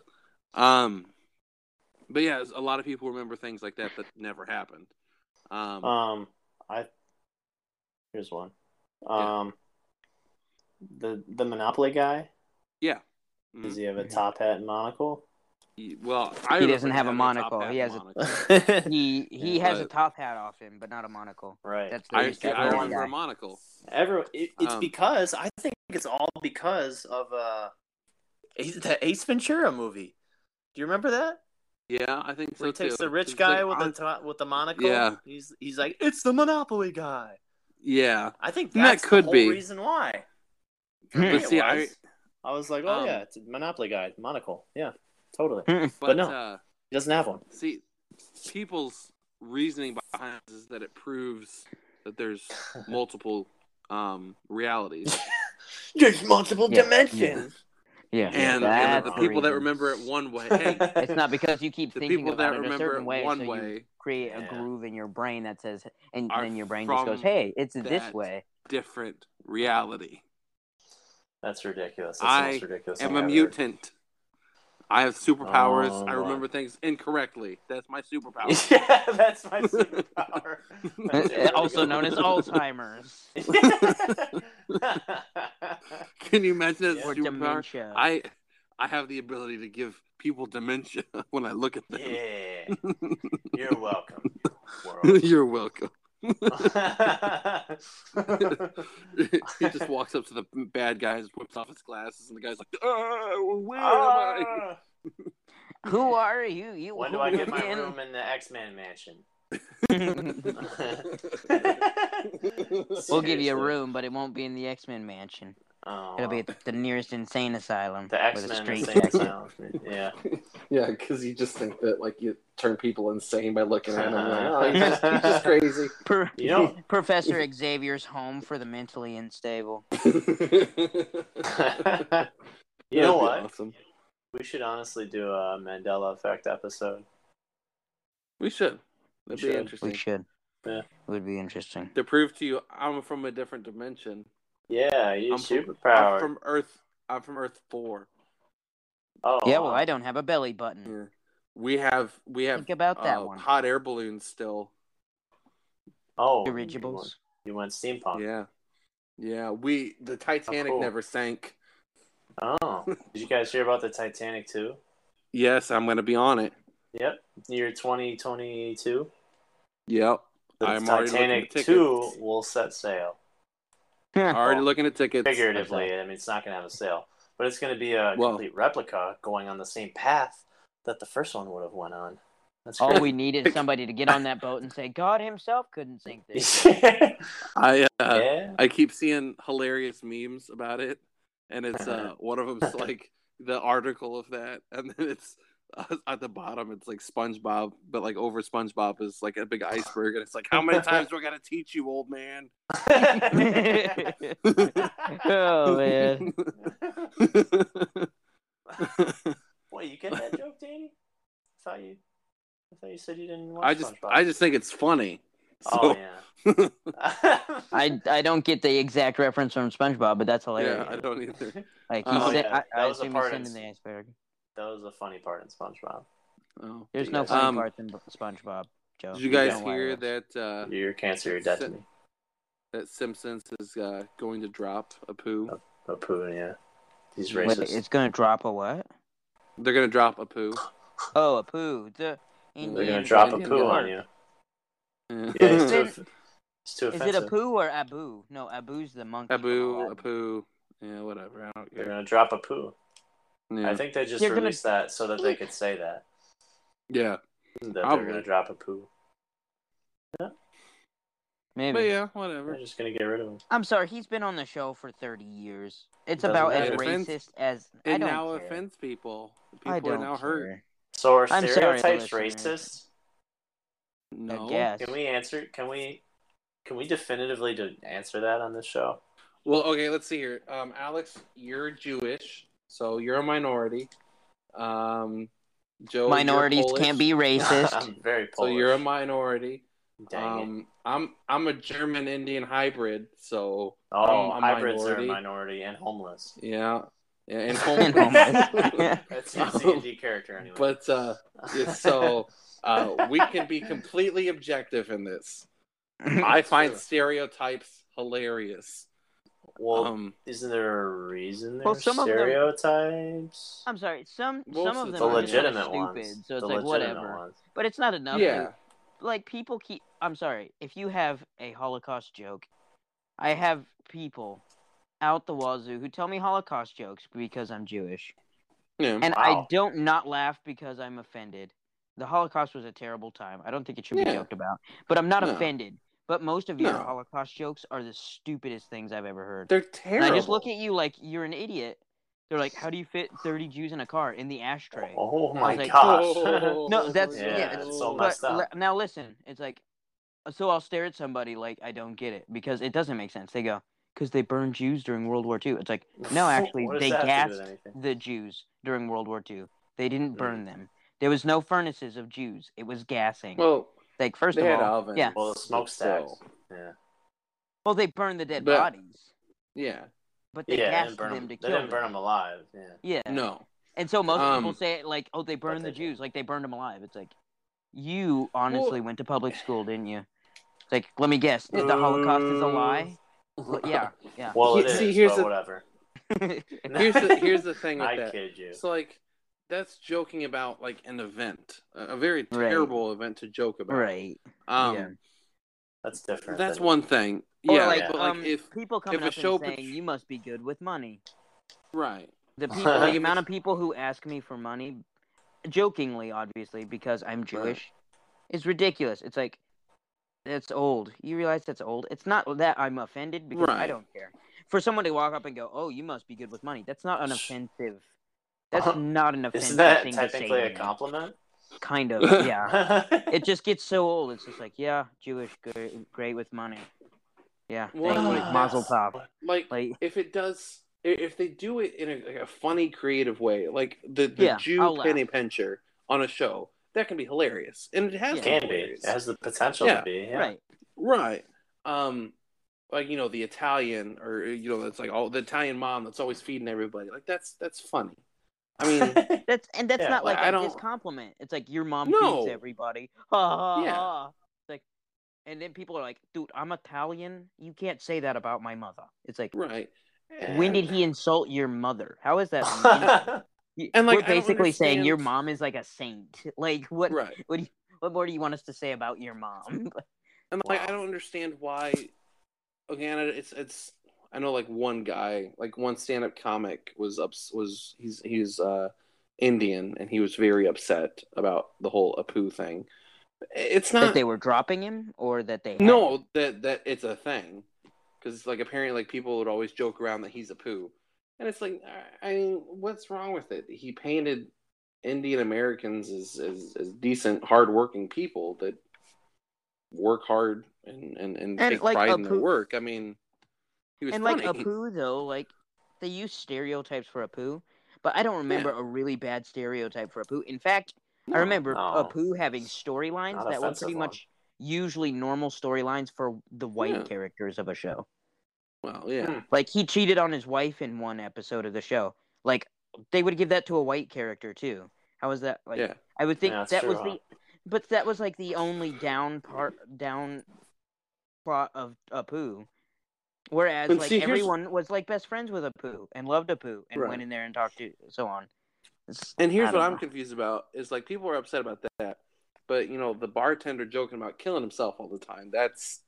S3: Ah.
S2: Um, but yeah, a lot of people remember things like that that never happened. Um,
S3: Um, I here's one.
S2: Yeah.
S3: Um, the the Monopoly guy.
S2: yeah. Mhm.
S3: Does he have a top hat and monocle?
S2: He- Well, I
S5: He
S2: remember
S5: doesn't have a
S2: having
S5: monocle.
S2: top hat
S5: He has a-
S2: monocle.
S5: He he
S2: Yeah,
S5: has a
S2: but-
S5: top hat off him, but not a monocle.
S3: right.
S5: That's the
S2: I,
S5: reason.
S2: I
S3: Everyone-
S2: remember a monocle.
S3: Everyone. It, it's
S2: Um,
S3: because I think it's all because of uh, Ace, the Ace Ventura movie. Do you remember that?
S2: Yeah, I think so
S3: Where he takes
S2: too.
S3: the rich
S2: It's
S3: guy
S2: like,
S3: with
S2: uh,
S3: the to- with the monocle.
S2: Yeah.
S3: He's he's like it's the Monopoly guy.
S2: yeah.
S3: I think
S2: That
S3: that's
S2: could
S3: the whole
S2: be.
S3: reason why.
S5: Hmm.
S2: But see,
S3: It
S2: I
S3: was. I was like, oh
S2: Um,
S3: yeah, it's a Monopoly guy, monocle. Yeah, totally.
S5: Hmm.
S2: but,
S3: But no.
S2: uh,
S3: He doesn't have one.
S2: see, people's reasoning behind this is that it proves that there's multiple um realities.
S3: There's multiple
S5: Yeah.
S3: dimensions.
S5: Yeah,
S2: and, and
S5: that's
S2: the
S5: the
S2: people that
S5: reason.
S2: remember it one way, the
S5: It's not because you keep thinking
S2: people that
S5: about it a
S2: remember
S5: certain
S2: it
S5: way,
S2: one
S5: so you
S2: way,
S5: create
S3: Yeah.
S5: a groove in your brain that says, and
S2: Are
S5: then your brain just goes,
S2: from
S5: "Hey, it's this
S2: that
S5: way."
S2: different reality.
S3: That's ridiculous.
S2: That's the most I
S3: ridiculous.
S2: I'm a mutant. I have superpowers.
S3: Oh,
S2: I
S3: boy.
S2: remember things incorrectly. That's my superpower.
S3: yeah, that's my superpower.
S5: also known as Alzheimer's
S2: Can you imagine that
S3: Yeah.
S5: or
S2: superpower?
S5: dementia.
S2: I I have the ability to give people dementia when I look at them.
S3: yeah, you're welcome, world.
S2: You're welcome. Oh he just walks up to the bad guy, and whips off his glasses, and the guy's like, oh, "Where am I?"
S3: Ah,
S5: Who are you? You
S3: when do I get my
S5: hooligan?
S3: room in the X Men mansion? Ah.
S5: We'll give you
S3: Seriously.
S5: a room, but it won't be in the X Men mansion.
S3: Oh,
S5: It'll be at the nearest insane asylum.
S3: the X
S5: with a
S3: Men
S5: straight
S3: Insane
S5: jacket.
S3: Asylum. Yeah.
S2: Yeah, because you just think that like you turn people insane by looking
S3: at 'em, like, oh, he's just- he's just
S2: crazy.
S5: Pro-
S3: You know-
S5: Professor Xavier's home for the mentally unstable.
S3: you know what? We should honestly do a Mandela Effect episode.
S2: We should. That'd
S3: We should.
S2: be
S5: We
S2: interesting.
S5: should.
S3: Yeah.
S5: It would be interesting.
S2: To prove to you, I'm from a different dimension.
S3: Yeah, you
S2: I'm from-
S3: superpower.
S2: I'm from Earth. I'm from Earth Four.
S3: oh,
S5: yeah, well, I don't have a belly
S3: Hmm.
S5: button.
S2: We have we have
S5: Think about that
S2: uh,
S5: one.
S2: hot air balloons still.
S3: Oh,
S5: Dirigibles.
S3: You went, you went steampunk.
S2: Yeah, Yeah, we the Titanic
S3: Oh, cool.
S2: never sank.
S3: Oh, did you guys hear about the Titanic too?
S2: Yes, I'm gonna be on it.
S3: Yep, year twenty twenty two.
S2: Yep.
S3: The
S2: I'm already looking
S3: Titanic
S2: at tickets.
S3: two will set sail.
S2: Already looking at tickets.
S3: Figuratively, I mean it's not going to have a sail, but it's going to be a
S2: Well-
S3: complete replica going on the same path that the first one would have went on. That's
S5: All
S3: crazy.
S5: we need is somebody to get on that boat and say, God himself couldn't sink this.
S3: yeah.
S2: I uh, I keep seeing hilarious memes about it, and it's uh, one of them's like the article of that, and then it's uh, at the bottom. It's like SpongeBob, but like over SpongeBob is like a big iceberg, and it's like, how many times do I gotta teach you, old man?
S5: oh man.
S3: Wait, you get that joke, Danny? I thought you, I thought you said you didn't watch
S2: I just
S3: SpongeBob.
S2: I just think it's funny.
S3: oh
S2: So
S3: yeah.
S5: I I don't get the exact reference from SpongeBob, but that's hilarious.
S2: yeah, I don't either.
S5: Like he
S2: Oh,
S5: said,
S3: yeah.
S5: I,
S3: That
S5: I
S3: was a
S5: assume he's
S3: part in-
S5: sending the iceberg.
S3: that was a funny part in SpongeBob.
S2: Oh.
S5: There's no
S3: guys-
S5: funny
S2: Um,
S5: parts in B- SpongeBob. Joe.
S2: Did you guys
S5: don't lie
S2: hear
S5: to us.
S2: that? Uh,
S3: Your cancer, your
S2: Sit-
S3: death to me.
S2: that Simpsons is uh, going to drop a poo.
S3: Oh, poo, yeah. He's
S5: Wait,
S3: racist.
S5: it's gonna drop a what?
S2: They're gonna drop a poo.
S5: Oh, a poo. The
S3: They're
S5: Indian
S3: gonna drop a
S2: Indian
S3: poo
S2: guy.
S3: on you. Yeah,
S2: Yeah.
S3: it's too, off- it's too
S5: Is it
S3: offensive.
S5: a poo or abu? No, abu's the monkey.
S2: a
S5: from
S2: boo,
S5: Aladdin.
S2: a poo. Yeah, whatever. I don't
S3: They're
S2: care.
S3: gonna drop a poo.
S2: Yeah,
S3: I think they just
S5: You're gonna-
S3: released that so that they could say that
S2: yeah.
S3: that
S2: Probably.
S3: they're gonna drop a poo.
S5: Maybe.
S2: but yeah,
S3: They're
S2: whatever.
S3: just gonna get rid of him.
S5: I'm sorry. He's been on the show for 30 years. It's
S3: Doesn't
S5: about as
S2: matter.
S5: racist as I
S2: It
S5: don't
S2: now
S5: care.
S2: offends people. People
S5: I
S2: are
S5: don't
S2: now hurt.
S5: care.
S3: So are
S5: I'm sorry,
S3: stereotypes
S5: listeners.
S3: racist?
S2: No.
S5: I guess.
S3: Can we answer? Can we? Can we definitively to answer that on this show?
S2: Well, okay. Let's see here. Um, Alex, you're Jewish, so you're a minority. Um, Joe, you're
S5: Minorities
S2: Polish,
S5: can't be racist.
S3: I'm very
S2: So
S3: Polish.
S2: you're a minority.
S3: Dang it.
S2: um, I'm I'm a German Indian hybrid, so
S3: Oh,
S2: I'm a
S3: hybrids are a
S2: minority.
S3: minority and homeless.
S2: yeah, yeah, and
S5: And
S2: home.
S5: homeless.
S3: That's your C and D character anyway.
S2: but uh, yeah, so uh, we can be completely objective in this. I find stereotypes hilarious.
S3: well,
S2: Um,
S3: isn't there a reason there's
S5: Well, some of them-
S3: stereotypes?
S5: I'm sorry. Some
S2: Most
S5: some
S2: of
S5: of
S2: the
S5: them
S3: the
S5: are just, like,
S3: legitimate
S5: stupid,
S3: ones.
S5: so it's
S3: the
S5: like
S3: legitimate
S5: whatever.
S3: ones.
S5: But it's not enough.
S2: yeah,
S5: to- like people keep. I'm sorry. If you have a Holocaust joke, I have people out the wazoo who tell me Holocaust jokes because I'm Jewish.
S2: yeah.
S5: And I
S3: Wow.
S5: don't not laugh because I'm offended. The Holocaust was a terrible time. I don't think it should be
S2: Yeah.
S5: joked about. But I'm not
S2: No.
S5: offended. But most of your
S2: No.
S5: Holocaust jokes are the stupidest things I've ever heard.
S2: they're
S5: And
S2: terrible.
S5: I just look at you like you're an idiot. They're like, how do you fit 30 Jews in a car in the ashtray?
S3: Oh my
S5: like,
S3: gosh.
S5: No, that's
S3: Yeah,
S5: yeah.
S3: it's so
S5: but
S3: messed up.
S5: le- now listen, it's like, uh, so I'll stare at somebody like I don't get it because it doesn't make sense. They go because they burned Jews during World War II. It's like no, actually
S3: What does
S5: they
S3: that have to do
S5: gassed
S3: with anything? Hmm.
S5: the Jews during World War II. They didn't burn them. There was no furnaces of Jews. It was gassing.
S2: Well,
S5: like first
S2: they
S5: of
S2: had
S5: all,
S2: ovens.
S5: yeah.
S3: Well, the smokestacks.
S2: So,
S3: Yeah.
S5: well they burned the dead
S2: But-
S5: bodies,
S2: yeah.
S5: but they
S3: Yeah, they
S5: gassed
S3: didn't burn
S5: them
S3: them,
S5: to
S3: they
S5: kill
S3: didn't
S5: them.
S3: burn them alive. Yeah.
S5: Yeah,
S2: No.
S5: and so most people
S2: Um,
S5: say it like, oh, they burned the
S3: they did.
S5: Jews, like they burned them alive. It's like you honestly went to public school, didn't you? It's like let me guess, the Holocaust is a lie. Well, yeah, yeah.
S3: Well, it
S2: Here-
S3: is,
S2: see, here's
S3: but
S2: the-
S3: whatever.
S2: Here's the here's the thing with
S3: I
S2: that.
S3: kid you.
S2: It's like that's joking about like an event, a a very
S5: Right.
S2: terrible event to joke about.
S5: right.
S2: Um,
S5: Yeah.
S3: That's different.
S2: that's
S3: than-
S2: one thing.
S5: Or
S2: Yeah,
S5: like,
S2: but like
S5: um,
S2: if
S5: people coming
S2: if a
S5: up
S2: show
S5: and saying
S2: portray-
S5: you must be good with money.
S2: right,
S5: The people, the amount of people who ask me for money, jokingly, obviously, because I'm Jewish, is ridiculous. It's like that's old. You realize that's old. It's not that I'm offended because I
S2: Right.
S5: don't care. For someone to walk up and go, "Oh, you must be good with money," that's not an offensive.
S3: Uh-huh.
S5: That's not an offensive
S3: Isn't that
S5: thing to
S3: technically
S5: say.
S3: a
S5: to me.
S3: compliment?
S5: Kind of, yeah.
S3: it
S5: it just gets so old. It's just like, yeah, Jewish, great, great with money. Yeah,
S2: Well,
S5: thank you.
S2: like,
S5: Mazel tov.
S2: like
S5: Like,
S2: if it does i- if they do it in a, like a funny creative way like the, the
S5: Yeah, I'll
S2: jew
S5: laugh.
S2: penny pincher on a show that can be hilarious and it has been
S5: Yeah.
S3: can be. It
S2: hilarious.
S3: has the potential
S2: Yeah.
S3: to be. Yeah.
S5: right,
S2: right um like you know the italian or you know that's like all the italian mom that's always feeding everybody like that's that's funny i mean
S5: that's and that's
S3: Yeah,
S5: not
S2: like,
S5: like,
S2: I
S5: a
S2: don't-
S5: discompliment. It's like your mom
S2: No.
S5: feeds everybody. Ha ha
S2: Yeah.
S5: ha. And then people are like, dude, I'm Italian. You can't say that about my mother. It's like,
S2: Right.
S5: when did he insult your mother? How is that? an insult? You-
S2: And, like, I
S5: we're
S2: don't
S5: basically saying your
S2: understand-
S5: mom is like a saint. Like what?
S2: Right. Uh,
S5: What? Do you, what more do you want us to say about your mom?
S2: And like,
S5: Wow.
S2: I don't understand why. Again, it- it's it's. I know like one guy, like one stand-up comic was ups was he's he's uh Indian and he was very upset about the whole Apu thing. It's
S5: that
S2: not
S5: they were dropping him, or that they had him?
S2: no that that it's a thing because like apparently like people would always joke around that he's a poo, and it's like I- I mean what's wrong with it? He painted Indian Americans as as, as decent, hardworking people that work hard and and and,
S5: And,
S2: take
S5: like,
S2: pride in
S5: Apu-
S2: their work. I mean, he was
S5: And like
S2: funny.
S5: Apu though, like they use stereotypes for Apu, but I don't remember a really bad stereotype for Apu. In fact, I remember
S3: no.
S5: Apu having storylines
S3: Not
S5: that were
S3: offensive
S5: pretty
S3: one.
S5: much usually normal storylines for the white
S2: Yeah.
S5: characters of a show.
S2: well, yeah,
S5: Like he cheated on his wife in one episode of the show. Like they would give that to a white character too. How was that? Like
S2: yeah,
S5: I would think
S3: Yeah, that's
S5: that
S3: true,
S5: was
S3: huh?
S5: the, but that was like the only down part down plot of Apu. Whereas
S2: But
S5: like
S2: see, here's-
S5: everyone was like best friends with Apu and loved Apu and
S2: Right.
S5: went in there and talked to so on. It's-
S2: And here's
S5: I
S2: what
S5: don't
S2: I'm
S5: know.
S2: confused about is like people are upset about that, but you know the bartender joking about killing himself all the time. That's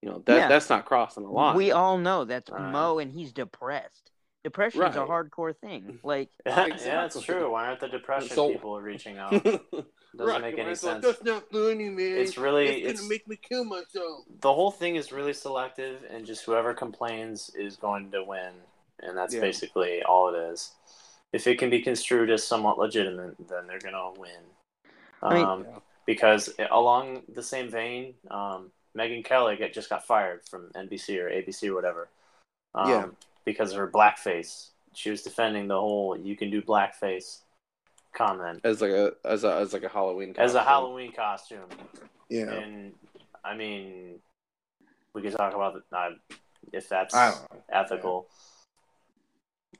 S2: you know that
S5: Yeah.
S2: that's not crossing the line.
S5: We all know that's
S3: Uh,
S5: Mo and he's depressed. Depression's a
S2: Right.
S5: hardcore thing. Like
S3: yeah, it's
S2: Exactly.
S3: true. Why aren't the depression
S2: So-
S3: people reaching out? Doesn't
S2: Doesn't
S3: make any sense.
S2: not funny, man.
S3: It's really it's,
S2: me kill myself.
S3: the whole thing is really selective, and just whoever complains is going to win, and that's
S2: Yeah.
S3: basically all it is. If it can be construed as somewhat legitimate, then they're gonna win. Um,
S5: I mean-
S3: Because along the same vein, um, Megan Kelly get, just got fired from NBC or ABC or whatever. Um,
S2: Yeah.
S3: Because of her blackface, she was defending the whole "you can do blackface" comment
S2: As like a as a as like a Halloween
S3: as a
S2: costume.
S3: Halloween costume.
S2: Yeah.
S3: And I mean, we could talk about the, uh, if that's
S2: I don't know.
S3: ethical.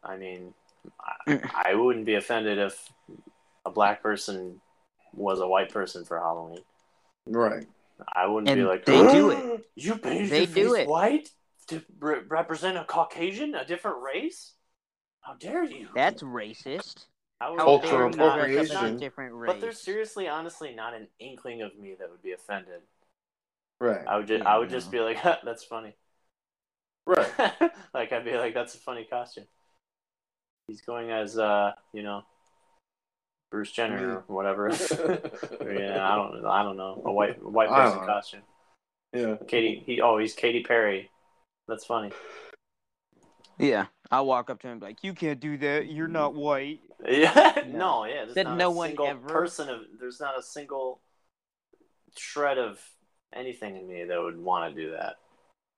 S3: I mean, I, I wouldn't be offended if a black person was a white person for Halloween.
S2: Right.
S3: I wouldn't be
S5: And
S3: like,
S5: they do it.
S3: You painted
S5: They
S3: your
S5: do
S3: face
S5: it.
S3: white to re- represent a Caucasian, a different race? How dare you?
S5: that's racist.
S3: How
S5: How
S3: would-
S5: dare
S1: Cultural
S5: you represent
S1: appropriation.
S5: Different race.
S3: But there's seriously, honestly, not an inkling of me that would be offended.
S1: Right.
S3: I would just,
S5: Yeah,
S3: I would
S5: no.
S3: just be like, "Huh, that's funny.
S1: Right.
S3: like I'd be like, that's a funny costume. He's going as uh, you know, Bruce Jenner
S1: Mm.
S3: or whatever. Or, yeah, I don't, I don't know, a white, a white
S1: I
S3: person
S1: don't know.
S3: costume.
S1: Yeah.
S3: Katie, he, oh, he's Katy Perry. That's funny.
S5: Yeah, I'll walk up to him and be like, "You can't do that. You're not white."
S3: Yeah, no,
S5: No.
S3: yeah. There's
S5: That
S3: not
S5: no
S3: a
S5: one
S3: single
S5: ever-
S3: person of, there's not a single shred of anything in me that would want to do that.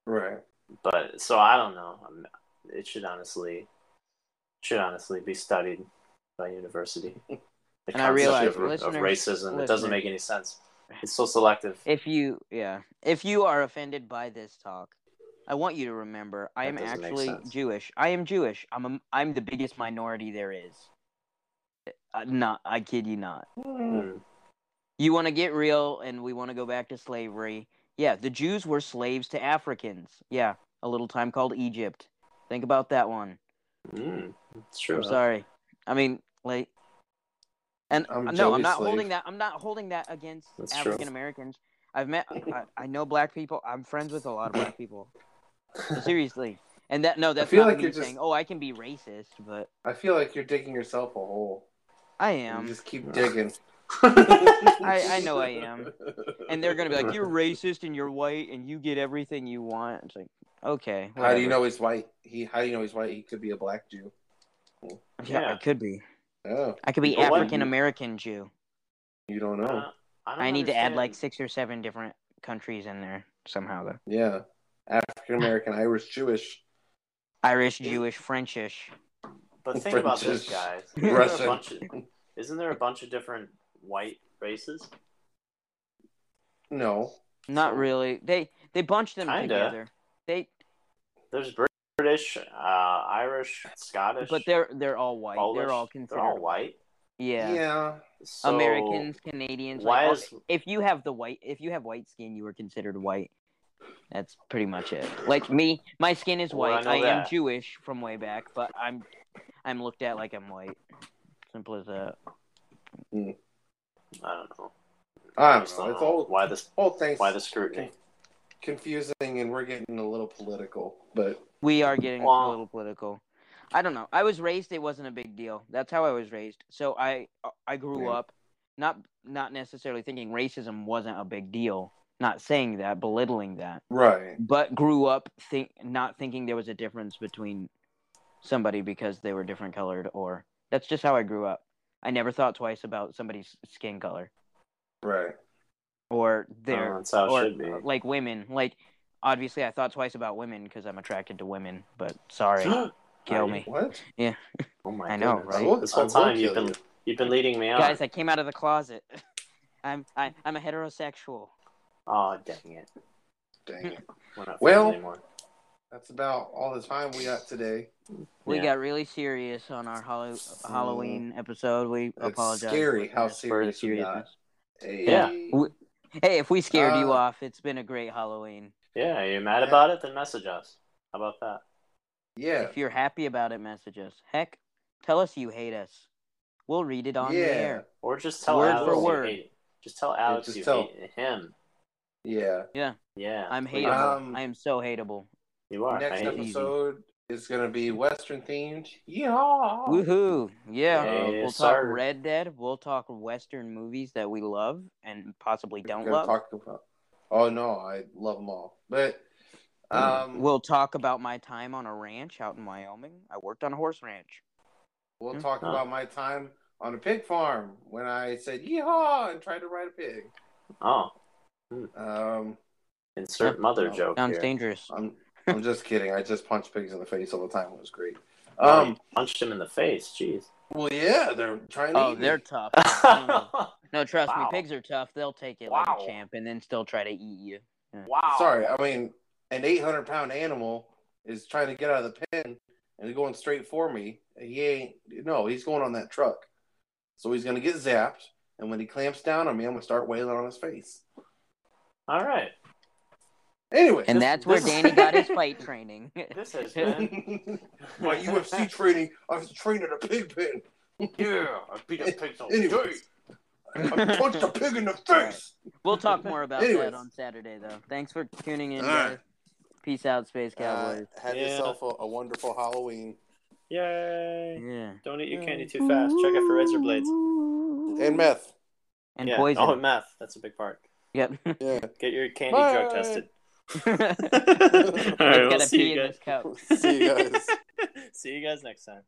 S1: Right.
S3: But so I don't know. I'm- It should honestly, should honestly be studied by university. The
S5: And I
S3: concept
S5: realize
S3: of, of
S5: listeners-
S3: racism. It doesn't
S5: listeners-
S3: make any sense. It's so selective.
S5: If you, yeah, if you are offended by this talk, I want you to remember I
S3: That
S5: am
S3: doesn't make
S5: actually
S3: sense.
S5: Jewish. I am Jewish. I'm a, I'm the biggest minority there is. Uh, not, I kid you not.
S3: Mm.
S5: You want to get real, and we want to go back to slavery. Yeah, the Jews were slaves to Africans. Yeah, a little time called Egypt. Think about that one.
S3: Mm. It's true.
S5: I'm sorry. I mean, like, and
S1: I'm
S5: no, I'm
S1: Joey's
S5: not
S1: slave.
S5: holding that. I'm not holding that against
S3: That's true.
S5: African Americans. I've met, I, I know black people. I'm friends with a lot of black people. Seriously, and that no, that's
S1: feel
S5: not
S1: like
S5: me
S1: you're just-
S5: saying. Oh, I can be racist, but
S1: I feel like you're digging yourself a hole.
S5: I
S1: You
S5: am,
S1: just keep digging.
S5: I know I am. and they're gonna be like, "You're racist and you're white and you get everything you want." It's like, okay,
S1: How do you
S5: whatever.
S1: know he's white? He. How do you know he's white? He could be a black Jew.
S5: Yeah,
S3: Yeah.
S5: I could be.
S1: Oh,
S5: I could be
S3: But what-
S5: African American Jew.
S1: you don't know.
S3: Uh, I, don't
S5: I need to add
S3: understand.
S5: like six or seven different countries in there somehow, though.
S1: yeah. African American, Irish, Jewish.
S5: Irish, Jewish, Frenchish.
S3: But think about this,
S1: French-
S3: guys. Isn't there,
S1: Russian.
S3: a bunch of, isn't there a bunch of different white races?
S1: No.
S5: Not really. They they bunch them
S3: Kinda.
S5: together. They
S3: There's British, uh, Irish, Scottish,
S5: but they're they're all white.
S3: Polish.
S5: They're all considered
S3: They're all white.
S5: Yeah.
S1: Yeah.
S3: So
S5: Americans, Canadians.
S3: Why
S5: like,
S3: is
S5: if you have the white, if you have white skin, you are considered white. That's pretty much it. Like me, my skin is
S3: Well, I
S5: white.
S3: know
S5: I, am
S3: that.
S5: Jewish from way back, but I'm I'm looked at like I'm white. Simple as that.
S3: I don't know.
S2: I
S3: just
S2: don't
S3: don't
S2: know. It's
S3: know.
S2: all
S3: why this
S2: whole thing's
S3: why the scrutiny.
S2: confusing, and we're getting a little political. But
S5: We are getting
S3: Well-
S5: a little political. I don't know. I was raised; it wasn't a big deal. That's how I was raised. So I I grew
S2: Yeah.
S5: up not not necessarily thinking racism wasn't a big deal. Not saying that, belittling that.
S2: right,
S5: but grew up think not thinking there was a difference between somebody because they were different colored or that's just how I grew up. I never thought twice about somebody's skin color
S2: right.
S5: or
S3: Uh,
S5: their
S3: that's how it
S5: or
S3: should be.
S5: like women. Like obviously I thought twice about women because I'm attracted to women, but sorry, kill me.
S2: What?
S3: Oh my
S5: I know,
S3: goodness.
S5: right?
S2: will-
S3: This whole
S2: will
S3: time you've
S2: kill
S3: been you've been leading me on.
S5: Guys, I came out of the closet. I'm I, I'm a heterosexual.
S3: oh dang it.
S2: Dang it.
S3: We're not
S2: Well-
S3: friends anymore.
S2: That's about all the time we got today.
S5: We
S3: Yeah.
S5: got really serious on our Hall- Halloween episode. We apologize.
S2: Mm. It's scary how
S5: That's for the
S2: serious we got.
S5: seriousness.
S2: Hey.
S3: Yeah.
S5: We- Hey, if we scared you
S2: Uh,
S5: off, it's been a great Halloween.
S3: Yeah, are you mad about it? Then message us. How about that?
S2: Yeah.
S5: If you're happy about it, message us. Heck, tell us you hate us. We'll read it on
S2: yeah.
S5: the air.
S3: Or just tell
S5: Word
S3: Alex
S2: for
S3: you
S5: word.
S3: hate it. Just tell Alex
S2: just
S3: you
S2: tell-
S3: hate him.
S2: Yeah.
S3: Yeah.
S5: I'm
S3: please.
S5: hateable.
S2: Um,
S5: I am so hateable.
S3: You are. I
S2: Next
S3: hate you.
S2: episode is going to be Western themed. Yeah.
S5: Woohoo! Yeah,
S3: Yes,
S5: we'll talk
S3: sir.
S5: Red Dead. We'll talk Western movies that we love and possibly don't
S2: Gonna
S5: love.
S2: talk about. Oh no, I love them all. But um, we'll
S5: Mm, we'll talk about my time on a ranch out in Wyoming. I worked on a horse ranch.
S2: we'll
S5: mm,
S2: talk
S3: Huh.
S2: about my time on a pig farm when I said yeehaw and tried to ride a pig.
S3: Oh,
S2: Um,
S3: insert mother joke
S5: Sounds
S3: here.
S5: dangerous.
S2: I'm I'm just kidding. I just punch pigs in the face all the time. It was great.
S3: Oh, you
S2: Um,
S3: punched him in the face. Jeez.
S2: well, yeah, they're trying to.
S5: Oh,
S2: eat
S5: they're
S2: me.
S5: tough.
S3: wow.
S5: No, trust
S3: Wow.
S5: me, pigs are tough. They'll take it like
S3: Wow.
S5: a champ and then still try to eat you.
S2: sorry. I mean, an 800 pound animal is trying to get out of the pen and he's going straight for me. He ain't. No, he's going on that truck. So he's gonna get zapped. And when he clamps down on me, I'm gonna start wailing on his face.
S3: All right.
S2: Anyway,
S5: And
S3: This-
S5: that's where
S3: this-
S5: Danny got his fight training.
S3: This has been.
S2: my UFC training. I was trained at a pig pen.
S3: yeah, I beat up pigs all
S2: Anyways, I punched a pig in the face.
S5: We'll talk more about
S2: Anyways.
S5: that on Saturday, though. Thanks for tuning in,
S2: All right.
S5: guys. Peace out,
S3: Uh,
S5: Space Cowboys.
S2: have
S3: Yeah.
S2: yourself a, a wonderful Halloween
S3: Yay.
S5: yeah.
S3: Don't eat your candy too fast. Check out for razor blades.
S2: and meth.
S5: And
S3: yeah.
S5: poison.
S3: Oh, and meth. That's a big part.
S5: Yep.
S2: Yeah.
S3: Get your candy
S2: Bye.
S3: drug tested.
S5: It's
S3: All right, we'll
S5: gotta
S3: see
S5: pee
S3: you
S5: in
S3: guys.
S5: this cup.
S2: See you guys.
S3: see you guys next time.